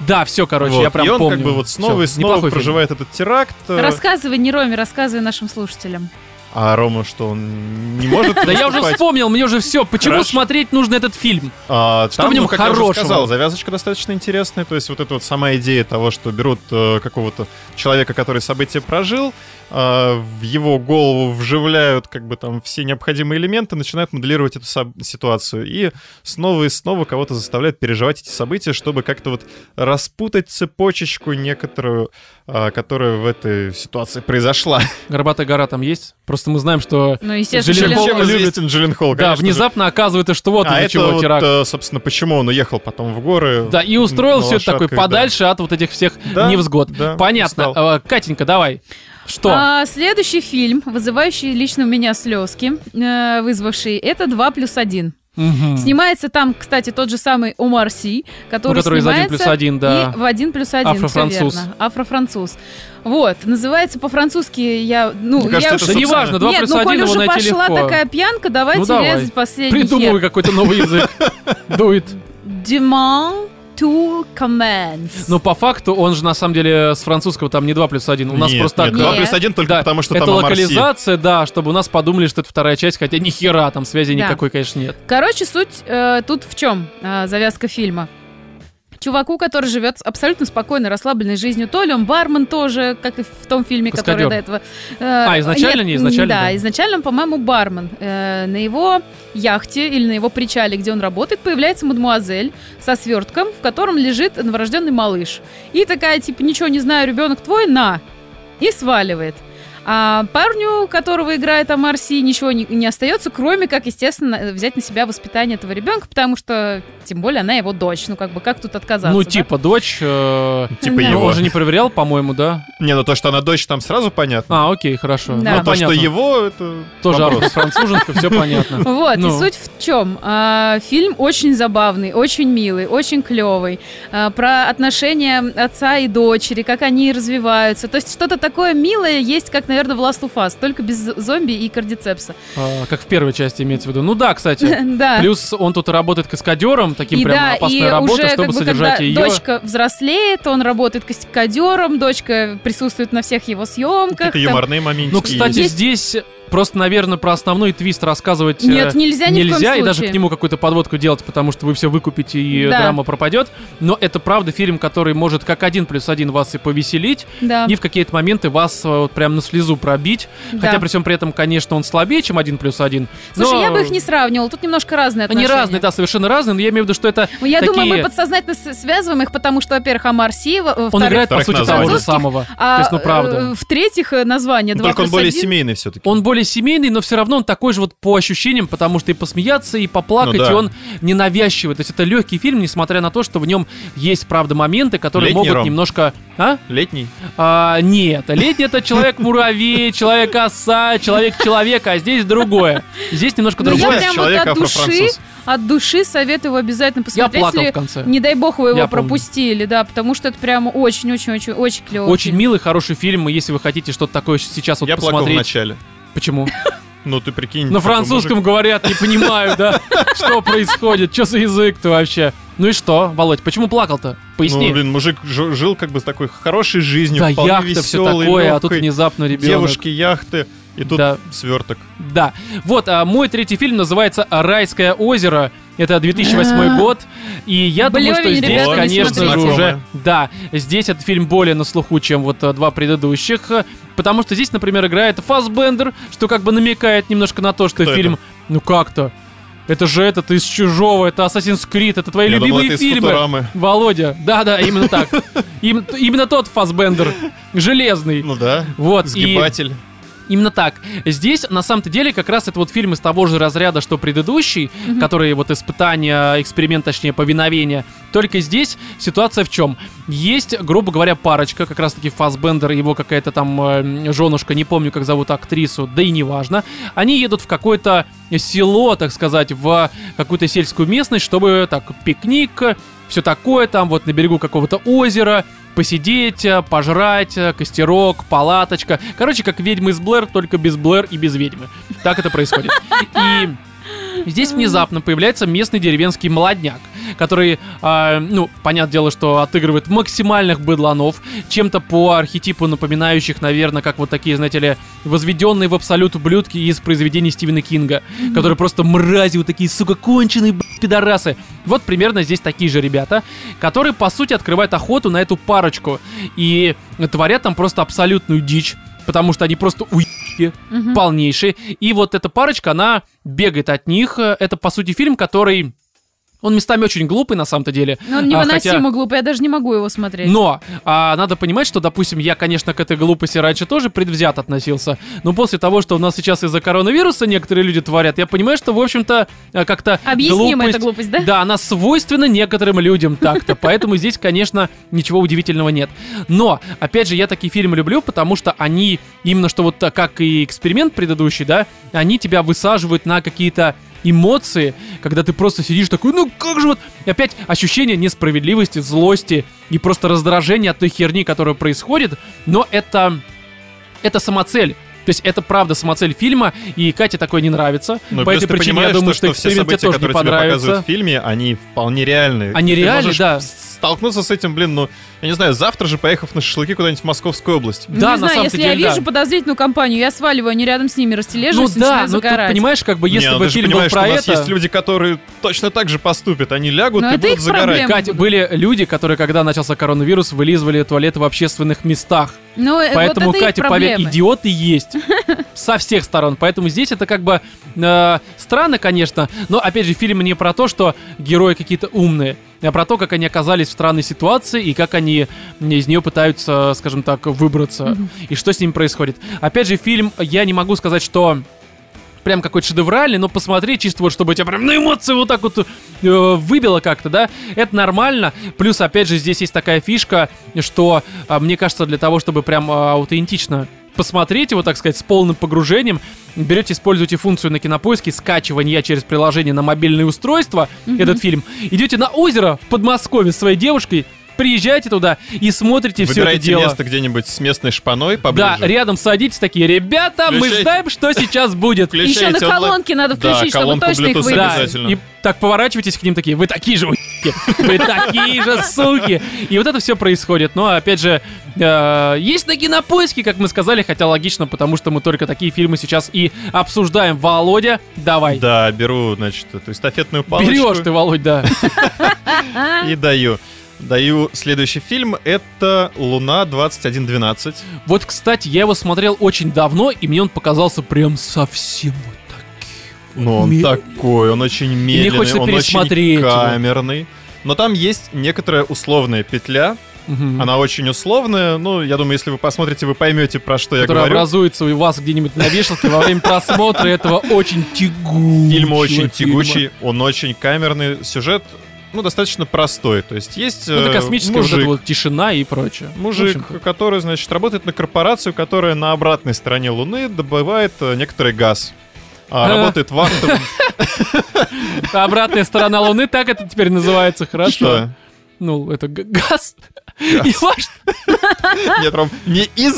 S1: Да, все, короче,
S2: Вот,
S1: я прям
S2: и он
S1: помню.
S2: как бы вот снова и
S1: Всё,
S2: снова
S1: неплохой фильм.
S2: проживает этот теракт. э,
S3: Рассказывай не Роме, рассказывай нашим слушателям.
S2: А Рома что, он не может
S1: Да я уже
S2: выступать?
S1: вспомнил, мне уже все. Почему
S2: Хорошо.
S1: смотреть нужно этот фильм?
S2: А,
S1: Что
S2: там,
S1: в нем
S2: ну, как я уже
S1: хорошего?
S2: сказал, завязочка достаточно интересная. То есть вот эта вот сама идея того, что берут э, какого-то человека, который событие прожил, э, в его голову вживляют как бы там все необходимые элементы, начинают моделировать эту соб- ситуацию. И снова и снова кого-то заставляют переживать эти события, чтобы как-то вот распутать цепочечку некоторую, э, которая в этой ситуации произошла.
S1: Горбатая гора там есть. Просто мы знаем, что
S3: Ну, естественно,
S1: Джиллен
S2: Чем,
S1: Холл
S3: Джиллен
S2: чем
S3: Холл.
S1: любит.
S2: известен Джиллен Холл,
S1: да,
S2: конечно же.
S1: внезапно оказывается, что вот
S2: а
S1: из-за
S2: это
S1: чего
S2: вот,
S1: теракт.
S2: э, собственно, почему он уехал потом в горы.
S1: Да, и устроил
S2: на
S1: все это такой
S2: лошадках, да.
S1: подальше от вот этих всех
S2: а Да,
S1: невзгод.
S2: да,
S1: Понятно.
S2: устал.
S1: Э, Катенька, давай. Что?
S3: А, следующий фильм, вызывающий лично у меня слезки, э, вызвавший, это «2 плюс 1».
S1: Мгм.
S3: Снимается там, кстати, тот же самый Омар Си, который,
S1: Ну, который из «Один
S3: снимается
S1: плюс один», да.
S3: и в «Один плюс один». всё
S1: Афрофранцуз.
S3: верно. Афрофранцуз. Вот, называется по-французски я... Ну,
S2: Мне кажется,
S3: я
S2: это
S3: уж-
S1: Да
S2: собственно-
S1: неважно, 2
S3: Нет,
S1: плюс
S3: ну, коль
S1: 1 его
S3: уже
S1: найти
S3: пошла
S1: легко.
S3: такая пьянка, давайте
S1: Ну, давай.
S3: резать последний
S1: Придумывай
S3: хер.
S1: какой-то новый язык. Дует.
S3: Demand to commence.
S1: Но по факту он же на самом деле с французского там не 2 плюс 1. У нас
S2: Нет,
S1: просто
S2: нет,
S1: так.
S2: два
S3: Нет.
S2: плюс один только
S1: Да,
S2: потому, что
S1: это
S2: там Амар Си.
S1: локализация, да, чтобы у нас подумали, что это вторая часть, хотя ни хера там связи
S3: Да.
S1: никакой, конечно, нет.
S3: Короче, суть э, тут в чем э, завязка фильма. Чуваку, который живет абсолютно спокойной, расслабленной жизнью, то ли он бармен тоже, как и в том фильме, который
S1: Каскадер.
S3: до этого. э,
S1: А, изначально не, изначально,
S3: Да,
S1: да.
S3: изначально, он, по-моему, бармен. Э, на его яхте или на его причале, где он работает, появляется мадмуазель со свертком, в котором лежит новорожденный малыш. И такая, типа, ничего не знаю, ребенок твой, на! И сваливает. А парню, которого играет Амар Си, ничего не, не остается, кроме как, естественно, взять на себя воспитание этого ребенка, потому что, тем более, она его дочь. Ну, как бы, как тут отказаться?
S1: ну,
S3: да?
S1: типа, дочь. э,
S2: Типа
S3: Да.
S1: ну,
S2: его.
S1: он же не проверял, по-моему, да?
S2: Не, ну то, что она дочь, там сразу понятно.
S1: А, окей, хорошо.
S3: Да.
S1: Ну,
S2: А то,
S1: понятно.
S2: что его, это
S1: Тоже
S2: вопрос.
S1: ору- француженка, все понятно.
S3: Вот,
S1: Ну.
S3: и суть в чем. фильм очень забавный, очень милый, очень А, клевый. про отношения отца и дочери, как они развиваются. То есть что-то такое милое есть как на наверное, в Last of Us, только без зомби и кардицепса.
S1: А, как в первой части имеется в виду. Ну да, кстати.
S3: Да.
S1: Плюс он тут работает каскадером, таким
S3: и
S1: прям
S3: да,
S1: опасная
S3: и
S1: работа,
S3: уже
S1: чтобы
S3: как бы,
S1: содержать
S3: когда
S1: ее.
S3: дочка взрослеет, он работает каскадером, дочка присутствует на всех его съемках.
S2: Какие-то
S3: там.
S2: юморные моментики.
S1: Ну, кстати,
S2: есть.
S3: Есть-
S1: здесь просто, наверное, про основной твист рассказывать э,
S3: Нет, нельзя ни в коем
S1: нельзя, и даже
S3: случае.
S1: к нему какую-то подводку делать, потому что вы все выкупите, и
S3: Да.
S1: драма пропадет. Но это правда фильм, который может как один плюс один вас и повеселить,
S3: Да.
S1: и в какие-то моменты вас э, вот прям на слезу пробить.
S3: да.
S1: Хотя при всем при этом, конечно, он слабее, чем один плюс один.
S3: Слушай,
S1: но
S3: я бы их не сравнивала, тут немножко разные
S1: Они
S3: отношения. Ну,
S1: разные, да, совершенно разные, но я имею в виду, что это
S3: Я думаю, мы
S1: такие-
S3: подсознательно с- связываем их, потому что, во-первых, Амар Си, во- во-вторых,
S1: он играет, по
S2: Вторых
S1: сути,
S2: названий.
S1: того же
S3: Французских,
S1: самого.
S3: а,
S1: То есть, ну, правда.
S3: э, в-третьих, э, название
S2: Ну,
S3: 2
S2: Только он
S3: плюс
S2: более
S3: 1.
S2: семейный все-таки.
S1: Он более семейный, но все равно он такой же вот по ощущениям, потому что и посмеяться, и поплакать,
S2: Ну да.
S1: и он ненавязчивый. То есть это легкий фильм, несмотря на то, что в нем есть, правда, моменты, которые
S2: Летний
S1: могут
S2: Ром.
S1: немножко... А?
S2: Летний.
S1: А, нет, летний это человек-муравей, человек-оса, человек-человек, а здесь другое. Здесь немножко
S3: Ну, я
S1: другое.
S2: Другой
S3: прям вот
S2: человек
S3: от души,
S2: афрофранцуз.
S3: от души советую его обязательно
S1: Я
S3: посмотреть.
S1: плакал
S3: если,
S1: в конце.
S3: Не дай бог вы его
S1: Я помню.
S3: пропустили, да, потому что это прям очень-очень-очень очень клево.
S1: Очень милый, хороший фильм, и если вы хотите что-то такое сейчас вот
S2: Я плакал в
S1: посмотреть...
S2: начале.
S1: Почему?
S2: Ну, ты прикинь.
S1: На
S2: такой
S1: французском
S2: мужик. Ну,
S1: говорят, не понимаю, да, что происходит, что за язык-то вообще. Ну и что, Володь, почему плакал-то? Поясни.
S2: Ну, блин, мужик ж- жил как бы с такой хорошей жизнью,
S1: Да,
S2: вполне
S1: яхта, все
S2: веселой,
S1: такое, а тут
S2: легкой.
S1: внезапно ребенок.
S2: Девушки, яхты, и тут
S1: Да.
S2: сверток.
S1: Да. Вот, а мой третий фильм называется «Райское озеро». Это 2008
S3: А.
S1: год.
S3: год.
S1: И я думаю, что
S3: Блевин,
S1: здесь,
S3: ребята, не
S1: конечно же,
S2: смотрите.
S1: уже... Да, здесь этот фильм более на слуху, чем вот а, два предыдущих. э, Потому что здесь, например, играет Фасбендер, что как бы намекает немножко на то, что
S2: Кто это?
S1: фильм... Ну как-то? Это же этот из «Чужого», это «Ассасинс Крид», это твои
S2: Я думал,
S1: любимые
S2: это из
S1: фильмы.
S2: Футурамы.
S1: Володя, да-да, именно так. Им- именно тот Фасбендер, железный.
S2: Ну да.
S1: Вот, и
S2: Сгибатель.
S1: Именно так. Здесь, на самом-то деле, как раз это вот фильм из того же разряда, что предыдущий, который вот испытания, эксперимент, точнее, повиновение. Только здесь ситуация в чем? Есть, грубо говоря, парочка, как раз-таки Фасбендер и его какая-то там э, женушка, не помню, как зовут актрису, да и неважно. Они едут в какое-то село, так сказать, в какую-то сельскую местность, чтобы так, пикник, все такое там, вот на берегу какого-то озера, посидеть, э, пожрать, э, костерок, палаточка. Короче, как ведьмы из Блэр, только без Блэр и без ведьмы. Так это происходит. И Здесь внезапно появляется местный деревенский молодняк, который, э, ну, понятное дело, что отыгрывает максимальных быдланов, чем-то по архетипу напоминающих, наверное, как вот такие, знаете ли, возведенные в абсолют ублюдки из произведений Стивена Кинга, которые просто мрази, вот такие, сука, конченые, б***ь, пидорасы. Вот примерно здесь такие же ребята, которые, по сути, открывают охоту на эту парочку и творят там просто абсолютную дичь, потому что они просто уебки,
S3: Мгм.
S1: полнейшие. И вот эта парочка, она бегает от них. Э, Это, по сути, фильм, который... Он местами очень глупый, на самом-то деле.
S3: Но Ну, он
S1: А,
S3: невыносимо
S1: хотя-
S3: глупый, я даже не могу его смотреть.
S1: Но а, надо понимать, что, допустим, я, конечно, к этой глупости раньше тоже предвзят относился. Но после того, что у нас сейчас из-за коронавируса некоторые люди творят, я понимаю, что, в общем-то, э, как-то
S3: Объясним
S1: глупость...
S3: это глупость, да?
S1: Да, она свойственна некоторым людям так-то, поэтому здесь, конечно, ничего удивительного нет. Но, опять же, я такие фильмы люблю, потому что они, именно что вот так, как и эксперимент предыдущий, да, они тебя высаживают на какие-то эмоции, когда ты просто сидишь такой, ну как же вот, И опять ощущение несправедливости, злости и просто раздражения от той херни, которая происходит, но это, это самоцель. То есть это правда самоцель фильма, и Кате такое не нравится.
S2: Ну,
S1: По
S2: плюс
S1: этой
S2: ты
S1: причине я
S2: понимаешь,
S1: думаю, что,
S2: что, все
S1: эксперимент тебе тоже
S2: события,
S1: не
S2: которые тебе
S1: понравится.
S2: показывают в фильме, они вполне реальные.
S1: Они
S2: Ты
S1: реальны,
S2: можешь
S1: да.
S2: с- Столкнуться с этим, блин, ну, я не знаю, завтра же поехав на шашлыки куда-нибудь в Московскую область.
S1: да,
S3: Ну, не
S1: на
S3: знаю,
S1: самом-то
S3: если я
S1: деле, да.
S3: вижу подозрительную компанию, я сваливаю, они рядом с ними
S1: Ну
S3: растележиваются и
S1: да,
S3: начинаю
S1: ну тут,
S3: загорать.
S1: понимаешь, как бы если
S2: Не, ну
S1: бы
S2: ты же
S1: фильм был
S2: понимаешь,
S1: про
S2: что у
S1: это...
S2: нас есть люди, которые точно так же поступят. Они лягут
S3: Ну,
S2: и
S3: это их
S2: будут загорать.
S3: проблема.
S1: Кать, были люди, которые, когда начался коронавирус, вылизывали туалеты в общественных местах.
S3: Ну, э, вот
S1: Поэтому,
S3: это их
S1: Катя, поверь,
S3: проблемы.
S1: идиоты есть. Со всех сторон. Поэтому здесь это как бы э, странно, конечно. Но, опять же, фильм не про то, что герои какие-то умные, а про то, как они оказались в странной ситуации и как они из нее пытаются, скажем так, выбраться. И что с ними происходит. Опять же, фильм, я не могу сказать, что прям какой-то шедевральный, но посмотреть чисто вот, чтобы тебя прям на эмоции вот так вот э, выбило как-то, да, это нормально. Плюс, опять же, здесь есть такая фишка, что, а, мне кажется, для того, чтобы прям а, аутентично посмотреть его, так сказать, с полным погружением, берете, используете функцию на кинопоиске скачивания через приложение на мобильное устройство, этот фильм, идете на озеро в Подмосковье с своей девушкой, приезжайте туда и смотрите все это
S2: Выбирайте
S1: дело.
S2: место где-нибудь с местной шпаной
S1: Да,
S2: поближе.
S1: рядом садитесь такие, ребята, мы
S2: Включайте.
S1: знаем, что сейчас будет.
S2: Включ-
S3: Еще на
S2: Включайте онлайн.
S3: колонки надо
S2: Да,
S3: включить, чтобы
S2: колонку
S3: точно их
S2: Bluetooth
S3: выбить.
S1: Да,
S2: обязательно.
S1: и так поворачивайтесь к ним такие, вы такие же у***ки, вы такие же суки. И вот это все происходит. Но, опять же, э, есть на кинопоиске, как мы сказали, хотя логично, потому что мы только такие фильмы сейчас и обсуждаем. Володя, давай.
S2: Да, беру, значит, эту эстафетную палочку.
S1: Берешь ты, Володь, да.
S2: И даю. Даю следующий фильм. Это «Луна 2112».
S1: Вот, кстати, я его смотрел очень давно, и мне он показался прям совсем вот таким.
S2: Но Ну, он
S1: Ме-
S2: такой, он очень медленный,
S1: хочется
S2: он
S1: пересмотреть
S2: очень
S1: его.
S2: камерный. Но там есть некоторая условная петля.
S1: Мгм.
S2: Она очень условная. Ну, я думаю, если вы посмотрите, вы поймете, про что я
S1: которая
S2: говорю.
S1: образуется у вас где-нибудь на вешалке во время просмотра этого очень тягучего
S2: Фильм
S1: фильма.
S2: очень тягучий, он очень камерный. Сюжет, ну, достаточно простой. То есть есть
S1: Ну, это
S2: э,
S1: космическая вот
S2: мужик,
S1: эта вот тишина и прочее.
S2: Мужик,
S1: В общем-то.
S2: который, значит, работает на корпорацию, которая на обратной стороне Луны добывает э, некоторый газ. А,
S1: А.
S2: работает вахтовым.
S1: А Обратная сторона Луны, так это теперь называется, хорошо?
S2: Что?
S1: Ну, это г- газ. И ваш-
S2: Нет, Ром, не из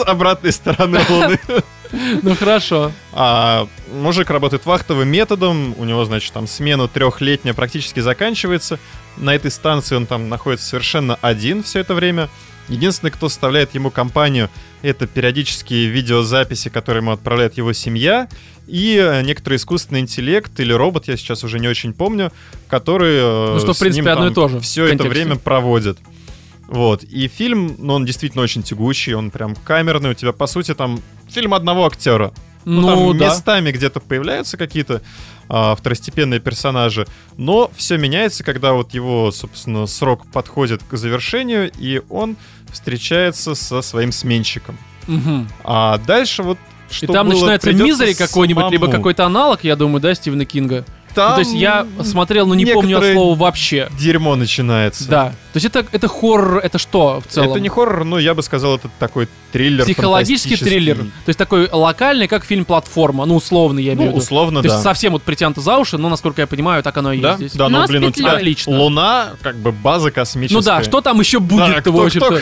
S2: обратной стороны Луны.
S1: Ну, хорошо.
S2: А мужик работает вахтовым методом, у него, значит, там смена трехлетняя практически заканчивается. На этой станции он там находится совершенно один все это время. Единственный, кто составляет ему компанию, это периодические видеозаписи, которые ему отправляет его семья, и э, некоторый искусственный интеллект или робот, я сейчас уже не очень помню, который э,
S1: Ну что, в принципе, одно и то же в
S2: все это
S1: контексте.
S2: время проводит. Вот. И фильм, ну, он действительно очень тягучий, он прям камерный, у тебя, по сути, там фильм одного актера.
S1: Ну,
S2: там
S1: да.
S2: местами где-то появляются какие-то а, второстепенные персонажи, но все меняется, когда вот его, собственно, срок подходит к завершению, и он встречается со своим сменщиком.
S1: Мгм.
S2: А дальше вот
S1: И
S2: что
S1: там
S2: было,
S1: начинается
S2: придется
S1: мизери какой-нибудь, либо
S2: самому.
S1: какой-то аналог, я думаю, да, Стивена Кинга. Ну,
S2: Там
S1: то есть я смотрел, но не помню от
S2: некоторые
S1: слова вообще.
S2: Дерьмо начинается.
S1: Да. То есть это, это хоррор, это что в целом?
S2: Это не хоррор, но я бы сказал, это такой триллер.
S1: Психологический
S2: фантастический. Ну,
S1: триллер. То есть такой локальный, как фильм «Платформа». Ну, условно, я имею
S2: Ну,
S1: в виду.
S2: условно,
S1: То есть
S2: да.
S1: совсем вот притянуто за уши, но, насколько я понимаю, так оно и
S2: Да,
S1: есть здесь.
S2: да,
S3: Но
S2: ну
S3: с
S2: блин, у тебя
S3: петлей.
S1: Отлично.
S2: Луна, как бы база космическая.
S1: Ну да, что там еще будет,
S2: кто-
S1: в общем-то?
S2: кто-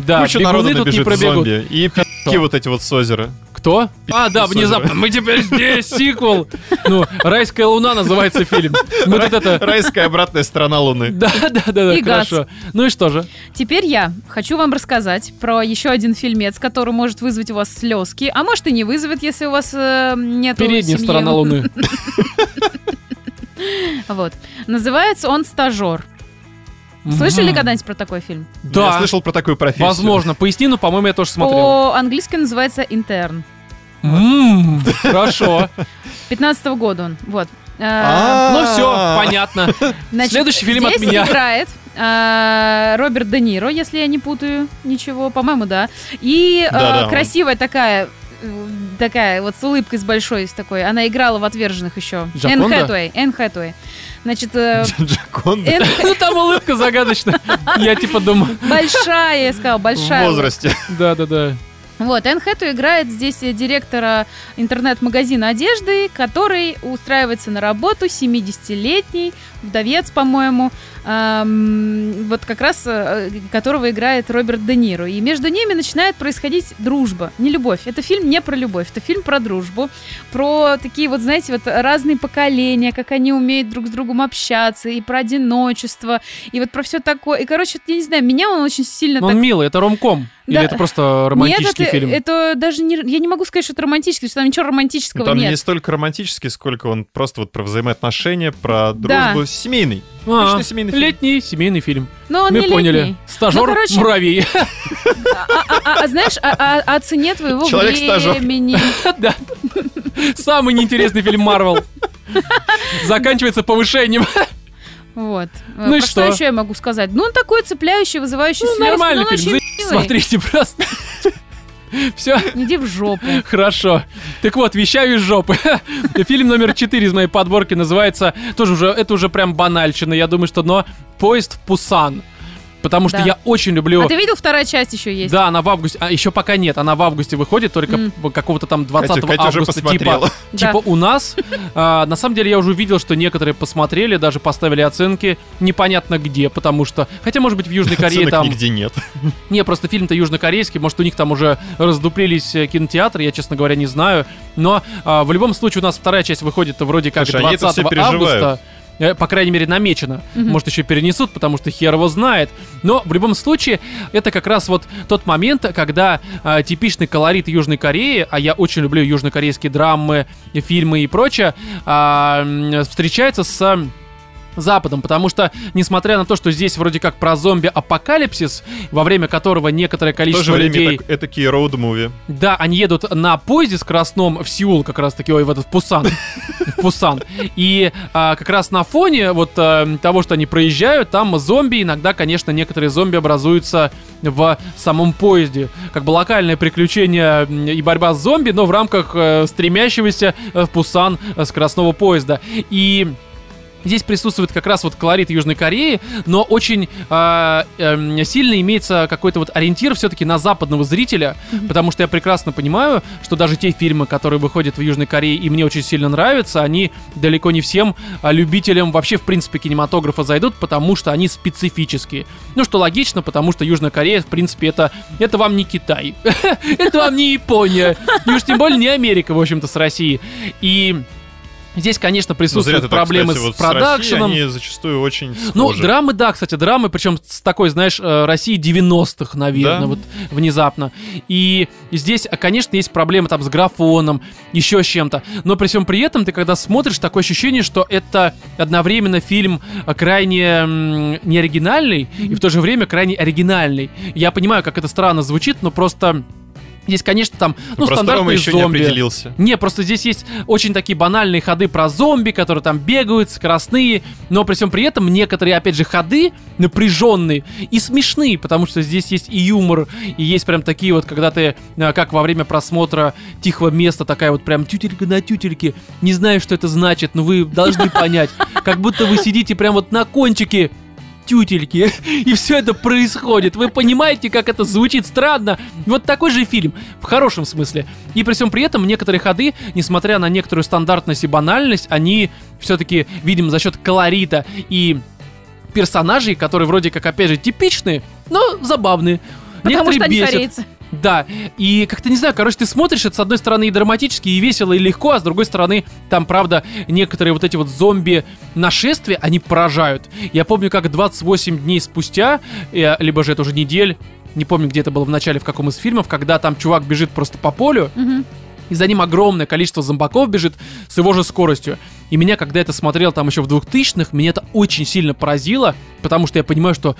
S1: Да,
S2: Куча народу
S1: бегуны тут не
S2: набежит
S1: пробегут.
S2: зомби. И пи***ки вот эти вот с озера.
S1: Кто? А, да,
S2: Созеров.
S1: внезапно. Мы теперь здесь, сиквел. Ну, «Райская луна» называется фильм. Мы тут это...
S2: Райская обратная сторона Луны.
S1: Да, да, да, да,
S3: И газ.
S1: хорошо. Ну и что же?
S3: Теперь я хочу вам рассказать про еще один фильмец, который может вызвать у вас слезки, а может и не вызовет, если у вас э, нет
S1: Передняя сторона луны.
S3: Вот. Называется он «Стажер». Слышали
S1: Мгм.
S3: когда-нибудь про такой фильм?
S2: Я
S1: Да,
S2: слышал про такую профессию.
S1: возможно. Поясни, но, по-моему, я тоже смотрел.
S3: По-английски называется «Интерн».
S1: М, Хорошо.
S3: 15 года он. Вот. Э,
S2: А,
S1: Ну все, понятно.
S3: значит,
S1: следующий фильм от
S3: здесь
S1: меня.
S3: играет э, Роберт Де Ниро, если я не путаю ничего, по-моему, да. И э,
S2: Да-да, он.
S3: красивая такая э, такая вот с улыбкой с большой с такой. Она играла в «Отверженных» еще. Энн
S1: Джоконда?
S3: Хэтуэй. Энн Хэтуэй. Значит, э,
S2: Джаконда
S3: Энн-
S1: Ну там улыбка загадочная. Я типа думаю,
S3: большая, я сказала,
S2: в
S3: большая.
S2: возрасте.
S1: да-да-да.
S3: Вот, Энн Хэтэуэй играет здесь э, директора интернет-магазина одежды, который устраивается на работу 70-летний, вдовец, по-моему, эм, вот как раз э, которого играет Роберт Де Ниро. И между ними начинает происходить дружба, не любовь. Это фильм не про любовь, это фильм про дружбу, про такие вот, знаете, вот разные поколения, как они умеют друг с другом общаться, и про одиночество, и вот про все такое. И, короче, я не знаю, меня он очень сильно
S1: Но
S3: так
S1: он милый, это ромком. Или
S3: Да. э,
S1: это просто романтический
S3: нет, это,
S1: фильм?
S3: это даже не... Я не могу сказать, что это романтический, потому что там ничего
S1: Ну,
S3: романтического
S2: Там
S3: нет.
S2: не столько романтический, сколько он просто вот про взаимоотношения, про
S3: Да.
S2: дружбу семейный.
S1: А,
S2: Обычный семейный фильм.
S1: летний семейный фильм.
S3: Но он
S1: Мы
S3: не
S1: поняли.
S3: летний.
S1: Стажер
S3: Ну, короче,
S1: муравей.
S3: А, а- а- а знаешь, а, а- о цене твоего
S2: Человек-стажер.
S3: времени.
S1: Да. Самый неинтересный фильм Марвел. Заканчивается повышением.
S3: Вот.
S1: Ну и
S3: Про
S1: что?
S3: еще я могу сказать? Ну, он такой цепляющий, вызывающий
S1: Ну,
S3: слезы,
S1: нормальный
S3: но он
S1: фильм.
S3: очень
S1: заебись,
S3: милый.
S1: Смотрите просто. Все
S3: Иди в жопу.
S1: хорошо. Так вот, вещаю из жопы. Фильм номер 4 из моей подборки называется... Тоже уже... Это уже прям банальщина, я думаю, что... Но «Поезд в Пусан». потому что
S3: Да.
S1: я очень люблю...
S3: А ты видел, вторая часть еще есть?
S1: Да, она в августе. А еще пока нет, она в августе выходит, только
S3: М.
S1: п- какого-то там 20
S2: Катя, Катя уже
S1: августа типа.
S2: посмотрела.
S3: Да.
S1: Типа у нас. А, на самом деле я уже увидел, что некоторые посмотрели, даже поставили оценки. Непонятно где, потому что. Хотя, может быть, в Южной Корее
S2: Оценок
S1: там.
S2: нигде нет.
S1: Не, просто фильм-то южнокорейский, может, у них там уже раздуплились э, кинотеатры, я, честно говоря, не знаю. Но а, в любом случае у нас вторая часть выходит вроде как
S2: Слушай, они это
S1: 20
S2: все
S1: августа.
S2: переживают.
S1: Э, По крайней мере, намечено.
S3: Мгм.
S1: Может, еще перенесут, потому что хер его знает. Но в любом случае, это как раз вот тот момент, когда а, типичный колорит Южной Кореи, а я очень люблю южнокорейские драмы, и фильмы и прочее, а, м, встречается с м, Западом, потому что, несмотря на то, что здесь вроде как про зомби-апокалипсис, во время которого некоторое
S2: В то же
S1: количество людей...
S2: время это такие роуд-муви.
S1: Да, они едут на поезде скоростном в Сеул как раз-таки, ой, в этот в Пусан. В Пусан. И а, как раз на фоне вот а, того, что они проезжают, там зомби, иногда, конечно, некоторые зомби образуются в самом поезде. Как бы локальное приключение м, и борьба с зомби, но в рамках э, стремящегося э, в Пусан э, скоростного поезда. И... Здесь присутствует как раз вот колорит Южной Кореи, но очень э, эм, сильно имеется какой-то вот ориентир все-таки на западного зрителя, потому что я прекрасно понимаю, что даже те фильмы, которые выходят в Южной Корее и мне очень сильно нравятся, они далеко не всем а, любителям вообще в принципе кинематографа зайдут, потому что они специфические. Ну что логично, потому что Южная Корея в принципе это это вам не Китай, это вам не Япония, и уж тем более не Америка в общем-то с Россией и Здесь, конечно,
S2: Ну, зря
S1: присутствуют
S2: ты так,
S1: проблемы
S2: кстати, вот
S1: с
S2: Россией,
S1: продакшеном.
S2: Они зачастую очень
S1: Ну,
S2: схожи.
S1: драмы, да, кстати, драмы, причем с такой, знаешь, э, России 90-х, наверное,
S2: Да.
S1: вот внезапно. И здесь, а, конечно, есть проблемы там с графоном, еще с чем-то. Но при всем при этом ты когда смотришь, такое ощущение, что это одновременно фильм э, крайне м, неоригинальный и в то же время крайне оригинальный. Я понимаю, как это странно звучит, но просто... Здесь, конечно, там, ну,
S2: Просто Рома
S1: стандартные
S2: еще не
S1: зомби.
S2: определился.
S1: Не, просто здесь есть очень такие банальные ходы про зомби, которые там бегают, скоростные, но при всем при этом некоторые, опять же, ходы напряженные и смешные, потому что здесь есть и юмор, и есть прям такие вот, когда ты, э, как во время просмотра «Тихого места», такая вот прям тютелька на тютельке, не знаю, что это значит, но вы должны понять, как будто вы сидите прям вот на кончике тютельки. И все это происходит. Вы понимаете, как это звучит странно? Вот такой же фильм, в хорошем смысле. И при всем при этом некоторые ходы, несмотря на некоторую стандартность и банальность, они все-таки, видим, за счет колорита и персонажей, которые вроде как, опять же, типичные, но забавные.
S3: Потому
S1: Некоторые
S3: что они
S1: бесят.
S3: корейцы.
S1: Да, и как-то не знаю, короче, ты смотришь, это с одной стороны и драматически, и весело, и легко, а с другой стороны, там, правда, некоторые вот эти вот зомби-нашествия, они поражают. Я помню, как 28 дней спустя, э, либо же это уже недель, не помню, где это было в начале, в каком из фильмов, когда там чувак бежит просто по полю,
S3: Мгм.
S1: и за ним огромное количество зомбаков бежит с его же скоростью. И меня, когда это смотрел там еще в 2000-х, меня это очень сильно поразило, потому что я понимаю, что,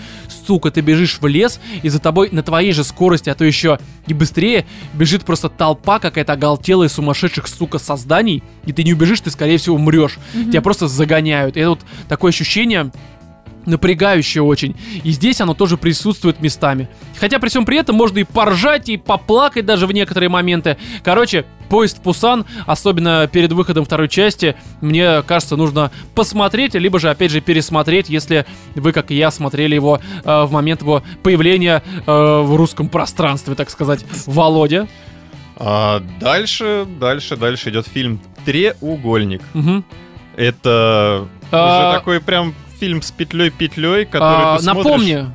S1: сука, ты бежишь в лес, и за тобой на твоей же скорости, а то еще и быстрее, бежит просто толпа какая-то оголтелая сумасшедших, сука, созданий, и ты не убежишь, ты, скорее всего, умрешь. Тебя просто загоняют. И это вот такое ощущение, напрягающее очень. И здесь оно тоже присутствует местами. Хотя при всем при этом можно и поржать, и поплакать даже в некоторые моменты. Короче, поезд в Пусан, особенно перед выходом второй части, мне кажется, нужно посмотреть, либо же, опять же, пересмотреть, если вы, как и я, смотрели его э, в момент его появления э, в русском пространстве, так сказать. Володя.
S2: А дальше, дальше, дальше идет фильм «Треугольник».
S1: Мгм.
S2: Это
S1: А,
S2: уже такой прям фильм с петлей-петлей, который
S1: А,
S2: ты смотришь.
S1: напомни,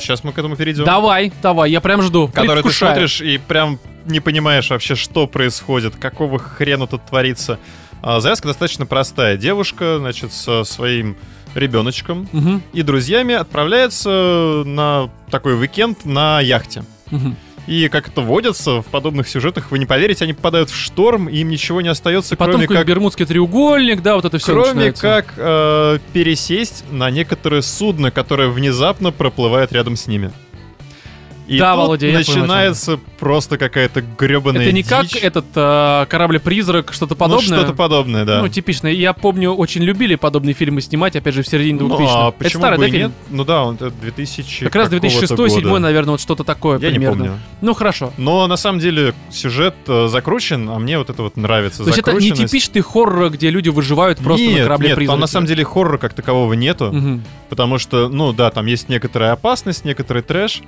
S2: сейчас мы к этому перейдем.
S1: давай, давай, я прям жду.
S2: который ты
S1: предвкушаю.
S2: смотришь и прям не понимаешь вообще, что происходит, какого хрена тут творится. А, Завязка достаточно простая. Девушка, значит, со своим ребеночком
S1: Мгм,
S2: и друзьями отправляется на такой уикенд на яхте.
S1: мгм.
S2: И как это водится в подобных сюжетах, вы не поверите, они попадают в шторм, и им ничего не остается,
S1: Потом
S2: кроме
S1: какой-нибудь
S2: как,
S1: Бермудский треугольник, да, вот это все
S2: кроме как э, пересесть на некоторое судно, которое внезапно проплывает рядом с ними. И
S1: Да,
S2: тут
S1: Володя, я понял, о чем
S2: начинается просто какая-то гребаная
S1: Это не как этот э, корабль-призрак, что-то подобное.
S2: Ну, что-то подобное, да.
S1: Ну, типичное. Я помню, очень любили подобные фильмы снимать, опять же, в середине
S2: Ну,
S1: 2000
S2: а
S1: Это
S2: почему
S1: старый,
S2: бы
S1: да,
S2: и нет?
S1: фильм?
S2: Ну да, он это 2000
S1: Как раз
S2: какого-то
S1: 2006-2007,
S2: года.
S1: наверное, вот что-то такое
S2: Я не
S1: примерно.
S2: помню.
S1: Ну, хорошо.
S2: Но на самом деле сюжет э, закручен, а мне вот это вот нравится.
S1: То есть это не
S2: закрученность.
S1: типичный хоррор, где люди выживают просто
S2: нет,
S1: на корабле
S2: нет,
S1: призраке
S2: там на самом деле хоррора как такового нету, потому что, ну да, там есть некоторая опасность, некоторый трэш,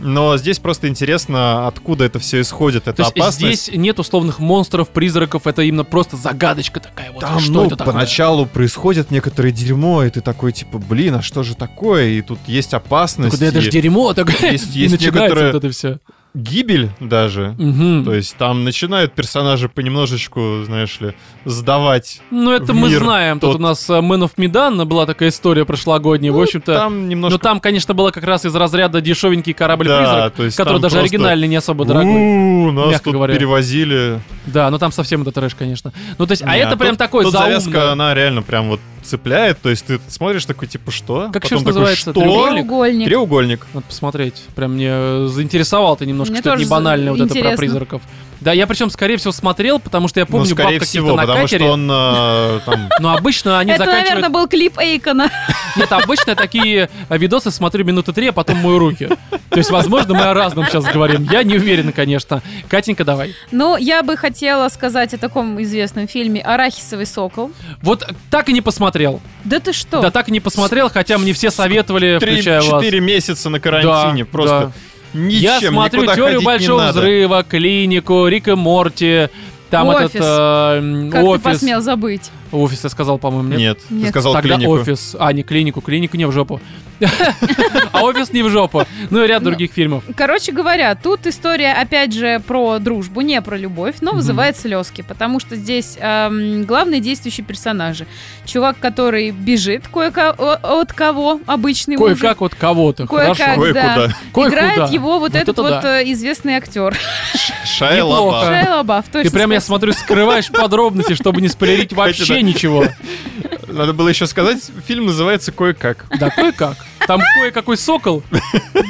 S2: но здесь просто интересно, откуда это все исходит,
S1: То
S2: эта
S1: есть
S2: опасность.
S1: здесь нет условных монстров, призраков, это именно просто загадочка такая. Вот
S2: Там,
S1: что
S2: ну,
S1: это такое?
S2: поначалу происходит некоторое дерьмо, и ты такой, типа, блин, а что же такое? И тут есть опасность,
S1: Такой, да это
S2: и
S1: ж дерьмо, такое.
S2: есть-
S1: И
S2: есть
S1: начинается
S2: некоторое-
S1: вот это все.
S2: гибель даже. То есть там начинают персонажи понемножечку, знаешь ли, сдавать.
S1: Ну, это
S2: в
S1: мы
S2: мир
S1: знаем. Тут
S2: тот. Ну,
S1: у нас э, Man of Medan была такая история прошлогодняя, в общем-то.
S2: Там
S1: Но
S2: немножко...
S1: Ну, там, конечно, было как раз из разряда дешевенький
S2: да,
S1: корабль-призрак,
S2: то есть
S1: который
S2: там
S1: даже
S2: просто,
S1: оригинальный не особо дорогой.
S2: «У, нас
S1: мягко
S2: тут
S1: говоря.
S2: перевозили.
S1: Да, но там совсем это трэш, конечно. Ну, то есть, а
S2: Не,
S1: это прям
S2: тут-
S1: такой
S2: тут завязка,
S1: заумный.
S2: она реально прям вот цепляет. То есть ты смотришь такой, типа, что?
S1: Как сейчас
S2: Потом такой,
S1: называется?
S2: Что?
S1: Треугольник?
S3: Треугольник.
S2: Треугольник.
S1: Надо посмотреть. Прям мне э, заинтересовал ты немножко,
S3: Мне
S1: что это не
S3: тоже
S1: банально, вот это про
S3: интересно.
S1: призраков. Да, я причем, скорее всего, смотрел, потому что я
S2: Ну,
S1: помню,
S2: скорее
S1: бабка каких-то
S2: всего,
S1: на
S2: потому
S1: катере.
S2: что он э, там...
S1: Но обычно они
S3: Это,
S1: заканчивают...
S3: наверное, был клип Эйкона.
S1: Нет, обычно я такие видосы смотрю минуты три, а потом мою руки. То есть, возможно, мы о разном сейчас говорим. Я не уверен, конечно. Катенька, давай.
S3: Ну, я бы хотела сказать о таком известном фильме «Арахисовый сокол».
S1: Вот так и не посмотрел.
S3: Да ты что?
S1: Да так и не посмотрел, хотя мне все советовали, включая вас.
S2: 3-4 месяца на
S1: Да,
S2: карантине.
S1: да.
S2: Просто
S1: Я
S2: ничем,
S1: смотрю
S2: никуда
S1: теорию
S2: ходить не
S1: большого
S2: надо.
S1: взрыва, клинику, Рик и Морти. Там
S3: Офис.
S1: этот э, м,
S3: Как ты
S1: офис.
S3: посмел забыть?
S1: Офис, я сказал, по-моему, нет.
S2: Нет, ты
S3: Нет.
S2: сказал
S1: Тогда
S2: клинику.
S1: офис. А, не клинику, клинику не в жопу. А офис не в жопу. Ну и ряд
S3: Ну.
S1: других фильмов.
S3: Короче говоря, тут история, опять же, про дружбу, не про любовь, но
S1: Мгм.
S3: вызывает слезки, потому что здесь эм, главные действующие персонажи. Чувак, который бежит кое от кого, обычный мужик.
S1: Кое-как вот кого-то.
S3: Кое-как.
S1: Хорошо.
S2: Кое-куда.
S1: Кое-куда.
S3: Играет его вот,
S1: Вот
S3: этот
S1: это
S3: вот
S1: да.
S3: э, известный актер.
S2: Шайа
S1: Неплохо.
S2: Лабаф.
S1: Да.
S3: Шайа Лабаф, точно.
S1: Ты прям, я
S3: сказал.
S1: смотрю, скрываешь подробности, чтобы не спойлерить вообще
S2: Кстати, да.
S1: ничего.
S2: Надо было еще сказать, фильм называется «Кое-как».
S1: Да кое-как. Там кое-какой сокол,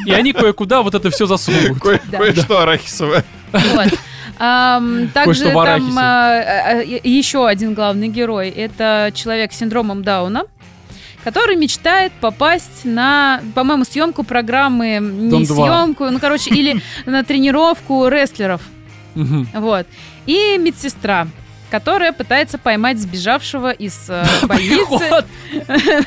S1: и они кое-куда вот это все засовывают.
S2: Кое-
S3: Да.
S2: Кое-что арахисовое.
S3: Вот. Ам, Также
S1: Кое-что в арахисе.
S3: там а, а, и- еще один главный герой. Это человек с синдромом Дауна, который мечтает попасть на, по-моему, съемку программы,
S1: Дом
S3: не
S1: два.
S3: съемку, ну, короче, или на тренировку рестлеров.
S1: Мгм.
S3: Вот. И медсестра которая пытается поймать сбежавшего из э, больницы
S1: Приход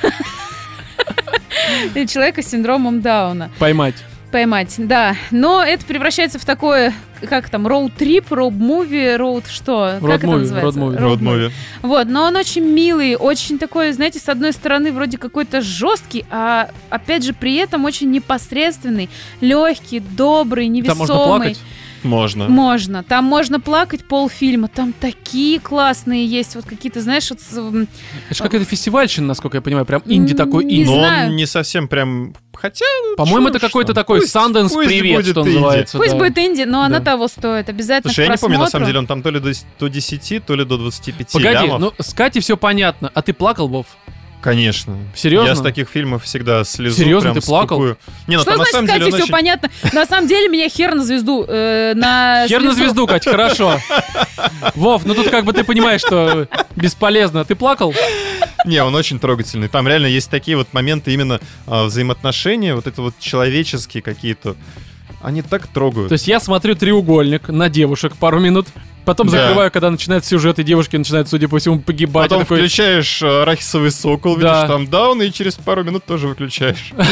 S3: человека с синдромом Дауна.
S1: Поймать.
S3: Поймать, да. Но это превращается в такое, как там, роуд-трип, роуд-муви, роуд что?
S1: Road
S3: как это
S1: movie,
S3: называется?
S1: road movie.
S3: Road
S2: Road movie.
S3: movie. Вот, но он очень милый, очень такой, знаете, с одной стороны вроде какой-то жесткий, а опять же при этом очень непосредственный, легкий, добрый,
S1: Там
S3: невесомый.
S1: можно плакать.
S2: Можно.
S3: Можно. Там можно плакать полфильма. Там такие классные есть. Вот какие-то, знаешь, вот с- м,
S1: Это же какая-то фестивальщина, насколько я понимаю, прям инди
S3: М,
S1: такой
S3: не
S1: инди.
S2: Но
S3: знаю.
S2: он не совсем прям... Хотя...
S1: По-моему,
S2: чё
S1: это
S2: уж
S1: какой-то
S2: там.
S1: такой
S2: Пусть-
S1: Санденс
S2: пусть
S1: привет,
S2: будет
S1: что
S2: инди.
S1: называется.
S3: пусть
S1: да.
S3: будет инди, но она
S1: Да.
S3: того стоит. Обязательно
S2: Слушай,
S3: к
S2: я не помню, на самом
S3: просмотру.
S2: деле, он там то ли до, с- до 10, то ли до 25
S1: Погоди,
S2: лямов.
S1: ну с Катей все понятно. А ты плакал, Вов?
S2: Конечно.
S1: Серьезно?
S2: Я с таких фильмов всегда слезу.
S1: Серьезно,
S2: прям
S1: ты плакал?
S2: скукую. Не, ну
S3: Что
S2: там на
S3: значит,
S2: самом
S3: Катя,
S2: деле он
S3: все
S2: очень-
S3: понятно? На самом деле меня хер на звезду. э, на
S1: Хер на звезду, Кать, хорошо. Вов, ну тут как бы ты понимаешь, что бесполезно. Ты плакал?
S2: Не, он очень трогательный. Там реально есть такие вот моменты именно а, взаимоотношения, вот это вот человеческие какие-то. Они так трогают.
S1: То есть я смотрю треугольник на девушек пару минут, потом
S2: Да.
S1: закрываю, когда начинает сюжет, и девушки начинают, судя по всему, погибать.
S2: Потом
S1: Я такой,
S2: включаешь э, арахисовый сокол,
S1: Да.
S2: видишь, там даун, и через пару минут тоже выключаешь.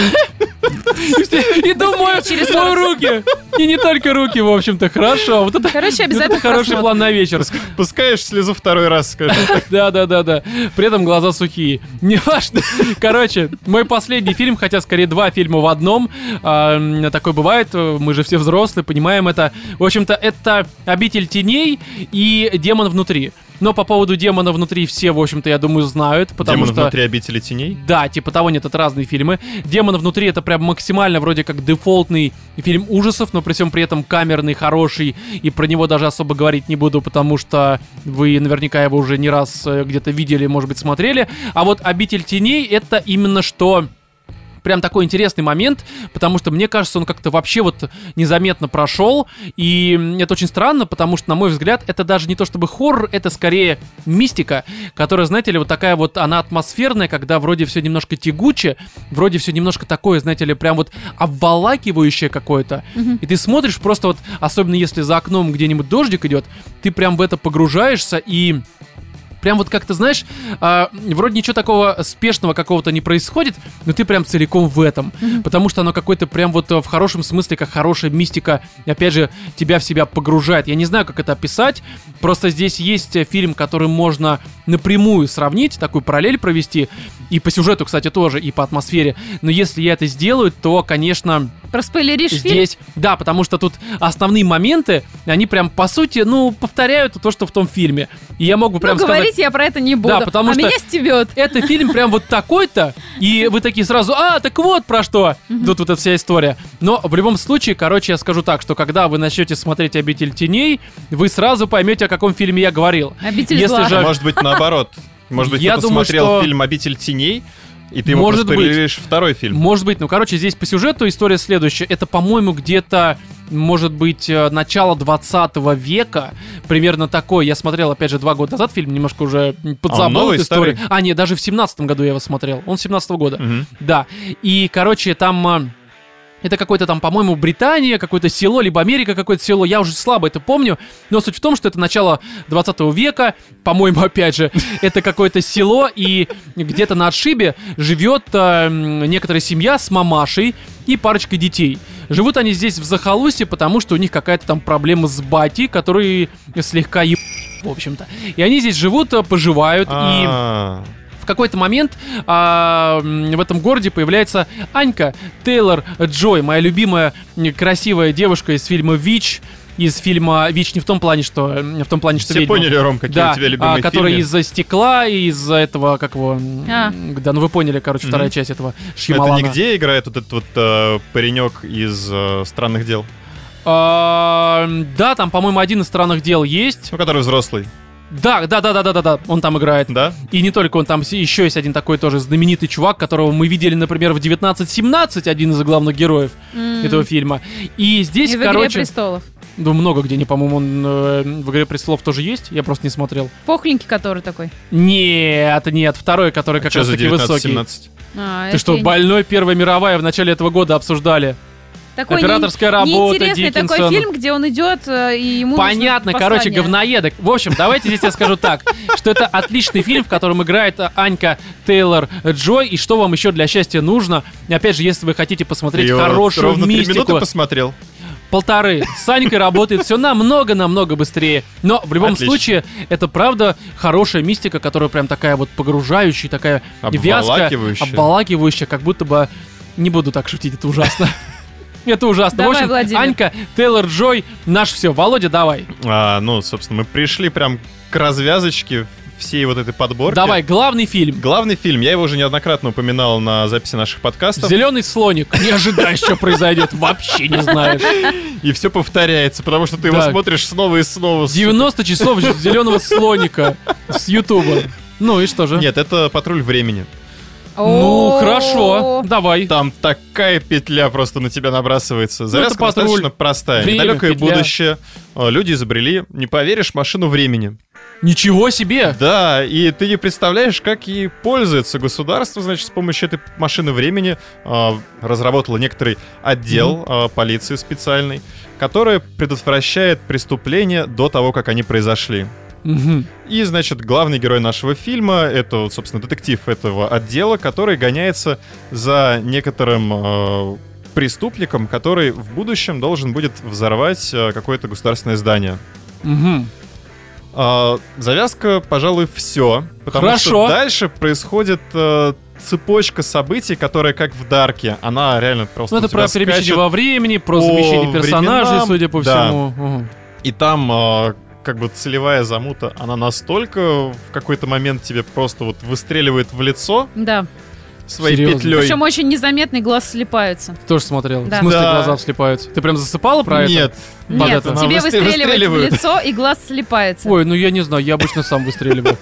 S1: И думаю, через мою руки. И не только руки, в общем-то. Хорошо. Вот это вот
S3: Короче,
S1: это
S3: обязательно
S1: Ну, хороший
S3: просмотр.
S1: план на вечер.
S2: Пускаешь слезу второй раз, скажи.
S1: Да, да, да, да. При этом глаза сухие. Не важно. Короче, мой последний фильм, хотя скорее два фильма в одном. А, м, такое бывает. э, Мы же все взрослые, понимаем это. В общем-то, это «Обитель теней» и «Демон внутри». Но по поводу «Демона внутри» все, в общем-то, я думаю, знают, потому
S2: Демон
S1: что...
S2: внутри обители теней.
S1: Да, типа того нет, это разные фильмы. Демон внутри это прям максимально вроде как дефолтный фильм ужасов, но при всем при этом камерный, хороший, и про него даже особо говорить не буду, потому что вы наверняка его уже не раз э, где-то видели, может быть, смотрели. А вот Обитель теней это именно что прям такой интересный момент, потому что мне кажется, он как-то вообще вот незаметно прошел, и это очень странно, потому что, на мой взгляд, это даже не то чтобы хоррор, это скорее мистика, которая, знаете ли, вот такая вот, она атмосферная, когда вроде все немножко тягуче, вроде все немножко такое, знаете ли, прям вот обволакивающее какое-то,
S3: Мгм.
S1: и ты смотришь просто вот, особенно если за окном где-нибудь дождик идет, ты прям в это погружаешься и прям вот как-то знаешь, а, вроде ничего такого спешного какого-то не происходит, но ты прям целиком в этом,
S3: Мгм.
S1: потому что оно какое-то прям вот э, в хорошем смысле как хорошая мистика, и опять же тебя в себя погружает. Я не знаю, как это описать, просто здесь есть э, фильм, который можно напрямую сравнить, такую параллель провести и по сюжету, кстати, тоже и по атмосфере. Но если я это сделаю, то, конечно,
S3: Проспойлеришь фильм?
S1: здесь, ну, да, потому что тут основные моменты, они прям по сути, ну, повторяют то, что в том фильме. И я мог бы
S3: Ну,
S1: прям сказать,
S3: говорить я про это не буду.
S1: потому
S3: а
S1: что-
S3: меня стебет.
S1: это фильм прям вот такой-то, и вы такие сразу, а, так вот про что. Тут вот эта вся история. Но в любом случае, короче, я скажу так, что когда вы начнете смотреть «Обитель теней», вы сразу поймете, о каком фильме я говорил.
S3: Обитель
S1: Если
S3: зла.
S1: же-
S2: А Может быть, наоборот. Может быть,
S1: Я
S2: кто-то
S1: думаю,
S2: смотрел
S1: что-
S2: фильм «Обитель теней», и ты ему
S1: Может быть.
S2: проспойлеришь второй фильм.
S1: Может быть, ну короче, здесь по сюжету история следующая. Это, по-моему, где-то, может быть, э, начало 20 века. Примерно такой. Я смотрел, опять же, два года назад фильм, немножко уже м, подзабыл
S2: А он новый,
S1: эту историю.
S2: старый?
S1: А, нет, даже в 17 году я его смотрел. Он 17 года.
S2: Мгм.
S1: Да. И, короче, там... а, Это какое-то там, по-моему, Британия, какое-то село, либо Америка какое-то село, я уже слабо это помню, но суть в том, что это начало 20 века, по-моему, опять же, это какое-то село, и где-то на отшибе живет а, м, некоторая семья с мамашей и парочкой детей. Живут они здесь в захолустье, потому что у них какая-то там проблема с бати, которые слегка еб... в общем-то. И они здесь живут, а, поживают, и
S2: А,
S1: в какой-то момент а, м, в этом городе появляется Анька Тейлор Джой, моя любимая м, красивая девушка из фильма Вич. Из фильма Вич не в том плане, что м, в том плане, что
S2: Все
S1: ведьма.
S2: поняли, Ром, какие
S1: да,
S2: у тебя
S1: а,
S2: любимые
S1: который
S2: фильмы?
S1: из-за стекла и из-за этого, как его... м,
S3: А.
S1: Да, ну вы поняли, короче,
S2: Мгм.
S1: вторая часть этого
S2: Это
S1: Шьямалана.
S2: нигде играет вот этот вот э, паренек из э, «Странных дел»,
S1: А, м, да, там, по-моему, один из странных дел есть.
S2: ну, который взрослый,
S1: Да, да, да, да, да, да, да, он там играет.
S2: да?
S1: И не только он, там с- еще есть один такой тоже знаменитый чувак, которого мы видели, например, в 1917, один из главных героев
S3: М.
S1: этого фильма. И здесь,
S3: И в «Игре
S1: короче,
S3: престолов».
S1: ну, много где не, по-моему, он э, в «Игре престолов» тоже есть, я просто не смотрел.
S3: Похленький который такой.
S1: Нет, нет, второй, который как
S2: А Чё
S1: раз
S2: за
S1: таки высокий.
S2: 19-17?
S3: А,
S1: Ты
S3: это
S1: что,
S3: я не-
S1: больной Первая мировая в начале этого года обсуждали?
S3: Такой не-
S1: Операторская работа
S3: Неинтересный
S1: Диккенсона.
S3: такой фильм, где он идет, э, и ему нужно
S1: Понятно, короче,
S3: послание.
S1: говноедок. В общем, давайте здесь я скажу так, что это отличный фильм, в котором играет а, Анька Тейлор Джой, и что вам еще для счастья нужно? И Опять же, если вы хотите
S2: Ты
S1: посмотреть
S2: его
S1: хорошую
S2: ровно три
S1: мистику,
S2: минуты посмотрел.
S1: полторы, с Анькой работает все намного-намного быстрее. Но в любом
S2: Отлично.
S1: случае, это правда хорошая мистика, которая прям такая вот погружающая, такая вязкая,
S2: Обволакивающая.
S1: обволакивающая, как будто бы... Не буду так шутить, это ужасно. Это ужасно.
S3: Давай,
S1: в общем,
S3: Владимир.
S1: Анька, Тейлор Джой, наш все. Володя, давай.
S2: А, ну, собственно, мы пришли прям к развязочке всей вот этой подборки.
S1: Давай, главный фильм.
S2: Главный фильм, я его уже неоднократно упоминал на записи наших подкастов,
S1: Зеленый слоник. Не ожидаешь, что произойдет. Вообще не знаешь.
S2: и все повторяется, потому что ты
S1: Так.
S2: его смотришь снова и снова. сука.
S1: 90 часов зеленого слоника с Ютуба. Ну и что же?
S2: Нет, это «Патруль времени».
S1: Ну,
S3: О-о-о.
S1: хорошо. Давай.
S2: Там такая петля просто на тебя набрасывается. Завязка
S1: Ну, «Патруль».
S2: достаточно простая.
S1: Время,
S2: Недалекое
S1: петля.
S2: будущее. Э, Люди изобрели, не поверишь, машину времени.
S1: Ничего себе!
S2: Да, и ты не представляешь, как ей пользуется государство, значит, с помощью этой машины времени а, разработало некоторый отдел а, полиции специальный, который предотвращает преступления до того, как они произошли.
S1: Мгм.
S2: И, значит, главный герой нашего фильма — это, вот, собственно, детектив этого отдела, который гоняется за некоторым э, преступником, который в будущем должен будет взорвать э, какое-то государственное здание.
S1: Мгм.
S2: А, завязка, пожалуй, все. Потому
S1: Хорошо.
S2: что дальше происходит э, цепочка событий, которая как в Дарке. Она реально просто...
S1: Ну, это
S2: у тебя
S1: про перемещение
S2: скачет.
S1: во времени, про
S2: по
S1: замещение персонажей,
S2: временам,
S1: судя по
S2: да.
S1: всему. Мгм.
S2: И там э, как бы целевая замута, она настолько в какой-то момент тебе просто вот выстреливает в лицо,
S3: Да.
S2: своей
S1: Серьезно?
S2: петлей.
S3: Причем очень незаметный глаз слипаются.
S1: Тоже смотрел.
S3: Да.
S1: В смысле,
S2: Да.
S1: глаза вслепаются. Ты прям засыпала про это?
S2: Нет.
S1: Под
S3: Нет,
S1: это.
S3: тебе
S2: Она выстрел-
S3: выстреливает в
S2: выстреливают.
S3: лицо, и глаз слипается.
S1: Ой, ну я не знаю, я обычно сам выстреливаю.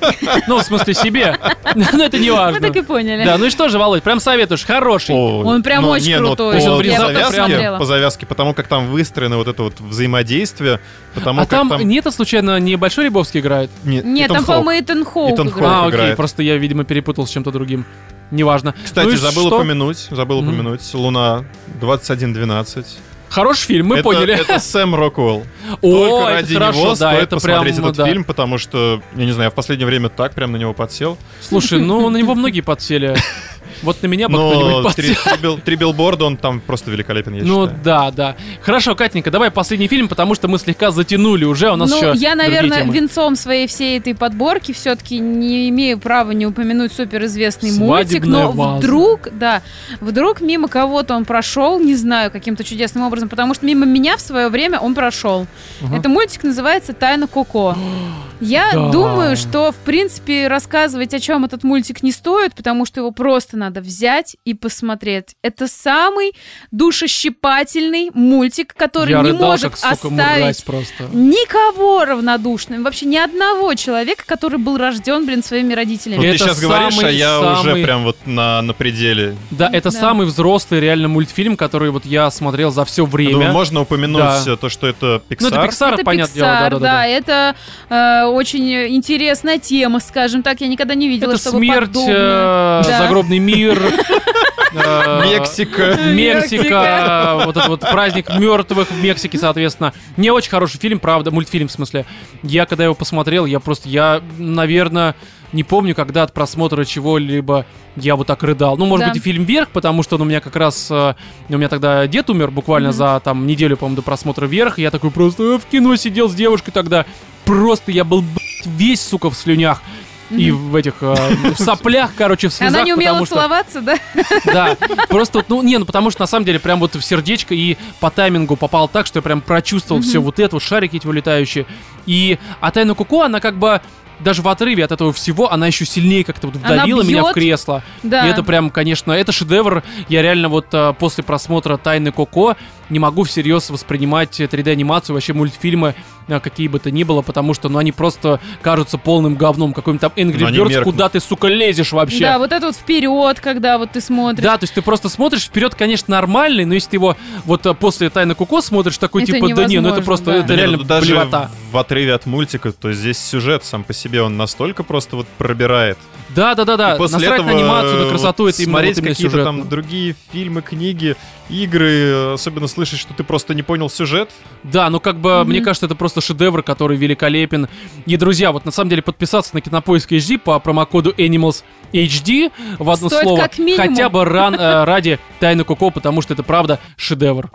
S1: Ну, в смысле, себе. Но это не
S3: Мы
S1: важно.
S3: так и поняли.
S1: Да, ну и что же, Володь, прям советуешь, хороший.
S2: О, а
S3: Он прям
S2: но
S3: очень
S2: Ну, не, но
S3: крутой.
S1: То есть он
S2: По,
S1: внезапно
S2: завязке,
S3: прям-
S2: по завязке, потому как там выстроено вот это вот взаимодействие, потому
S1: А
S2: как там...
S1: там нет, особенно не Большой Рябовский играет?
S2: Не-
S3: Нет,
S2: Итан
S3: там,
S2: Хоук.
S3: по-моему, Итан Хоук
S2: Итан
S3: играет.
S2: Хоук.
S1: А, окей,
S2: играет.
S1: просто я, видимо, перепутал с чем-то другим. Неважно.
S2: Кстати,
S1: Ну и
S2: забыл
S1: что?
S2: упомянуть, забыл
S1: Мгм.
S2: упомянуть, Луна 2112.
S1: Хороший фильм, мы
S2: это,
S1: поняли.
S2: Это Сэм Роквелл.
S1: О,
S2: Только
S1: это
S2: ради
S1: хорошо,
S2: него
S1: да,
S2: стоит
S1: это прям,
S2: посмотреть этот
S1: да.
S2: фильм, потому что, я не знаю, я в последнее время так прям на него подсел.
S1: Слушай, ну на него многие подсели. Вот на меня бы кто-нибудь
S2: Но три,
S1: подсел.
S2: три бил- три билборда, он там просто великолепен, я
S1: Ну
S2: считаю.
S1: да, да. Хорошо, Катенька, давай последний фильм, потому что мы слегка затянули уже. У нас
S3: ну,
S1: еще.
S3: я,
S1: другие
S3: наверное,
S1: темы.
S3: венцом своей всей этой подборки все-таки не имею права не упомянуть суперизвестный мультик,
S1: Свадебная
S3: но
S1: ваза.
S3: вдруг, да, вдруг мимо кого-то он прошел, не знаю, каким-то чудесным образом, потому что мимо меня в свое время он прошел.
S1: Ага.
S3: Это мультик называется «Тайна Коко». Я
S1: Да.
S3: думаю, что, в принципе, рассказывать, о чем этот мультик не стоит, потому что его просто надо взять и посмотреть. Это самый душещипательный мультик, который
S1: Я
S3: не
S1: рыдал,
S3: может
S1: как, сука,
S3: оставить
S1: мразь просто.
S3: никого равнодушным, вообще ни одного человека, который был рожден, блин, своими
S2: Вот
S3: родителями.
S1: Э,
S2: ты
S1: это
S2: сейчас говоришь, а
S1: самый-
S2: я
S1: самый-
S2: уже прям вот на, на пределе.
S1: Да, это
S3: Да.
S1: самый взрослый реально мультфильм, который вот я смотрел за все
S2: Я думаю,
S1: время.
S2: можно упомянуть
S1: Да.
S2: э, то, что это Pixar.
S1: Ну, это Pixar,
S3: это
S1: понятное дело,
S3: Pixar,
S1: да-да-да.
S3: да, это э, очень интересная тема, скажем так. Я никогда не видела,
S1: Это
S3: чтобы
S1: смерть,
S3: подобное.
S1: э,
S3: Да.
S1: загробный мир, э,
S2: Мексика.
S1: Мексика, вот этот вот праздник мертвых в Мексике, соответственно. Не очень хороший фильм, правда, мультфильм в смысле. Я когда его посмотрел, я просто, я, наверное, не помню, когда от просмотра чего-либо я вот так рыдал. Ну, может
S3: Да.
S1: быть, и фильм «Вверх», потому что он у меня как раз... э, у меня тогда дед умер буквально
S3: Мгм.
S1: за там неделю, по-моему, до просмотра «Вверх». Я такой просто э, в кино сидел с девушкой тогда. Просто я был, блядь, весь, сука, в слюнях. И в этих, э, в соплях, короче, в слезах.
S3: Она не умела
S1: потому что-
S3: целоваться, да?
S1: да, просто вот, ну, не, ну потому что на самом деле прям вот в сердечко и по таймингу попал так, что я прям прочувствовал все вот это, вот шарики эти вылетающие. И а Тайна Куко, она как бы даже в отрыве от этого всего, она еще сильнее как-то вот
S3: Она
S1: вдавила меня в
S3: бьет.
S1: кресло.
S3: Да.
S1: И это прям, конечно, это шедевр. Я реально вот а, после просмотра «Тайны Коко» не могу всерьез воспринимать 3D-анимацию, вообще мультфильмы, а, какие бы то ни было, потому что, ну, они просто кажутся полным говном. Какой-нибудь там
S2: Но
S1: Angry
S2: Ну, они
S1: Birds,
S2: меркнут.
S1: куда ты, сука, лезешь вообще?
S3: Да, вот это вот вперед, когда вот ты смотришь.
S1: Да, то есть ты просто смотришь вперед, конечно, нормальный, но если ты его вот а, после тайны Куко смотришь, такой
S3: Это
S1: типа, да не, ну это
S3: невозможно,
S1: просто
S3: да.
S1: это
S2: Да не,
S1: реально
S2: ну, даже
S1: блевота.
S2: в отрыве от мультика, то здесь сюжет сам по себе, он настолько просто вот пробирает.
S1: Да, да, да, да.
S2: И после
S1: Насрать
S2: этого
S1: на анимацию,
S2: э,
S1: на
S2: вот
S1: красоту, это именно
S2: смотреть
S1: вот именно
S2: какие-то
S1: сюжет.
S2: там другие фильмы, книги, игры, э, особенно слышать, что ты просто не понял сюжет.
S1: Да, ну как бы, мне кажется, это просто шедевр, который великолепен. И, друзья, вот на самом деле подписаться на Кинопоиск HD по промокоду Animals HD в одно
S3: Стоит
S1: слово.
S3: как минимум.
S1: Хотя бы ран, э, ради Тайны Коко, потому что это правда шедевр.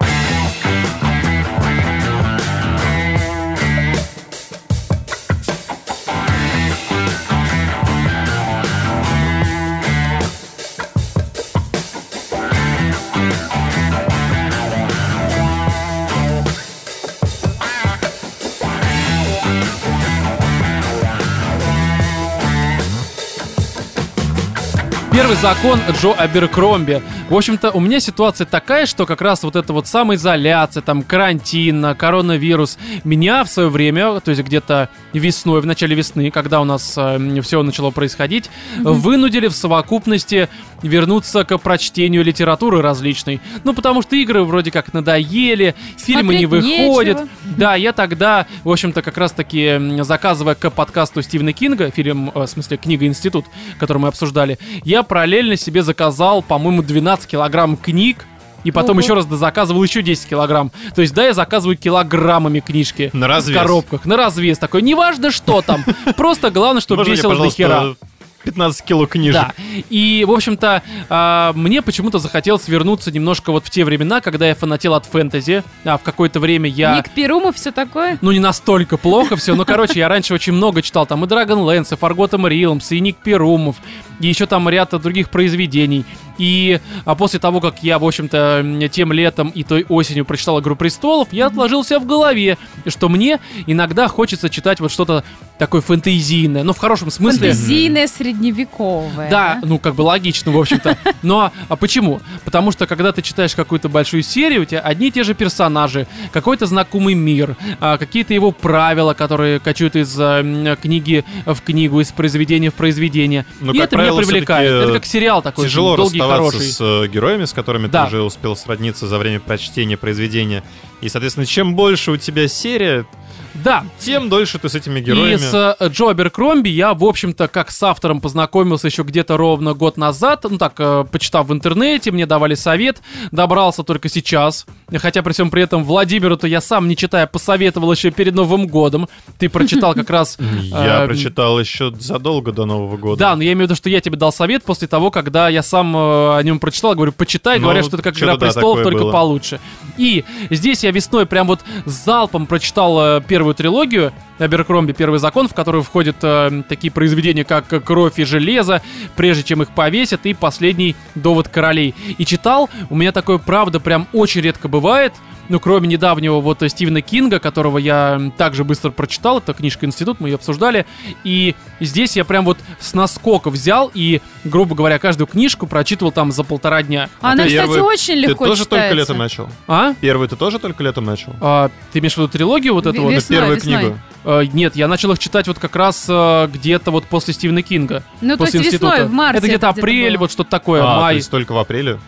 S1: Первый закон Джо Аберкромби. В общем-то, у меня ситуация такая, что как раз вот эта вот самоизоляция, там, карантин, э, коронавирус, меня в свое время, то есть где-то весной, в начале весны, когда у нас все начало происходить, вынудили в совокупности вернуться к прочтению литературы различной. Ну, потому что игры вроде как надоели, фильмы не
S3: Смотреть
S1: выходят.
S3: нечего.
S1: Да, я тогда, в общем-то, как раз-таки м, заказывая к подкасту Стивена Кинга, фильм, э, в смысле, книга «Институт», который мы обсуждали, я параллельно себе заказал, по-моему, 12 килограмм книг, и потом
S3: Ого.
S1: еще раз дозаказывал еще 10 килограмм. То есть, да, я заказываю килограммами книжки.
S2: На развес.
S1: В коробках, на развес такой. Неважно, что там. Просто главное, чтобы
S2: Можно мне,
S1: весело до
S2: пожалуйста,
S1: хера.
S2: 15 кило книжек.
S1: Да. И, в общем-то, а, мне почему-то захотелось вернуться немножко вот в те времена, когда я фанател от фэнтези. А в какое-то время я...
S3: Ник Перумов, все такое.
S1: Ну, не настолько плохо все. Ну, короче, я раньше очень много читал. Там и Dragon Lance, и Forgotten Realms, и Ник Перумов, И еще там ряд э, других произведений. И а после того, как я, в общем-то, м, тем летом и той осенью прочитал «Игру престолов», я отложил себя в голове, что мне иногда хочется читать вот что-то такое фэнтезийное, но в хорошем смысле.
S3: Фантазийное, средневековое.
S1: Да, ну как бы логично, в общем-то. Но а почему? Потому что когда ты читаешь какую-то большую серию, у тебя одни и те же персонажи, какой-то знакомый мир, а, какие-то его правила, которые качают из а, м, книги в книгу, из произведения в произведение.
S2: Ну,
S1: и
S2: как
S1: это меня
S2: правило,
S1: привлекает.
S2: всё-таки,
S1: Это как сериал такой,
S2: Тяжело
S1: долгий,
S2: расставаться
S1: хороший.
S2: с э, героями, с которыми
S1: Да.
S2: ты уже успел сродниться за время прочтения произведения. И, соответственно, чем больше у тебя серия,
S1: Да,
S2: тем дольше ты с этими
S1: И
S2: героями.
S1: с э, Джо Аберкромби я, в общем-то, как с автором познакомился еще где-то ровно год назад. Ну так, э, почитав в интернете, мне давали совет. Добрался только сейчас. Хотя при всем при этом Владимиру-то я сам, не читая, посоветовал еще перед Новым годом. Ты прочитал как раз...
S2: Я
S1: э,
S2: прочитал еще задолго до Нового года.
S1: Да, но я имею в виду, что я тебе дал совет после того, когда я сам э, о нем прочитал, говорю, почитай,
S2: Ну,
S1: говорят, что это как
S2: чё-то
S1: «Игра
S2: да,
S1: престолов»,
S2: такое
S1: только
S2: было.
S1: получше. И здесь я весной прям вот с залпом прочитал э, первую трилогию Аберкромби «Первый закон», в которую входят э, такие произведения, как «Кровь и железо», «Прежде чем их повесят» и «Последний довод королей». И читал, у меня такое, правда, прям очень редко бывает, ну, кроме недавнего вот э, Стивена Кинга, которого я м, также быстро прочитал, это книжка «Институт», мы ее обсуждали, и здесь я прям вот с наскока взял и, грубо говоря, каждую книжку прочитывал там за полтора дня.
S3: Она,
S2: Первый-
S3: кстати, очень
S2: Ты
S3: легко
S2: тоже только
S3: читается.
S2: летом начал?
S1: А?
S2: Первый ты тоже только летом начал?
S1: А, ты имеешь в виду трилогию вот
S3: Ви-
S1: эту вот?
S3: ви-
S2: Ну,
S3: Весной,
S2: первую
S3: весной.
S2: книгу.
S1: Э, нет, я начал их читать вот как раз э, где-то вот после Стивена Кинга.
S3: Ну, то есть
S1: после института.
S3: весной, в марте.
S1: это где-то апрель,
S3: было.
S1: вот что-то такое,
S2: А,
S1: май.
S2: то есть только в апреле?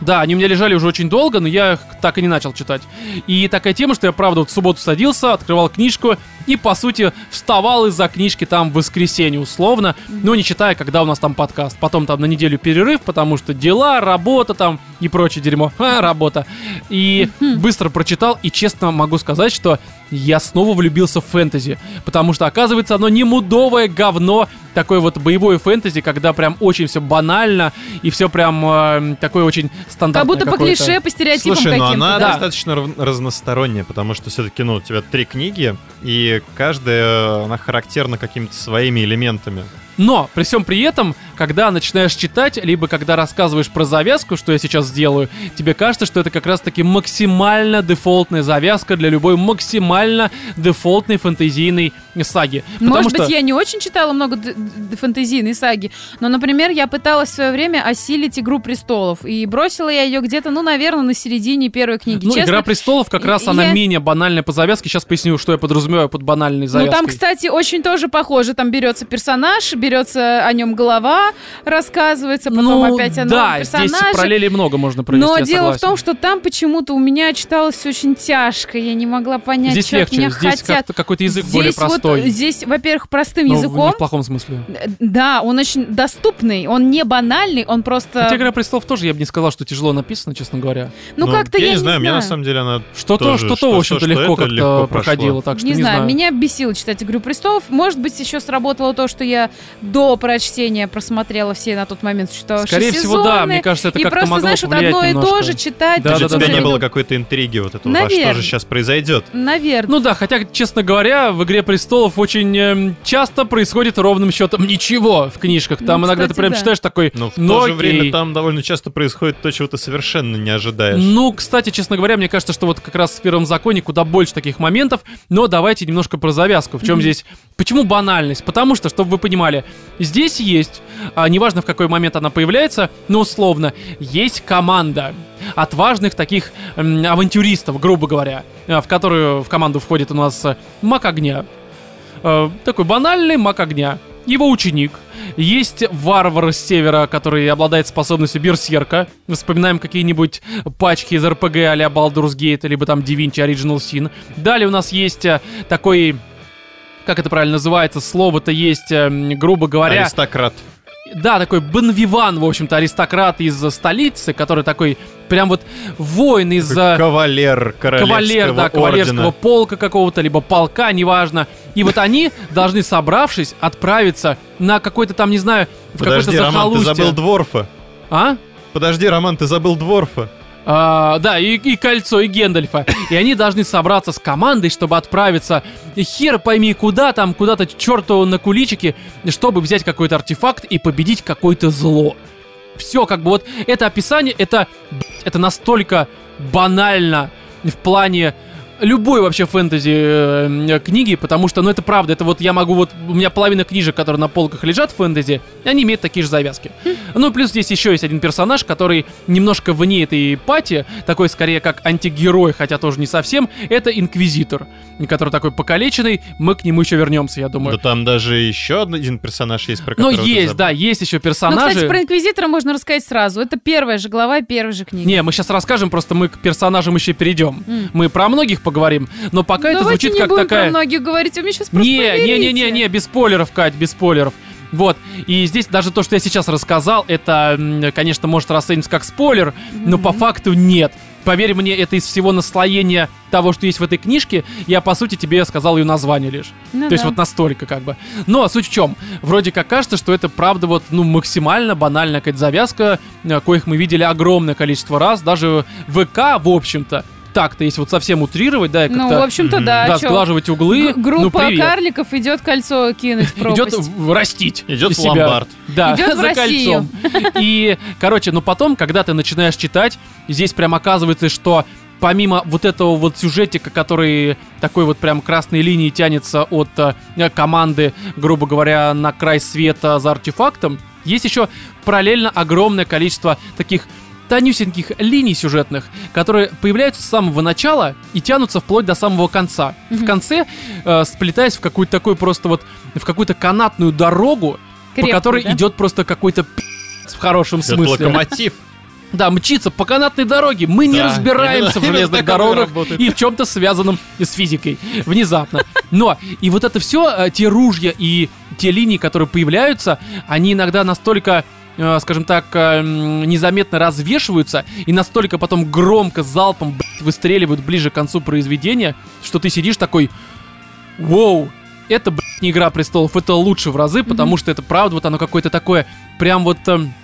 S1: Да, они у меня лежали уже очень долго, но я их так и не начал читать. И такая тема, что я, правда, вот в субботу садился, открывал книжку и, по сути, вставал из-за книжки там в воскресенье условно, но не читая, когда у нас там подкаст. Потом там на неделю перерыв, потому что дела, работа там и прочее дерьмо. Ха, работа. И быстро прочитал, и честно могу сказать, что я снова влюбился в фэнтези, потому что, оказывается, оно не мудовое говно, такое вот боевое фэнтези, когда прям очень все банально и все прям э, такое очень
S3: Как
S1: стандартное
S3: будто по
S1: какое-то.
S3: клише, по стереотипам
S2: Слушай, ну
S3: каким-то.
S2: она
S1: да.
S2: достаточно рав- разносторонняя, потому что все-таки, ну, у тебя три книги, и каждая, э, она характерна какими-то своими элементами.
S1: Но при всем при этом, когда начинаешь читать, либо когда рассказываешь про завязку, что я сейчас сделаю, тебе кажется, что это как раз-таки максимально дефолтная завязка для любой максимально дефолтной фэнтезийной саги. Потому
S3: Может
S1: что...
S3: быть, я не очень читала много д- д- фэнтезийной саги, но, например, я пыталась в свое время осилить «Игру престолов», и бросила я ее где-то, ну, наверное, на середине первой книги.
S1: Ну,
S3: Честно,
S1: «Игра престолов» как
S3: и-
S1: раз она
S3: я-
S1: менее банальная по завязке. Сейчас поясню, что я подразумеваю под банальной
S3: Ну,
S1: завязкой.
S3: там, кстати, очень тоже похоже. Там берется персонаж, берется о нем голова, рассказывается, а потом
S1: Ну,
S3: опять о новом
S1: да, здесь
S3: персонаже.
S1: параллелей много можно провести,
S3: Но
S1: я
S3: дело в
S1: согласен.
S3: том, что там почему-то у меня читалось всё очень тяжко. Я не могла понять,
S1: здесь
S3: чё от
S1: легче,
S3: меня
S1: здесь
S3: хотят.
S1: как-то какой-то язык
S3: Здесь
S1: более
S3: вот-
S1: простой.
S3: здесь, во-первых, простым
S1: Но в- не
S3: языком.
S1: в плохом смысле.
S3: Э, Да, он очень доступный, он не банальный, он просто...
S1: Хотя «Игра престолов» тоже я бы не сказал, что тяжело написано, честно говоря.
S3: ну, как-то я,
S2: не знаю, мне на самом деле она...
S1: Что-то,
S2: Тоже,
S1: что-то,
S2: что-
S1: в общем-то,
S2: что- что
S1: легко
S2: это
S1: как-то
S2: легко прошло.
S1: проходило, так что
S3: не, знаю, меня бесило читать «Игру престолов». Может быть, еще сработало то, что я до прочтения просмотрела все на тот момент существовавшие
S1: Скорее всего, да,
S3: сезоны.
S1: мне кажется, это
S3: и
S1: как-то
S3: просто,
S1: могло
S3: знаешь, вот
S1: повлиять
S3: одно и
S1: немножко.
S3: то же читать.
S1: Да,
S2: Даже
S1: да,
S2: у
S1: да,
S2: тебя
S1: да.
S2: не было какой-то интриги вот этого, во что
S3: Наверное.
S2: же сейчас произойдет.
S3: Наверное.
S1: Ну да, хотя, честно говоря, в «Игре престолов» очень эм, часто происходит ровным счетом ничего в книжках. Там
S3: Ну,
S1: иногда ты
S3: кстати,
S1: прям
S3: да.
S1: читаешь такой,
S2: Но в
S1: ну
S2: то же время
S1: окей.
S2: там довольно часто происходит то, чего ты совершенно не ожидаешь.
S1: Ну, кстати, честно говоря, мне кажется, что вот как раз в первом законе куда больше таких моментов, но давайте немножко про завязку. В чем здесь? Почему банальность? Потому что, чтобы вы понимали, здесь есть, а, неважно в какой момент она появляется, но условно, есть команда отважных таких м, авантюристов, грубо говоря, э, в которую в команду входит у нас э, маг огня, Э, такой банальный маг огня. Его ученик. Есть варвар с севера, который обладает способностью берсерка. Вспоминаем какие-нибудь пачки из РПГ а-ля Baldur's Gate, либо там Da Vinci Original Sin. Далее у нас есть э, такой... Как это правильно называется? Слово-то есть, э, м, грубо говоря...
S2: Аристократ.
S1: Да, такой Бенвиван, в общем-то, аристократ из э, столицы, который такой прям вот воин из... э,
S2: Кавалер королевского
S1: кавалер, да, кавалерского
S2: ордена.
S1: полка какого-то, либо полка, неважно. И вот они должны, собравшись, отправиться на какой-то там, не знаю, в какой-то
S2: Подожди, Роман, ты
S1: захолустье.
S2: забыл Дворфа.
S1: А?
S2: Подожди, Роман, ты забыл Дворфа.
S1: А, да, и, и кольцо, и Гендальфа. И они должны собраться с командой, чтобы отправиться и хер пойми куда там, куда-то чертову на куличике, чтобы взять какой-то артефакт и победить какое-то зло. Все, как бы вот это описание, это, блядь, это настолько банально в плане любой вообще фэнтези э, книги, потому что, ну это правда, это вот я могу вот, у меня половина книжек, которые на полках лежат в фэнтези, и они имеют такие же завязки.
S3: Хм.
S1: Ну и плюс здесь еще есть один персонаж, который немножко вне этой пати, такой скорее как антигерой, хотя тоже не совсем, это Инквизитор, который такой покалеченный, мы к нему еще вернемся, я думаю.
S2: Да там даже еще один персонаж есть, про
S1: Но
S2: которого ты
S1: Ну, есть,
S2: забыл.
S1: да, есть еще
S3: Ну,
S1: персонажи.
S3: кстати, про Инквизитора можно рассказать сразу. Это первая же глава первой же книги.
S1: Не, мы сейчас расскажем, просто мы к персонажам еще перейдем.
S3: М.
S1: Мы про многих поговорим, но пока это
S3: Ну, Давайте
S1: звучит
S3: не
S1: как
S3: будем
S1: такая...
S3: про многих говорить, вы мне сейчас просто
S1: Не, не, не, не, не,
S3: поверите.
S1: без спойлеров, Кать, без спойлеров. Вот, и здесь даже то, что я сейчас рассказал, это, м, конечно, может расцениваться как спойлер, но по факту нет. Поверь мне, это из всего наслоения того, что есть в этой книжке, я, по сути, тебе сказал ее название лишь.
S3: Ну
S1: То есть
S3: да.
S1: вот настолько как бы. Но суть в чем? Вроде как кажется, что это правда вот ну максимально банальная какая-то завязка, э, коих мы видели огромное количество раз, даже в ВК, в общем-то. Так-то, если вот совсем утрировать, да, и
S3: Ну,
S1: как-то
S3: в общем-то,
S2: Мгм.
S3: да.
S1: да,
S3: чё?
S1: сглаживать углы.
S3: Г- Группа
S1: ну, привет.
S3: карликов идет кольцо кинуть в
S1: Идет
S3: пропасть.
S1: в- растить.
S2: Идет в
S1: себя.
S2: ломбард.
S1: Да,
S3: Идет в
S1: за
S3: Россию.
S1: кольцом. И, короче, но потом, когда ты начинаешь читать, здесь прям оказывается, что помимо вот этого вот сюжетика, который такой вот прям красной линии тянется от э, команды, грубо говоря, на край света за артефактом, есть еще параллельно огромное количество таких тонюсеньких линий сюжетных, которые появляются с самого начала и тянутся вплоть до самого конца. В
S3: Мгм.
S1: конце, э, сплетаясь в какую-то такую просто вот, в какую-то канатную дорогу,
S3: Крепкую,
S1: по которой
S3: да?
S1: идет просто какой-то пи***ц в хорошем
S2: Это
S1: смысле.
S2: локомотив.
S1: Да, мчится по канатной дороге. Мы не
S2: Да,
S1: разбираемся в
S2: именно- именно
S1: железных
S2: так оно
S1: дорогах
S2: работает.
S1: и в чем-то связанном с физикой. Внезапно. Но, и вот это все, те ружья и те линии, которые появляются, они иногда настолько э, скажем так, э, м, незаметно развешиваются и настолько потом громко залпом блядь, выстреливают ближе к концу произведения, что ты сидишь такой, Воу! Это, блядь, не «Игра престолов», это лучше в разы, потому что это, правда, вот оно какое-то такое, прям вот, эм,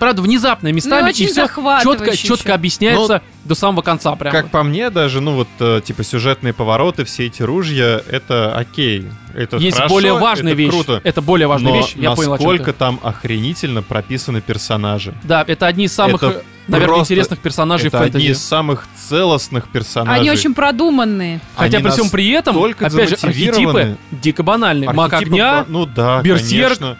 S1: правда, внезапное местами,
S3: Ну,
S1: и
S3: очень
S1: все четко,
S3: захватывающе
S1: четко
S3: ещё.
S1: объясняется до самого конца прям.
S2: Ну, Как по мне, даже, ну вот, э, типа, сюжетные повороты, все эти ружья, это окей. Это
S1: Есть
S2: хорошо,
S1: более важная
S2: это
S1: вещь.
S2: круто.
S1: Это более важная
S2: но
S1: вещь, я понял, о чём ты.
S2: насколько там охренительно прописаны персонажи.
S1: Да, это одни из самых,
S2: Это
S1: э, наверное,
S2: просто-
S1: интересных персонажей
S2: это
S1: фэнтези.
S2: одни из самых целостных персонажей.
S3: Они очень продуманные.
S1: Хотя
S2: они
S1: при всем при этом,
S2: настолько
S1: опять же,
S2: замотивированы.
S1: архетипы дико банальные. Маг
S2: Архетипы
S1: огня,
S2: про- ну да,
S1: берсерк,
S2: конечно.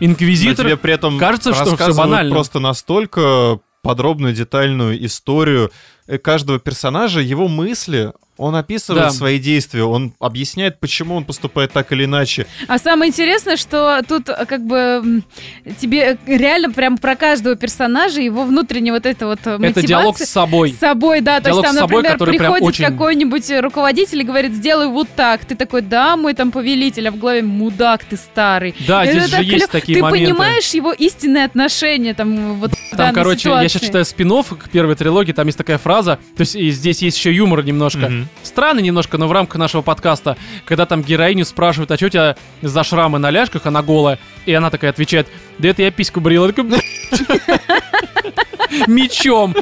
S2: Но
S1: инквизитор,
S2: тебе при этом
S1: Кажется, что всё
S2: рассказывают
S1: банально.
S2: просто настолько подробную, детальную историю э, каждого персонажа, его мысли, он описывает
S1: Да.
S2: свои действия, он объясняет, почему он поступает так или иначе.
S3: А самое интересное, что тут э, как бы м, тебе э, реально прям про каждого персонажа, его внутренний вот это вот э,
S1: это диалог
S3: мотивация-
S1: с собой.
S3: С собой, да. То есть
S1: Диалог
S3: там,
S1: с собой,
S3: например,
S1: который прям
S3: приходит
S1: очень-
S3: какой-нибудь руководитель и говорит, сделай вот так. Ты такой, да, мой там повелитель, а в голове мудак ты старый.
S1: Да,
S3: Ну, Это
S1: здесь же
S3: так
S1: есть
S3: клё-
S1: такие
S3: Ты
S1: моменты.
S3: понимаешь его истинное отношение там вот в
S1: Там,
S3: данной
S1: короче, я сейчас
S3: ситуации.
S1: читаю спин к первой трилогии, там есть такая фраза, то есть и здесь есть еще юмор немножко.
S2: Мгм.
S1: Странно немножко, но в рамках нашего подкаста, когда там героиню спрашивают, а что у тебя за шрамы на ляжках, она голая, и она такая отвечает, да это я письку брила. Я такой, «Блядь». Мечом,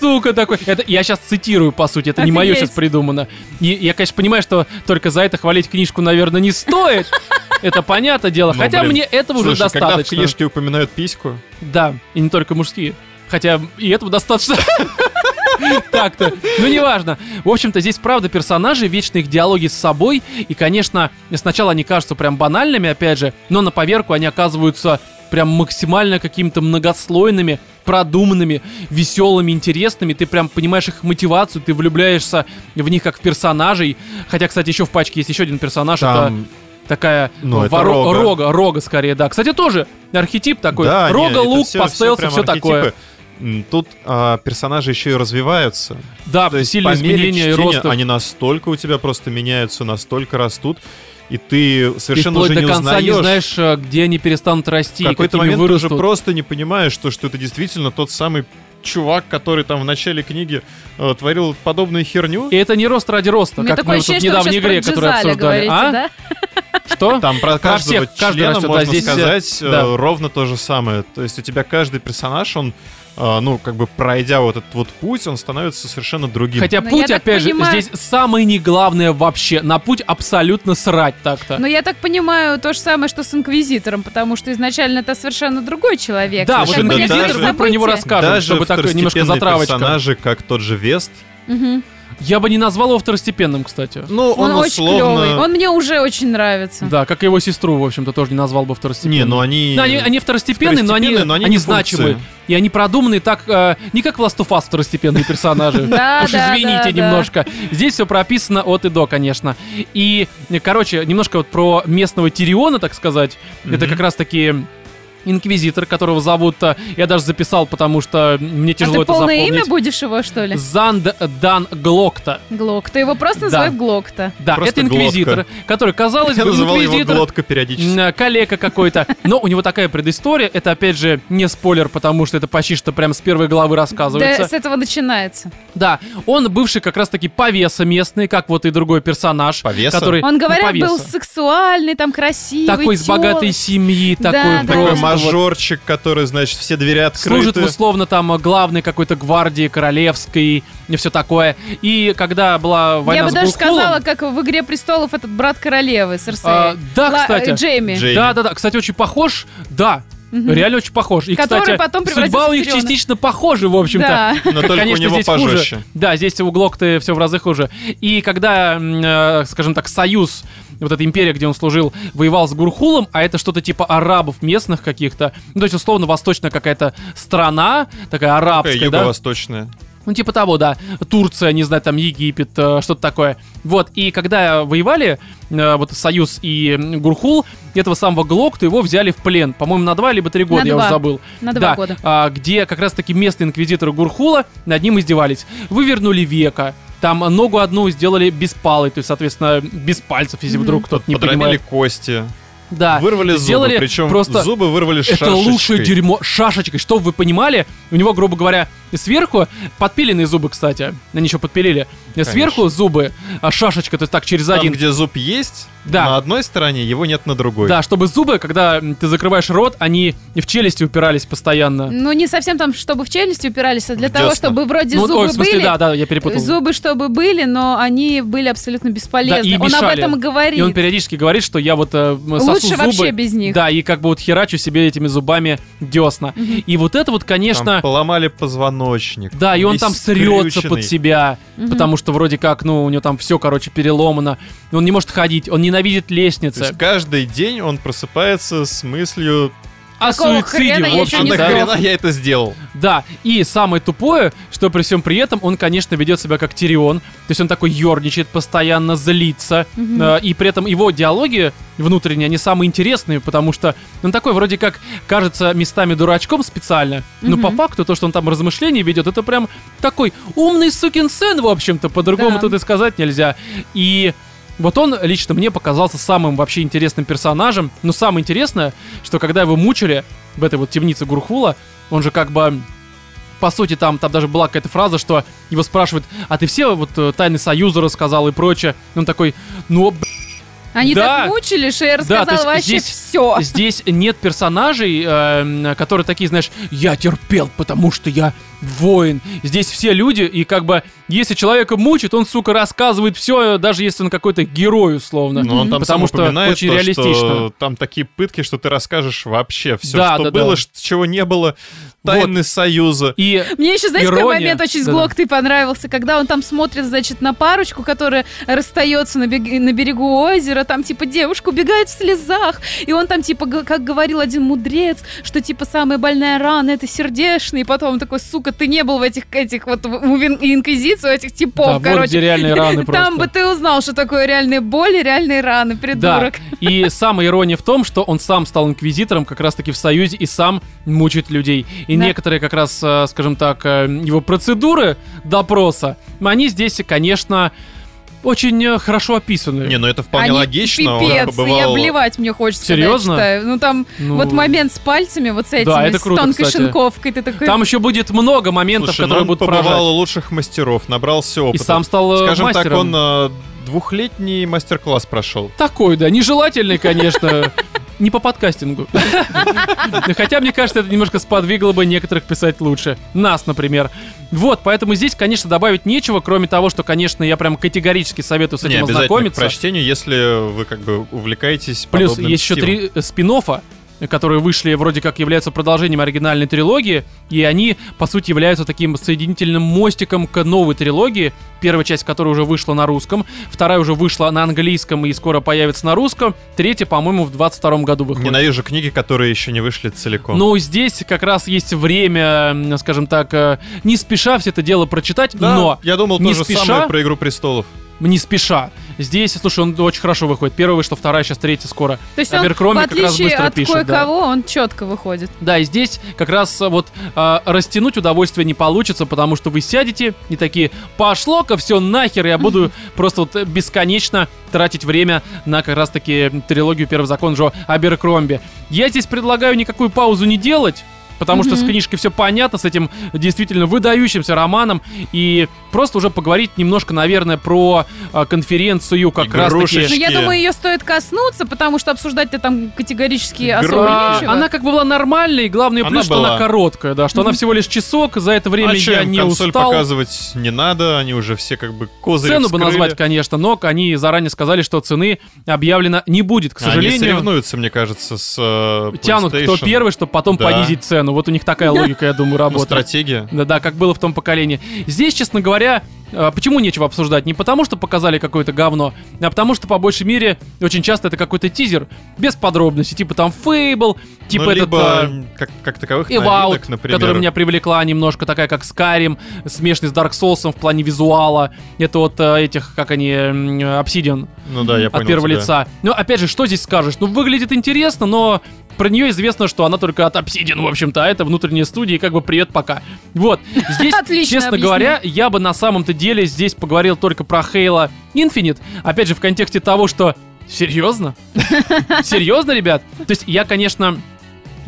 S1: сука такой. Это я сейчас цитирую, по сути, это не мое
S3: Офигеть.
S1: сейчас придумано. И я, конечно, понимаю, что только за это хвалить книжку, наверное, не стоит. Это понятное дело.
S2: Ну,
S1: Хотя
S2: блин.
S1: мне этого уже
S2: Слушай, когда в
S1: достаточно.
S2: книжке упоминают письку,
S1: Да, и не только мужские. Хотя и этого достаточно. Так-то. Ну, неважно. В общем-то, здесь правда персонажи, вечные их диалоги с собой. И, конечно, сначала они кажутся прям банальными, опять же, но на поверку они оказываются прям максимально какими-то многослойными, продуманными, веселыми, интересными. Ты прям понимаешь их мотивацию, ты влюбляешься в них как в персонажей. Хотя, кстати, еще в пачке есть еще один персонаж. это
S2: там
S1: такая э,
S2: Ну, это
S1: воро-
S2: рога.
S1: рога. рога, скорее, да. Кстати, тоже архетип такой.
S2: Да, не,
S1: рога,
S2: это
S1: лук,
S2: всё- всё
S1: пастелс, все,
S2: прям
S1: такое.
S2: архетипы. М, Тут а, персонажи еще и развиваются.
S1: Да,
S2: То есть
S1: сильные
S2: по мере
S1: изменения и
S2: чтения
S1: роста.
S2: Они настолько у тебя просто меняются, настолько растут, и ты
S1: Ты
S2: совершенно
S1: вплоть
S2: уже
S1: до
S2: не
S1: конца не
S2: узнаешь,
S1: знаешь, э, где они перестанут расти,
S2: в какой-то
S1: какими
S2: момент ты
S1: вырастут.
S2: уже просто не понимаешь, что, что это действительно тот самый чувак, который там в начале книги э, творил подобную херню.
S1: И это не рост ради роста,
S3: У меня
S1: как
S3: Ну, такое
S1: мы вот тут
S3: ощущение,
S1: недавно
S3: что вы
S1: игре,
S3: сейчас про
S1: которую
S3: Джизаля
S1: обсуждали.
S3: говорите,
S1: а?
S3: да?
S1: Что?
S2: Там про каждого
S1: всех, каждый
S2: члена
S1: растет, а
S2: можно
S1: здесь все-
S2: сказать э,
S1: да.
S2: ровно то же самое. То есть у тебя каждый персонаж, он, э, ну, как бы пройдя вот этот вот путь, он становится совершенно другим.
S1: Хотя
S3: Но Ну, я
S1: путь,
S3: так
S1: опять же,
S3: понимаю-
S1: здесь самое не главное вообще. На путь абсолютно срать так-то.
S3: Но я так понимаю, то же самое, что с Инквизитором, потому что изначально это совершенно другой человек.
S1: Да, вот
S3: совершенно
S2: это
S3: понятное
S2: даже-
S1: мы про него
S3: событие.
S1: скажем,
S2: Даже
S1: чтобы такое немножко
S2: второстепенные
S1: затравочка.
S2: персонажи, как тот же Вест,
S3: Мгм.
S1: Я бы не назвал его второстепенным, кстати.
S2: ну,
S3: Он,
S2: он,
S3: очень
S2: условно...
S3: клевый. Он мне уже очень нравится.
S1: Да, как и его сестру, в общем-то, тоже не назвал бы второстепенным.
S2: Не, ну они...
S1: Ну, они, они второстепенные, но они,
S2: Второстепенные, но они
S1: они
S2: не
S1: значимые.
S2: функции.
S1: И они продуманы так, э, не как в Last of Us второстепенные персонажи.
S3: Да,
S1: Уж
S3: да, да,
S1: извините
S3: да.
S1: немножко. Здесь все прописано от и до, конечно. И, э, короче, немножко вот про местного Тириона, так сказать. Это
S2: Мгм.
S1: как раз-таки инквизитор, которого зовут... э, Я даже записал, потому что мне
S3: А
S1: тяжело
S3: ты
S1: это
S3: полное
S1: запомнить.
S3: имя будешь его, что ли?
S1: Занд Дан Глокта.
S3: Глок. Ты его просто
S1: Да.
S3: называют Глок-то.
S1: Да,
S2: Просто
S1: это инквизитор,
S2: глотка.
S1: который, казалось
S2: Я
S1: бы,
S2: называл его
S1: инквизитор,
S2: глотка периодически.
S1: М, Калека какой-то. Но у него такая предыстория. Это, опять же, не спойлер, потому что это почти что прям с первой главы
S3: Да,
S1: рассказывается.
S3: с этого начинается.
S1: Да, он бывший как раз-таки повеса местный, как вот и другой персонаж.
S2: Повеса?
S1: Который,
S3: Он,
S1: ну,
S3: говорят,
S1: повеса.
S3: был сексуальный, там красивый,
S1: Такой из
S3: тёлый.
S1: богатой семьи,
S3: Да,
S1: такой
S3: да.
S2: Такой
S1: просто вот
S2: мажорчик, который, значит, все двери открыты.
S1: Служит в условно там э, главной какой-то гвардии королевской и все такое. И когда была война
S3: Я бы
S1: с
S3: даже
S1: Гулхулом,
S3: сказала, как в «Игре престолов» этот брат королевы, Серсея.
S1: А, да,
S3: Э. Ла-
S1: кстати.
S3: э, Джейми.
S2: Джей-
S1: Да, да, да. Кстати, очень похож. Да. Реально очень похож. И,
S3: Который
S1: кстати,
S3: потом
S1: судьба
S3: превратился
S1: у них
S3: в Тириона.
S1: частично похожа, в общем-то.
S3: Да.
S2: Но только у
S1: Конечно,
S2: него
S1: здесь хуже.
S2: пожестче.
S1: Да, здесь углок ты все в разы хуже. И когда, м, э, скажем так, союз, вот эта империя, где он служил, воевал с Гурхулом, а это что-то типа арабов местных каких-то. Ну, то есть, условно, восточная какая-то страна, такая
S2: Такая
S1: арабская, да?
S2: юго-восточная.
S1: Ну, типа того, да. Турция, не знаю, там Египет, э, что-то такое. Вот, и когда воевали, э, вот Союз и м, Гурхул, этого самого Глокта его взяли в плен. По-моему, на два либо три года, я
S3: два.
S1: уже забыл.
S3: На два
S1: Да,
S3: года.
S1: а, где как раз-таки местные инквизиторы Гурхула над ним издевались. Вы вернули века. Там ногу одну сделали без палы, то есть, соответственно, без пальцев, если вдруг кто-то не
S2: Подромили
S1: понимает.
S2: кости.
S1: Да.
S2: Вырвали
S1: Сделали
S2: зубы, причем
S1: просто-
S2: зубы вырвали
S1: Это
S2: шашечкой.
S1: лучшее дерьмо шашечкой. Чтобы вы понимали, у него, грубо говоря, сверху подпиленные зубы, кстати. Они еще подпилили. Сверху зубы, а шашечка, то есть так через
S2: Там,
S1: один.
S2: где зуб есть,
S1: Да.
S2: на одной стороне, его нет на другой.
S1: Да, чтобы зубы, когда м, ты закрываешь рот, они в челюсти упирались постоянно.
S3: Ну, не совсем там, чтобы в челюсти упирались, а для
S2: В
S3: того,
S2: десна.
S3: чтобы вроде
S1: Ну,
S3: зубы
S1: ой, в смысле,
S3: были.
S1: да, да, я перепутал.
S3: Зубы, чтобы были, но они были абсолютно бесполезны.
S1: Да, и
S3: он об
S1: мешали.
S3: этом и говорит.
S1: И он периодически говорит, что я вот э, м, сосу
S3: Лучше
S1: зубы.
S3: вообще без них.
S1: Да, и как бы вот херачу себе этими зубами десна. И вот это вот,
S2: Там
S1: конечно...
S2: поломали позвоночник.
S1: Да, и он
S2: весь
S1: там срется
S2: скрюченный.
S1: под себя, потому что вроде как, ну, у него там все, короче, переломано. Он не может ходить, он ненавидит
S2: То есть
S1: лестницы.
S2: каждый день он просыпается с мыслью,
S1: О
S3: Какого
S1: суициде, А
S3: хрена
S1: в
S3: я ещё
S2: а
S3: не
S1: общем-то.
S3: сдох?
S1: да.
S2: нахрена я это сделал?
S1: Да, и самое тупое, что при всем при этом он, конечно, ведет себя как Тирион. То есть он такой ерничает, постоянно злится. Э, И при этом его диалоги внутренние, они самые интересные, потому что он такой вроде как кажется местами дурачком специально. Но по факту то, что он там размышления ведет, это прям такой умный сукин сын, в общем-то. По-другому
S3: Да.
S1: тут и сказать нельзя. И вот он лично мне показался самым вообще интересным персонажем. Но самое интересное, что когда его мучили в этой вот темнице Гурхула, он же как бы по сути, там, там даже была какая-то фраза, что его спрашивают, а ты все вот э, тайны Союза рассказал и прочее. И он такой, ну, б***ь,
S3: Они
S1: Да.
S3: так мучили, что я
S1: Да,
S3: рассказала
S1: то есть
S3: вообще
S1: здесь-
S3: все.
S1: здесь нет персонажей, э, м, которые такие, знаешь, я терпел, потому что я воин. Здесь все люди, и как бы, если человека мучит, он, сука, рассказывает все, даже если он какой-то герой, условно.
S2: Но Ну, он там
S1: потому
S2: сам
S1: что
S2: упоминает
S1: очень
S2: то, что
S1: реалистично.
S2: там такие пытки, что ты расскажешь вообще все,
S1: Да,
S2: что
S1: да,
S2: было,
S1: да.
S2: ш- чего не было, тайны Союза.
S1: И
S3: Мне еще, знаете, какой
S1: Ирония.
S3: момент очень с
S1: Да-да.
S3: Глоктой понравился, когда он там смотрит, значит, на парочку, которая расстается на, бег- на берегу озера, там, типа, девушка убегает в слезах, и он там, типа, г- как говорил один мудрец, что, типа, самая больная рана — это сердечная, и потом он такой, сука, ты не был в этих, этих вот, в в ин- инквизиции, у этих
S1: да,
S3: типов,
S1: вот где
S3: короче.
S1: реальные раны просто.
S3: Там бы ты узнал, что такое реальные боли, реальные раны,
S1: Да,
S3: придурок.
S1: и самая ирония в том, что он сам стал инквизитором как раз-таки в Союзе и сам мучает людей. И
S3: Да.
S1: некоторые как раз, э, скажем так, э, его процедуры допроса, они здесь, конечно, очень э, хорошо описаны.
S2: Не, ну это вполне
S3: Они
S2: логично.
S3: Пипец,
S2: он побывал...
S3: я блевать мне хочется. когда я
S1: Серьезно?
S3: читаю. Ну там
S1: Ну,
S3: вот момент с пальцами, вот с этими,
S1: это
S3: с
S1: круто,
S3: тонкой
S1: кстати.
S3: шинковкой, ты такой.
S1: Там еще будет много моментов,
S2: Слушай, ну
S1: которые
S2: он
S1: будут
S2: побывал
S1: поражать.
S2: у лучших мастеров, набрался
S1: И
S2: опыта.
S1: сам стал э,
S2: Скажем так,
S1: мастером.
S2: он э, двухлетний мастер-класс прошел.
S1: Такой, да, нежелательный, конечно. Не по подкастингу. Да Хотя, мне кажется, это немножко сподвигло бы некоторых писать лучше. Нас, например. Вот, поэтому здесь, конечно, добавить нечего, кроме того, что, конечно, я прям категорически советую с
S2: Не
S1: этим
S2: обязательно к
S1: ознакомиться.
S2: прочтению, если вы как бы увлекаетесь
S1: Плюс
S2: подобным
S1: есть еще
S2: чтивом.
S1: три спин которые вышли вроде как являются продолжением оригинальной трилогии, и они, по сути, являются таким соединительным мостиком к новой трилогии, первая часть которой уже вышла на русском, вторая уже вышла на английском и скоро появится на русском, третья, по-моему, в 22 году выходит.
S2: Ненавижу книги, которые еще не вышли целиком.
S1: Ну, здесь как раз есть время, м, скажем так, э, не спеша все это дело прочитать,
S2: Да,
S1: но
S2: я думал
S1: не
S2: то же
S1: спеша-
S2: самое про Игру престолов.
S1: не спеша. Здесь, слушай, он очень хорошо выходит. Первая вышла, вторая, сейчас третья скоро.
S3: То есть он, в
S1: Аберкромби как раз
S3: отличие
S1: быстро
S3: от
S1: пишет,
S3: кое-кого, он четко выходит.
S1: Да, и здесь как раз а, вот а, растянуть удовольствие не получится, потому что вы сядете и такие, пошло-ка все нахер, я буду просто вот э, бесконечно тратить время на как раз-таки трилогию «Первый закон» Джо Аберкромби. Я здесь предлагаю никакую паузу не делать, потому что с
S3: Мгм.
S1: книжкой все понятно, с этим действительно выдающимся романом, и просто уже поговорить немножко, наверное, про а, конференцию как раз-таки...
S2: Игрушечки.
S3: Но я
S2: Точки.
S3: думаю, ее стоит коснуться, потому что обсуждать-то там категорически
S2: Гра-
S3: особо
S1: А,
S3: нечего.
S1: Она как бы была нормальной, и главный
S2: Она
S1: плюс, что она
S2: была.
S1: короткая, да, что она всего лишь часок, за это время
S2: а
S1: я
S2: чем?
S1: не
S2: Консоль
S1: устал.
S2: показывать не надо, они уже все как бы козыри
S1: Цену бы
S2: вскрыли.
S1: назвать, конечно, но они заранее сказали, что цены объявлено не будет, к
S2: Они
S1: сожалению.
S2: соревнуются, мне кажется, с э,
S1: Тянут кто
S2: PlayStation.
S1: первый, чтобы потом
S2: Да.
S1: понизить цену. Вот у них такая логика, я думаю,
S2: Ну,
S1: работает.
S2: стратегия.
S1: Да, да, как было в том поколении. Здесь, честно говоря, э, почему нечего обсуждать? Не потому, что показали какое-то говно, а потому, что по большей мере очень часто это какой-то тизер без подробностей, типа там Фейбл, типа
S2: ну,
S1: этот
S2: либо
S1: э,
S2: м, как, как таковых
S1: и
S2: новинок,
S1: Ваут,
S2: например.
S1: которая меня привлекла немножко, такая как Skyrim, смешанный с Dark Souls в плане визуала. Это вот э, этих, как они, м, Obsidian
S2: Ну да, я понял
S1: от первого
S2: тебя.
S1: лица. Но опять же, что здесь скажешь? Ну, выглядит интересно, но про нее известно, что она только от Obsidian, в общем-то, а это внутренняя студия, и как бы привет пока. Вот, здесь,
S3: Отлично
S1: честно
S3: объяснил.
S1: говоря, я бы на самом-то деле здесь поговорил только про Halo Infinite, опять же, в контексте того, что... Серьезно? Серьезно, ребят? То есть я, конечно,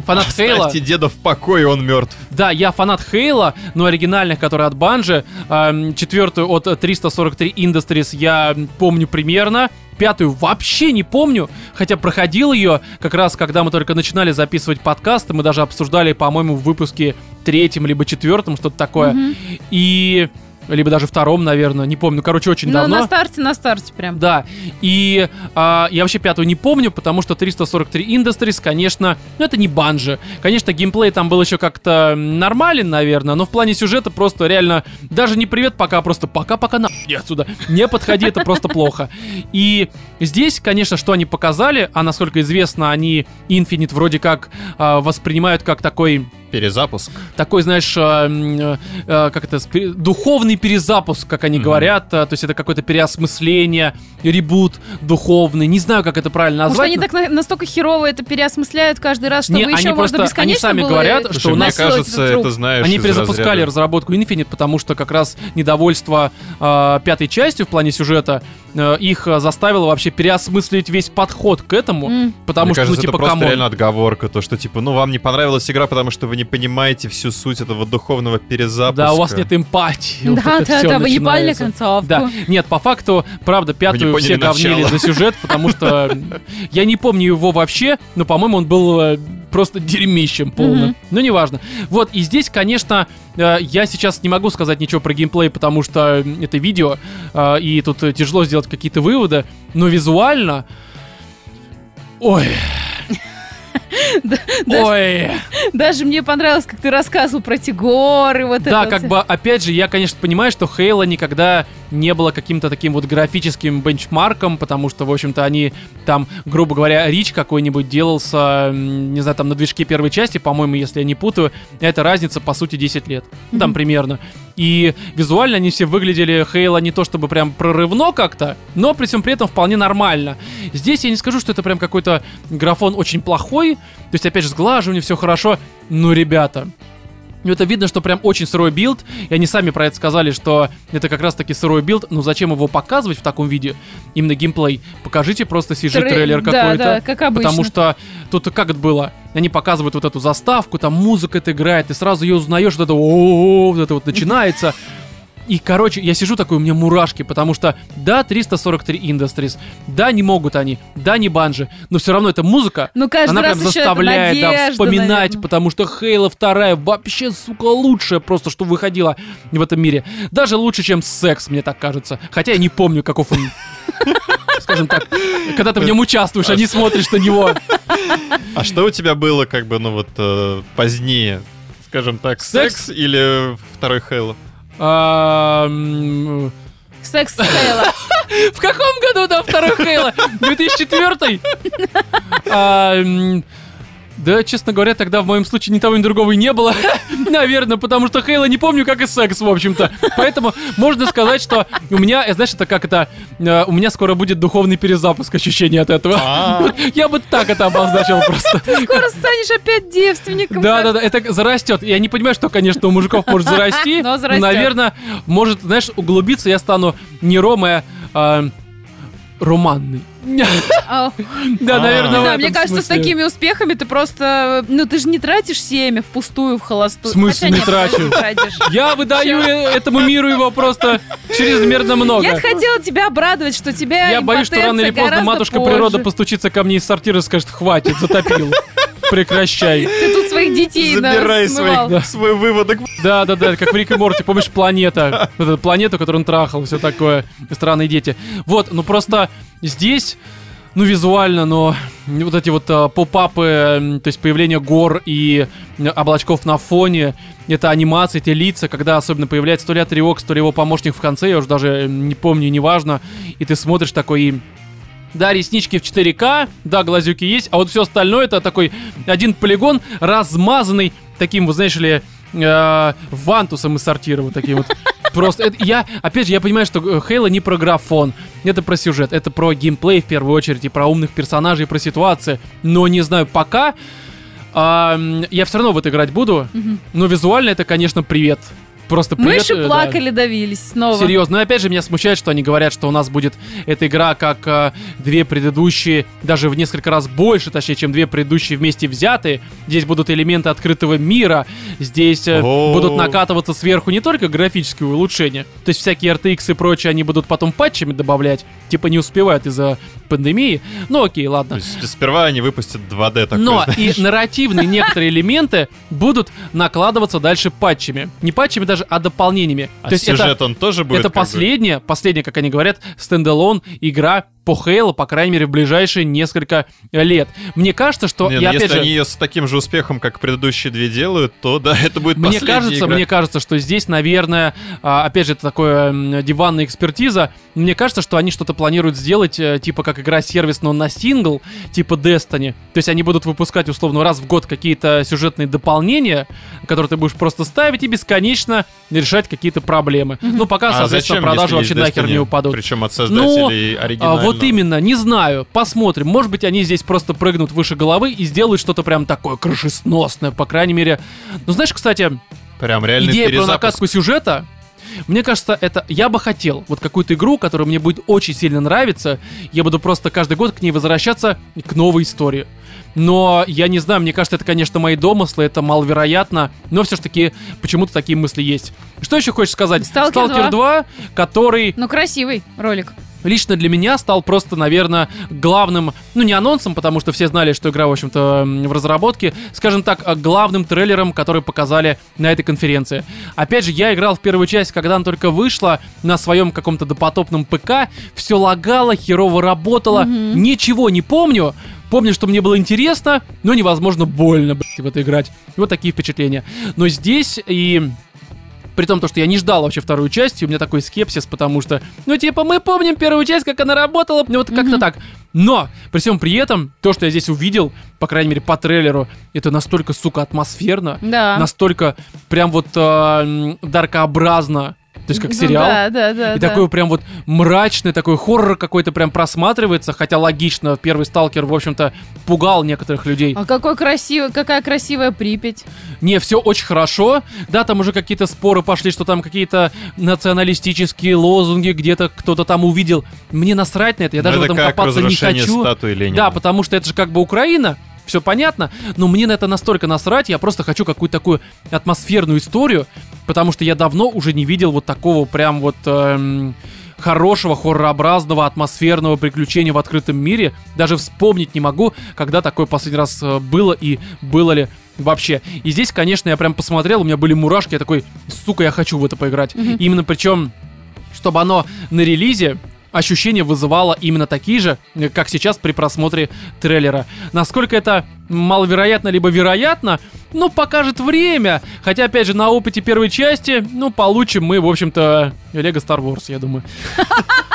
S1: фанат Хейла.
S2: Оставьте деда А в покое, он мертв.
S1: Да, я фанат Хейла, но оригинальных, которые от Банжи. эм, четвертую от э, 343 Industries я м, помню примерно. Пятую вообще не помню, хотя проходил ее как раз, когда мы только начинали записывать подкасты. Мы даже обсуждали, по-моему, в выпуске третьем либо четвертом, что-то такое.
S3: Мгм.
S1: И... Либо даже втором, наверное, не помню. Короче, очень
S3: Ну,
S1: давно.
S3: на старте, на старте прям.
S1: Да, и а, я вообще пятую не помню, потому что 343 Industries, конечно, ну это не банжи. Конечно, геймплей там был еще как-то м, нормален, наверное, но в плане сюжета просто реально даже не привет пока, а просто пока-пока на иди отсюда. Не подходи, это просто плохо. И здесь, конечно, что они показали, а насколько известно, они Infinite вроде как а, воспринимают как такой
S2: Перезапуск.
S1: такой, знаешь, э, м, э, э, как это, спе- духовный перезапуск, как они
S2: Мгм.
S1: говорят, э, то есть это какое-то переосмысление, ребут духовный, не знаю, как это правильно
S3: Может,
S1: назвать.
S3: они
S1: но-
S3: так на- настолько херово это переосмысляют каждый раз, чтобы
S1: Не, они
S3: еще
S1: просто-
S3: можно
S1: они
S3: бесконечно
S1: сами
S3: было
S1: говорят,
S3: это-
S1: Слушай,
S2: Слушай,
S1: у
S2: мне
S1: нас
S2: кажется,
S3: слоится вдруг.
S2: это знаешь
S1: Они
S2: из
S1: перезапускали
S2: разряда-
S1: разработку Infinite, потому что как раз недовольство э, пятой частью в плане сюжета э, их э, заставило вообще переосмыслить весь подход к этому,
S3: М.
S1: потому
S2: Мне
S1: что,
S2: кажется,
S1: ну, типа,
S2: это просто
S1: камон.
S2: реально отговорка, то, что, типа, ну, вам не понравилась игра, потому что вы не понимаете всю суть этого духовного перезапуска.
S1: Да, у вас нет эмпатии. Вот
S3: Да,
S1: это
S3: да,
S1: всё
S3: да, вы ебали
S1: начинается.
S3: концовку.
S1: Да, нет, по факту, правда, пятую
S2: поняли
S1: все говнили
S2: начало.
S1: за сюжет, потому что м, я не помню его вообще, но, по-моему, он был э, просто дерьмищем полным.
S3: Мгм.
S1: Ну, неважно. Вот, и здесь, конечно, э, я сейчас не могу сказать ничего про геймплей, потому что м, это видео, э, и тут э, тяжело сделать какие-то выводы, но визуально... Ой. Ой.
S3: Даже мне понравилось, как ты рассказывал про эти горы, вот это
S1: Да,
S3: вот
S1: как
S3: всё.
S1: бы, опять же, я, конечно, понимаю, что Хейла никогда не было каким-то таким вот графическим бенчмарком, потому что, в общем-то, они там, грубо говоря, Рич какой-нибудь делался, м, не знаю, там на движке первой части, по-моему, если я не путаю, это разница, по сути, 10 лет. Ну, там
S3: Мгм.
S1: примерно. И визуально они все выглядели Хейла не то чтобы прям прорывно как-то, но при всем при этом вполне нормально. Здесь я не скажу, что это прям какой-то графон очень плохой, то есть, опять же, сглаживание, все хорошо, но, ребята, ну, это видно, что прям очень сырой билд, и они сами про это сказали, что это как раз-таки сырой билд, но зачем его показывать в таком виде, именно геймплей? Покажите просто
S3: Тре-
S1: CG-трейлер
S3: Да,
S1: какой-то.
S3: да, как обычно.
S1: Потому что тут как это было? Они показывают вот эту заставку, там музыка это играет, ты сразу ее узнаешь, вот это о вот это вот начинается. И, короче, я сижу такой, у меня мурашки, потому что, да, 343 Industries, да, не могут они, да, не банжи, но все равно эта музыка,
S3: Ну, каждый
S1: она
S3: раз
S1: прям
S3: еще это
S1: заставляет, да,
S3: надежда,
S1: вспоминать,
S3: наверное.
S1: потому что Хейла вторая вообще, сука, лучшая просто, что выходила в этом мире. Даже лучше, чем секс, мне так кажется. Хотя я не помню, каков он. Скажем так, когда ты в нем участвуешь, а не смотришь на него.
S2: А что у тебя было, как бы, ну вот, э, позднее? Скажем так,
S1: Секс?
S2: секс, или второй Хейл?
S1: А, м,
S3: Секс с Хейла.
S1: В каком году там второй Хейла? 2004? А, м, Да, честно говоря, тогда в моем случае ни того, ни другого и не было. Наверное, потому что Хейла не помню, как и секс, в общем-то. Поэтому можно сказать, что у меня, э, знаешь, это как это... э, У меня скоро будет духовный перезапуск ощущений от этого.
S2: А,
S1: Я бы так это обозначил просто.
S3: Скоро станешь опять девственником.
S1: Да, да, да, это зарастет. Я не понимаю, что, конечно, у мужиков может зарасти.
S3: Но зарастет.
S1: Наверное, может, знаешь, углубиться я стану не Рома, а э, Романный.
S3: А,
S1: Да,
S2: А.
S1: наверное,
S2: Не
S1: в
S3: Да,
S1: этом
S3: мне кажется, с
S1: смысле.
S3: такими успехами ты просто... Ну, ты же не тратишь семя впустую, в холостую.
S1: В смысле
S3: Хотя
S1: не
S3: нет, ты
S1: трачу?
S3: тратишь.
S1: Я выдаю э- этому миру его просто чрезмерно
S3: Я
S1: много.
S3: хотела тебя обрадовать, что тебя
S1: Я боюсь, что рано или
S3: импотенция
S1: поздно
S3: гораздо
S1: матушка
S3: позже.
S1: природа постучится ко мне из сортира и скажет, хватит, затопил. Прекращай.
S3: Ты тут своих детей на-
S2: забирай
S3: смывал.
S2: свой, свой выводок.
S1: Да, да, да, как в Рик и Морти, помнишь, планета. Вот эту планету, которую он трахал, все такое. Странные дети. Вот, ну просто здесь, ну визуально, но вот эти вот а, поп-апы, м, то есть появление гор и м, облачков на фоне, это анимации, те лица, когда особенно появляется то ли Атриокс, то ли его помощник в конце, я уже даже м, не помню, неважно, и ты смотришь такой и да, реснички в 4К, да, глазюки есть, а вот все остальное это такой один полигон, размазанный таким, вот знаешь ли, э, вантусом из сортира вот таким вот. Просто это- я, опять же, я понимаю, что Хейла не про графон, это про сюжет, это про геймплей в первую очередь, и про умных персонажей, и про ситуации. Но не знаю, пока а, м, я все равно в это играть буду, но визуально это, конечно, привет. Просто привет.
S3: Мыши
S1: э, да.
S3: плакали, давились снова.
S1: Серьезно, но опять же меня смущает, что они говорят, что у нас будет эта игра как э, две предыдущие, даже в несколько раз больше, точнее, чем две предыдущие вместе взятые. Здесь будут элементы открытого мира, здесь э,
S2: О.
S1: будут накатываться сверху не только графические улучшения, то есть всякие RTX и прочее они будут потом патчами добавлять, типа не успевают из-за пандемии. Ну окей,
S2: То
S1: ладно.
S2: есть сперва они выпустят 2D такой.
S1: Но
S2: знаешь.
S1: и нарративные некоторые элементы будут накладываться дальше патчами. Не патчами даже, а дополнениями.
S2: А
S1: то есть это
S2: сюжет он тоже будет.
S1: это
S2: как бы-
S1: последняя, последняя, как они говорят, стендалон игра по Хейлу, по крайней мере, в ближайшие несколько лет. Мне кажется, что...
S2: Не,
S1: и
S2: ну,
S1: опять
S2: если
S1: же,
S2: они ее с таким же успехом, как предыдущие две делают, то да, это будет
S1: мне
S2: последняя
S1: кажется,
S2: игра. А
S1: мне кажется, что здесь, наверное, а, опять же, это такое м, диванная экспертиза. Мне кажется, что они что-то планируют сделать, э, типа как игра сервис, но на сингл, типа Destiny. То есть они будут выпускать условно раз в год какие-то сюжетные дополнения, которые ты будешь просто ставить и бесконечно решать какие-то проблемы. Ну, пока,
S2: А
S1: соответственно,
S2: зачем,
S1: продажи
S2: если
S1: вообще
S2: есть
S1: нахер
S2: Destiny?
S1: не упадут. Ну,
S2: Причем от создателей
S1: А,
S2: оригинального.
S1: вот именно, не знаю. Посмотрим. Может быть, они здесь просто прыгнут выше головы и сделают что-то прям такое крышесносное, по крайней мере. Ну, знаешь, кстати,
S2: Прям реально
S1: идея про
S2: перезапуск.
S1: накатку сюжета. Мне кажется, это я бы хотел вот какую-то игру, которая мне будет очень сильно нравиться. Я буду просто каждый год к ней возвращаться и к новой истории. Но я не знаю, мне кажется, это, конечно, мои домыслы, это маловероятно, но все-таки почему-то такие мысли есть. Что еще хочешь сказать?
S3: Stalker 2.
S1: 2, который
S3: Ну, красивый ролик.
S1: лично для меня стал просто, наверное, главным, ну не анонсом, потому что все знали, что игра, в общем-то, м, в разработке, скажем так, э, главным трейлером, который показали на этой конференции. Опять же, я играл в первую часть, когда она только вышла, на своем каком-то допотопном ПК, все лагало, херово работало, ничего не помню, Помню, что мне было интересно, но невозможно больно, блядь, в это играть. И вот такие впечатления. Но здесь и при том, то, что я не ждал вообще вторую часть, и у меня такой скепсис, потому что, ну, типа, мы помним первую часть, как она работала, ну, вот как-то так. Но, при всем при этом, то, что я здесь увидел, по крайней мере, по трейлеру, это настолько, сука, атмосферно,
S3: Да.
S1: настолько прям вот а, м, даркообразно, то есть как
S3: Ну,
S1: сериал.
S3: Да, да, да.
S1: И
S3: да.
S1: такой прям вот мрачный, такой хоррор какой-то прям просматривается, хотя логично, первый сталкер, в общем-то, пугал некоторых людей.
S3: А какой красивый, какая красивая Припять.
S1: Не, все очень хорошо. Да, там уже какие-то споры пошли, что там какие-то националистические лозунги где-то кто-то там увидел. Мне насрать на это, я
S2: Ну,
S1: даже в
S2: это
S1: этом
S2: как
S1: копаться не
S2: разрушение
S1: хочу.
S2: статуи Ленина.
S1: Да, потому что это же как бы Украина. все понятно, но мне на это настолько насрать, я просто хочу какую-то такую атмосферную историю, потому что я давно уже не видел вот такого прям вот эм, хорошего, хоррообразного, атмосферного приключения в открытом мире. Даже вспомнить не могу, когда такое последний раз э, было и было ли вообще. И здесь, конечно, я прям посмотрел, у меня были мурашки, я такой, сука, я хочу в это поиграть.
S3: Мгм.
S1: Именно причем, чтобы оно на релизе ощущения вызывало именно такие же, э, как сейчас при просмотре трейлера. Насколько это маловероятно, либо вероятно, ну, покажет время. Хотя, опять же, на опыте первой части, ну, получим мы, в общем-то, Лего Star Wars, я думаю.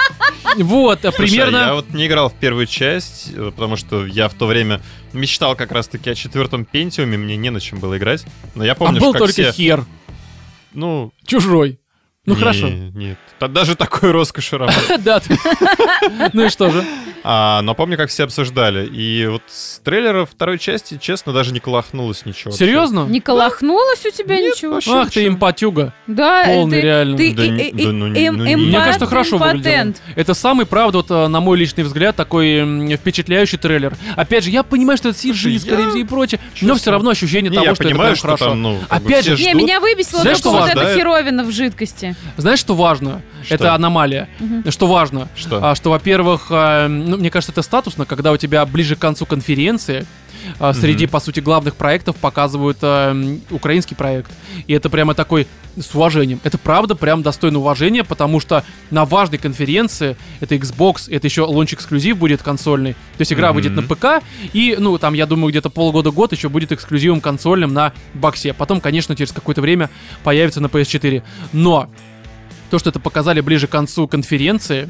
S1: Вот, э,
S2: Слушай, а Я
S1: примерно...
S2: вот не играл в первую часть, э, потому что я в то время мечтал как раз-таки о четвертом пентиуме, мне не на чем было играть. Но я
S1: А
S2: помню,
S1: был
S2: как
S1: только
S2: все...
S1: хер.
S2: Ну,
S1: Чужой. Ну
S2: не-
S1: хорошо.
S2: Нет, Та- даже такой роскоши рано.
S1: Да. ты. Ну и что же?
S2: А, но помню, как все обсуждали. И вот с трейлера второй части, честно, даже не колохнулось ничего.
S1: Серьезно?
S3: Не колохнулось у тебя ничего?
S2: вообще.
S1: Ах ты импатюга.
S3: Да,
S1: Полный
S3: ты,
S1: реально.
S3: ты
S2: Да
S3: и-
S2: не-
S3: и-
S2: да ну
S3: и-
S2: не-
S3: эм-
S2: ну не-
S3: эмпат-
S1: Мне кажется, хорошо выглядело.
S3: импотент.
S1: Это самый, правда, вот, э, на мой личный взгляд, такой м, впечатляющий трейлер. Опять же, я понимаю, что это CG,
S2: Слушай,
S1: скорее
S2: я-
S1: всего, и прочее, но
S2: честно,
S1: все равно ощущение
S2: Не,
S1: того,
S2: я
S1: что
S2: понимаю,
S1: это
S2: что
S1: прям хорошо.
S2: там, ну, как бы
S1: Опять
S2: все
S1: же,
S3: Не,
S2: ждут.
S3: меня выбесило
S1: Знаешь,
S3: только
S1: что
S3: вот эта
S2: важно?
S3: херовина в жидкости.
S1: Знаешь, что важно?
S2: Что?
S1: Это аномалия.
S3: Мгм.
S1: Что важно?
S2: Что?
S1: А, что, во-первых, э, ну, мне кажется, это статусно, когда у тебя ближе к концу конференции а, среди,
S2: Мгм.
S1: по сути, главных проектов показывают э, м, украинский проект. И это прямо такой с уважением. Это правда прям достойно уважения, потому что на важной конференции это Xbox, это еще лонч-эксклюзив будет консольный. То есть игра
S2: Мгм.
S1: выйдет на ПК, и, ну, там, я думаю, где-то полгода-год еще будет эксклюзивом консольным на боксе. Потом, конечно, через какое-то время появится на PS4. Но то, что это показали ближе к концу конференции,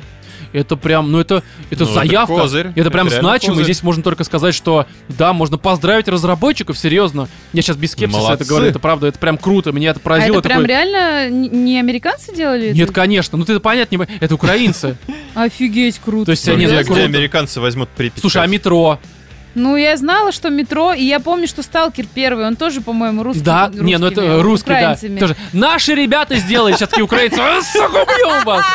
S1: это прям, ну это, это
S2: Ну, это
S1: заявка.
S2: козырь.
S1: Это,
S2: Это
S1: прям
S2: реально
S1: значимо. И
S2: козырь.
S1: здесь можно только сказать, что да, можно поздравить разработчиков, серьезно. Я сейчас без скепсиса это
S2: Молодцы.
S1: говорю, это правда, это прям круто. Меня это
S3: А
S1: поразило.
S3: это прям
S1: такой,
S3: реально н- не американцы делали? это?
S1: Нет, конечно. Ну ты понятно, не... это украинцы.
S3: Офигеть, круто.
S1: То есть
S2: Ну,
S1: они-
S2: где,
S1: нет,
S2: где
S1: круто.
S2: американцы возьмут Припять?
S1: Слушай, а метро?
S3: Ну, я знала, что метро, и я помню, что Сталкер первый, он тоже, по-моему, русский.
S1: Да, не, ну это э,
S3: русскими,
S1: русский, да.
S3: украинцами.
S1: Тоже. Наши ребята сделали сейчас такие украинцы. «А, Сука, убью вас!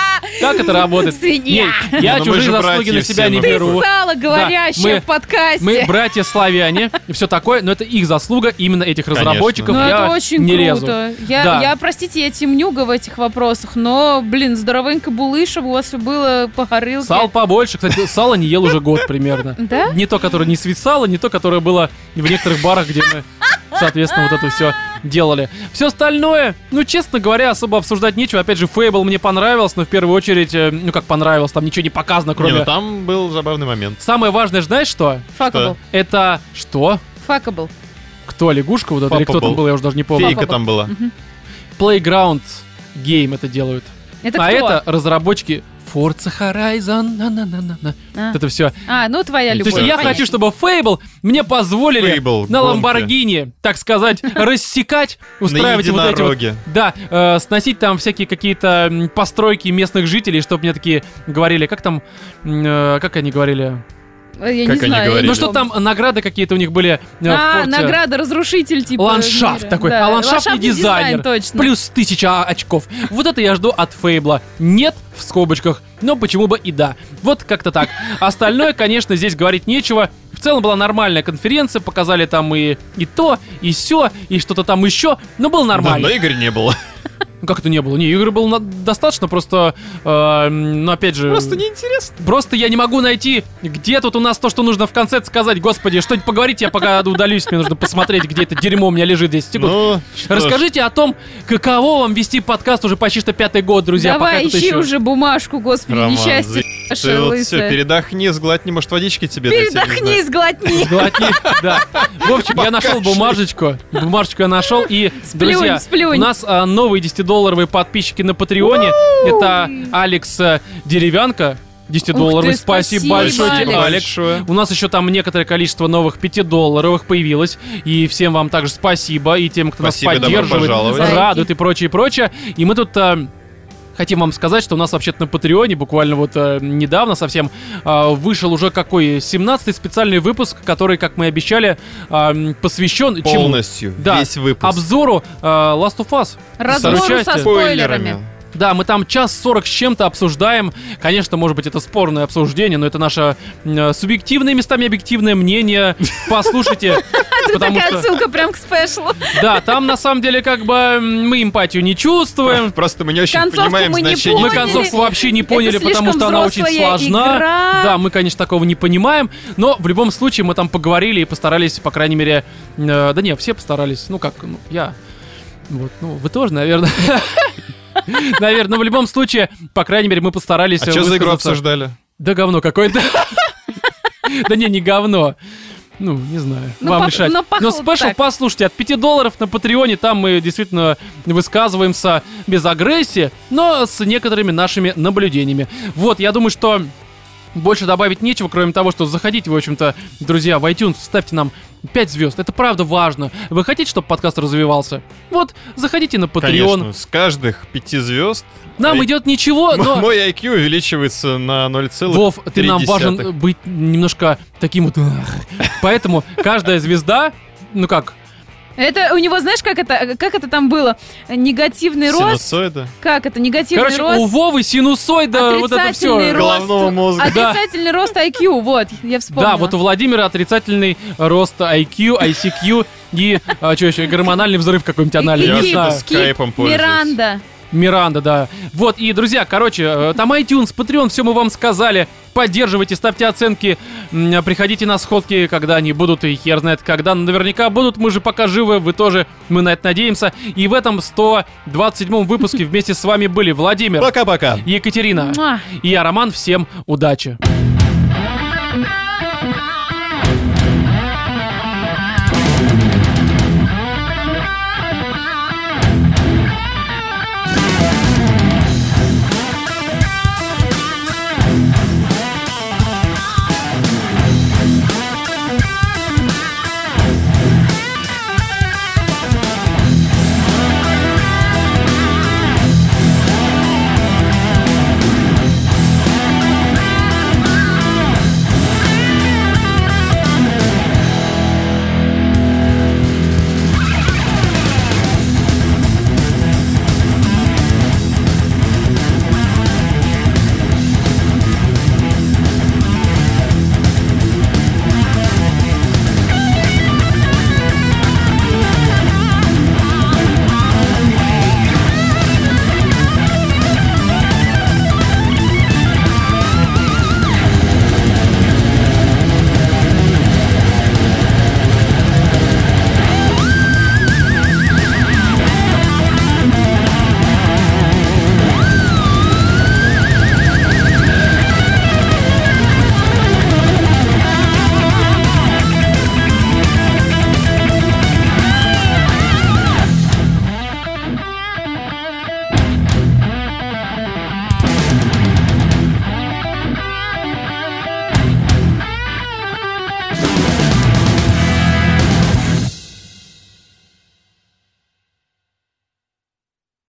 S1: Как это работает?
S4: Свинья!
S1: Не, я
S2: Не, ну мы
S1: чужие
S2: же
S1: заслуги на
S2: братья
S1: себя
S2: все,
S1: не
S2: ну
S1: беру.
S2: какой?
S3: Писала говорящая
S1: мы-
S3: в подкасте.
S1: Мы братья славяне и все такое, но это их заслуга именно этих
S2: Конечно.
S1: разработчиков.
S3: Ну,
S1: я
S3: это очень
S1: не лезу.
S3: круто. Я,
S1: Да.
S3: я, простите, я темнюга в этих вопросах, но, блин, здоровенько булы, чтобы у вас все было по горылке.
S1: Сал побольше, кстати, сало не ел уже год примерно.
S3: Да?
S1: Не то, которое не свисало, не то, которое было в некоторых барах, где мы, соответственно, вот это все делали. Все остальное, ну, честно говоря, особо обсуждать нечего. Опять же, Фейбл мне понравился, но в первую очередь, э, ну, как понравилось, там ничего не показано,
S2: Не, ну
S1: кроме...
S2: там был забавный момент.
S1: Самое важное, знаешь что?
S3: Факабл.
S1: Это что?
S3: Факабл.
S1: Кто, лягушка вот эта, или кто там
S2: Фапабл.
S1: был, я уже даже не помню.
S2: Фейка там была.
S1: Playground Game это делают.
S3: Это
S1: а
S3: кто?
S1: это разработчики Forza Horizon. на-на-на-на-на.
S3: А.
S1: Вот это все.
S3: А, ну твоя
S1: То
S3: любовь.
S1: есть я
S3: понятно.
S1: хочу, чтобы Фейбл мне позволили
S2: Fable,
S1: на
S2: громко.
S1: Ламборгини, так сказать, рассекать,
S2: На
S1: устраивать вот эти вот
S2: единороге.
S1: да, э, сносить там всякие какие-то м, постройки местных жителей, чтобы мне такие говорили, как там, м, э, как они говорили?
S3: Э, Я
S2: Как
S3: не
S2: они
S3: знаю.
S2: говорили?
S1: Ну что там, награды какие-то у них были. э, в
S3: А,
S1: Forza.
S3: награда разрушитель типа.
S1: ландшафт
S3: мира.
S1: такой,
S3: Да,
S1: а ландшафтный, дизайнер.
S3: точно.
S1: Плюс тысяча очков. Вот это я жду от Фейбла. Нет в скобочках, но почему бы и да. Вот как-то так. Остальное, конечно, здесь говорить нечего. В целом была нормальная конференция, показали там и, и то, и все, и что-то там еще, но было
S2: Да,
S1: нормально.
S2: Но игр не было.
S1: Ну как это не было? Не, игры было на- достаточно, просто, э, м, ну опять же...
S2: Просто неинтересно.
S1: Просто я не могу найти, где тут у нас то, что нужно в конце сказать. Господи, что-нибудь поговорите, я пока удалюсь, мне нужно посмотреть, где это дерьмо у меня лежит Типа, 10 секунд.
S2: Ну, что ж.
S1: Расскажите о том, каково вам вести подкаст уже почти что пятый год, друзья. пока
S3: Давай,
S1: я тут
S3: ищи
S1: ищу.
S3: уже бумажку, господи,
S2: Роман,
S3: несчастье.
S2: Ты
S3: наше
S2: вот все,
S3: лысое.
S2: передохни, сглотни, может, водички тебе дать, я не
S4: Передохни,
S2: знаю.
S4: сглотни!
S1: Глотни, да. Вовчик, я нашел бумажечку. Бумажечку я нашел. И,
S3: Сплюнь,
S1: друзья,
S3: сплюнь.
S1: у нас а, новые 10-долларовые подписчики на Патреоне. Это Алекс э, Деревянко. 10-долларовый.
S3: Ух ты,
S1: Спасибо
S3: спасибо,
S1: большое тебе,
S3: Алекс.
S1: Алекс.
S2: Большое.
S1: У нас еще там некоторое количество новых 5-долларовых появилось. И всем вам также спасибо. И тем, кто
S2: Спасибо,
S1: нас
S2: добро
S1: поддерживает,
S2: пожаловать.
S1: радует и прочее, прочее. И мы тут... а, Хотим вам сказать, что у нас вообще-то на Патреоне буквально вот э, недавно совсем э, вышел уже какой 17-й специальный выпуск, который, как мы и обещали, э, м, посвящен чему?
S2: Полностью.
S1: Да.
S2: Весь выпуск.
S1: обзору э, Last of Us.
S3: Разбору
S1: Второй части.
S3: со спойлерами.
S1: Да, мы там час сорок с чем-то обсуждаем. Конечно, может быть, это спорное обсуждение, но это наше э, субъективное, местами объективное мнение. Послушайте.
S3: Тут
S1: потому
S3: такая
S1: что-
S3: отсылка прям к спешлу.
S1: Да, там на самом деле как бы м, мы эмпатию не чувствуем.
S2: Просто мы не очень
S3: Концовку
S2: понимаем
S3: мы не
S2: значение.
S1: Мы
S3: поняли.
S1: концовку вообще не поняли,
S3: ну, Это
S1: потому что
S3: слишком
S1: она очень
S3: взрослая
S1: сложна.
S3: игра.
S1: Да, мы, конечно, такого не понимаем, но в любом случае мы там поговорили и постарались, по крайней мере, э, да не, все постарались, ну как, ну, я, вот, ну вы тоже, наверное. Наверное, но в любом случае, по крайней мере, мы постарались.
S2: А что за игру
S1: высказаться.
S2: обсуждали?
S1: Да говно какое-то. Да не, не говно. Ну, не знаю.
S3: Ну,
S1: Вам
S3: пах-
S1: решать.
S3: но пахло
S1: Но спешл
S3: так.
S1: послушайте. От 5 долларов на Патреоне там мы действительно высказываемся без агрессии, но с некоторыми нашими наблюдениями. Вот, я думаю, что больше добавить нечего, кроме того, что заходите, в общем-то, друзья, в iTunes, ставьте нам 5 звезд. Это правда важно. Вы хотите, чтобы подкаст развивался? Вот, заходите на Patreon.
S2: Конечно, с каждых пяти звезд
S1: Нам
S2: Ай-
S1: идет ничего,
S2: м-
S1: но...
S2: мой IQ увеличивается на 0,3.
S1: Вов, ты нам важен быть немножко таким вот... «Ах». Поэтому каждая звезда, ну как,
S3: Это у него, знаешь, как это, как это там было? Негативный рост.
S2: Синусоида.
S3: Как это? Негативный
S1: короче, у
S3: рост.
S1: Вовы синусоида вот это
S3: Отрицательный
S1: все.
S3: рост.
S2: Головного мозга.
S1: Да.
S3: Отрицательный рост IQ, вот, я вспомнила.
S1: Да, вот у Владимира отрицательный рост IQ, ICQ и, а, что еще, гормональный взрыв какой-нибудь
S3: И-
S1: анальный,
S2: Я
S3: и-
S1: не
S3: и-
S1: знаю.
S2: с скайпом пользуюсь.
S3: Миранда.
S1: Миранда, да. Вот, и, друзья, короче, э, там iTunes, Patreon, все мы вам сказали. Поддерживайте, ставьте оценки, м, приходите на сходки, когда они будут, и хер знает когда, но наверняка будут, мы же пока живы, вы тоже, мы на это надеемся. И в этом 127 выпуске вместе с вами были Владимир,
S2: Пока-пока.
S1: Екатерина
S3: Муа.
S1: и я, Роман. Всем удачи!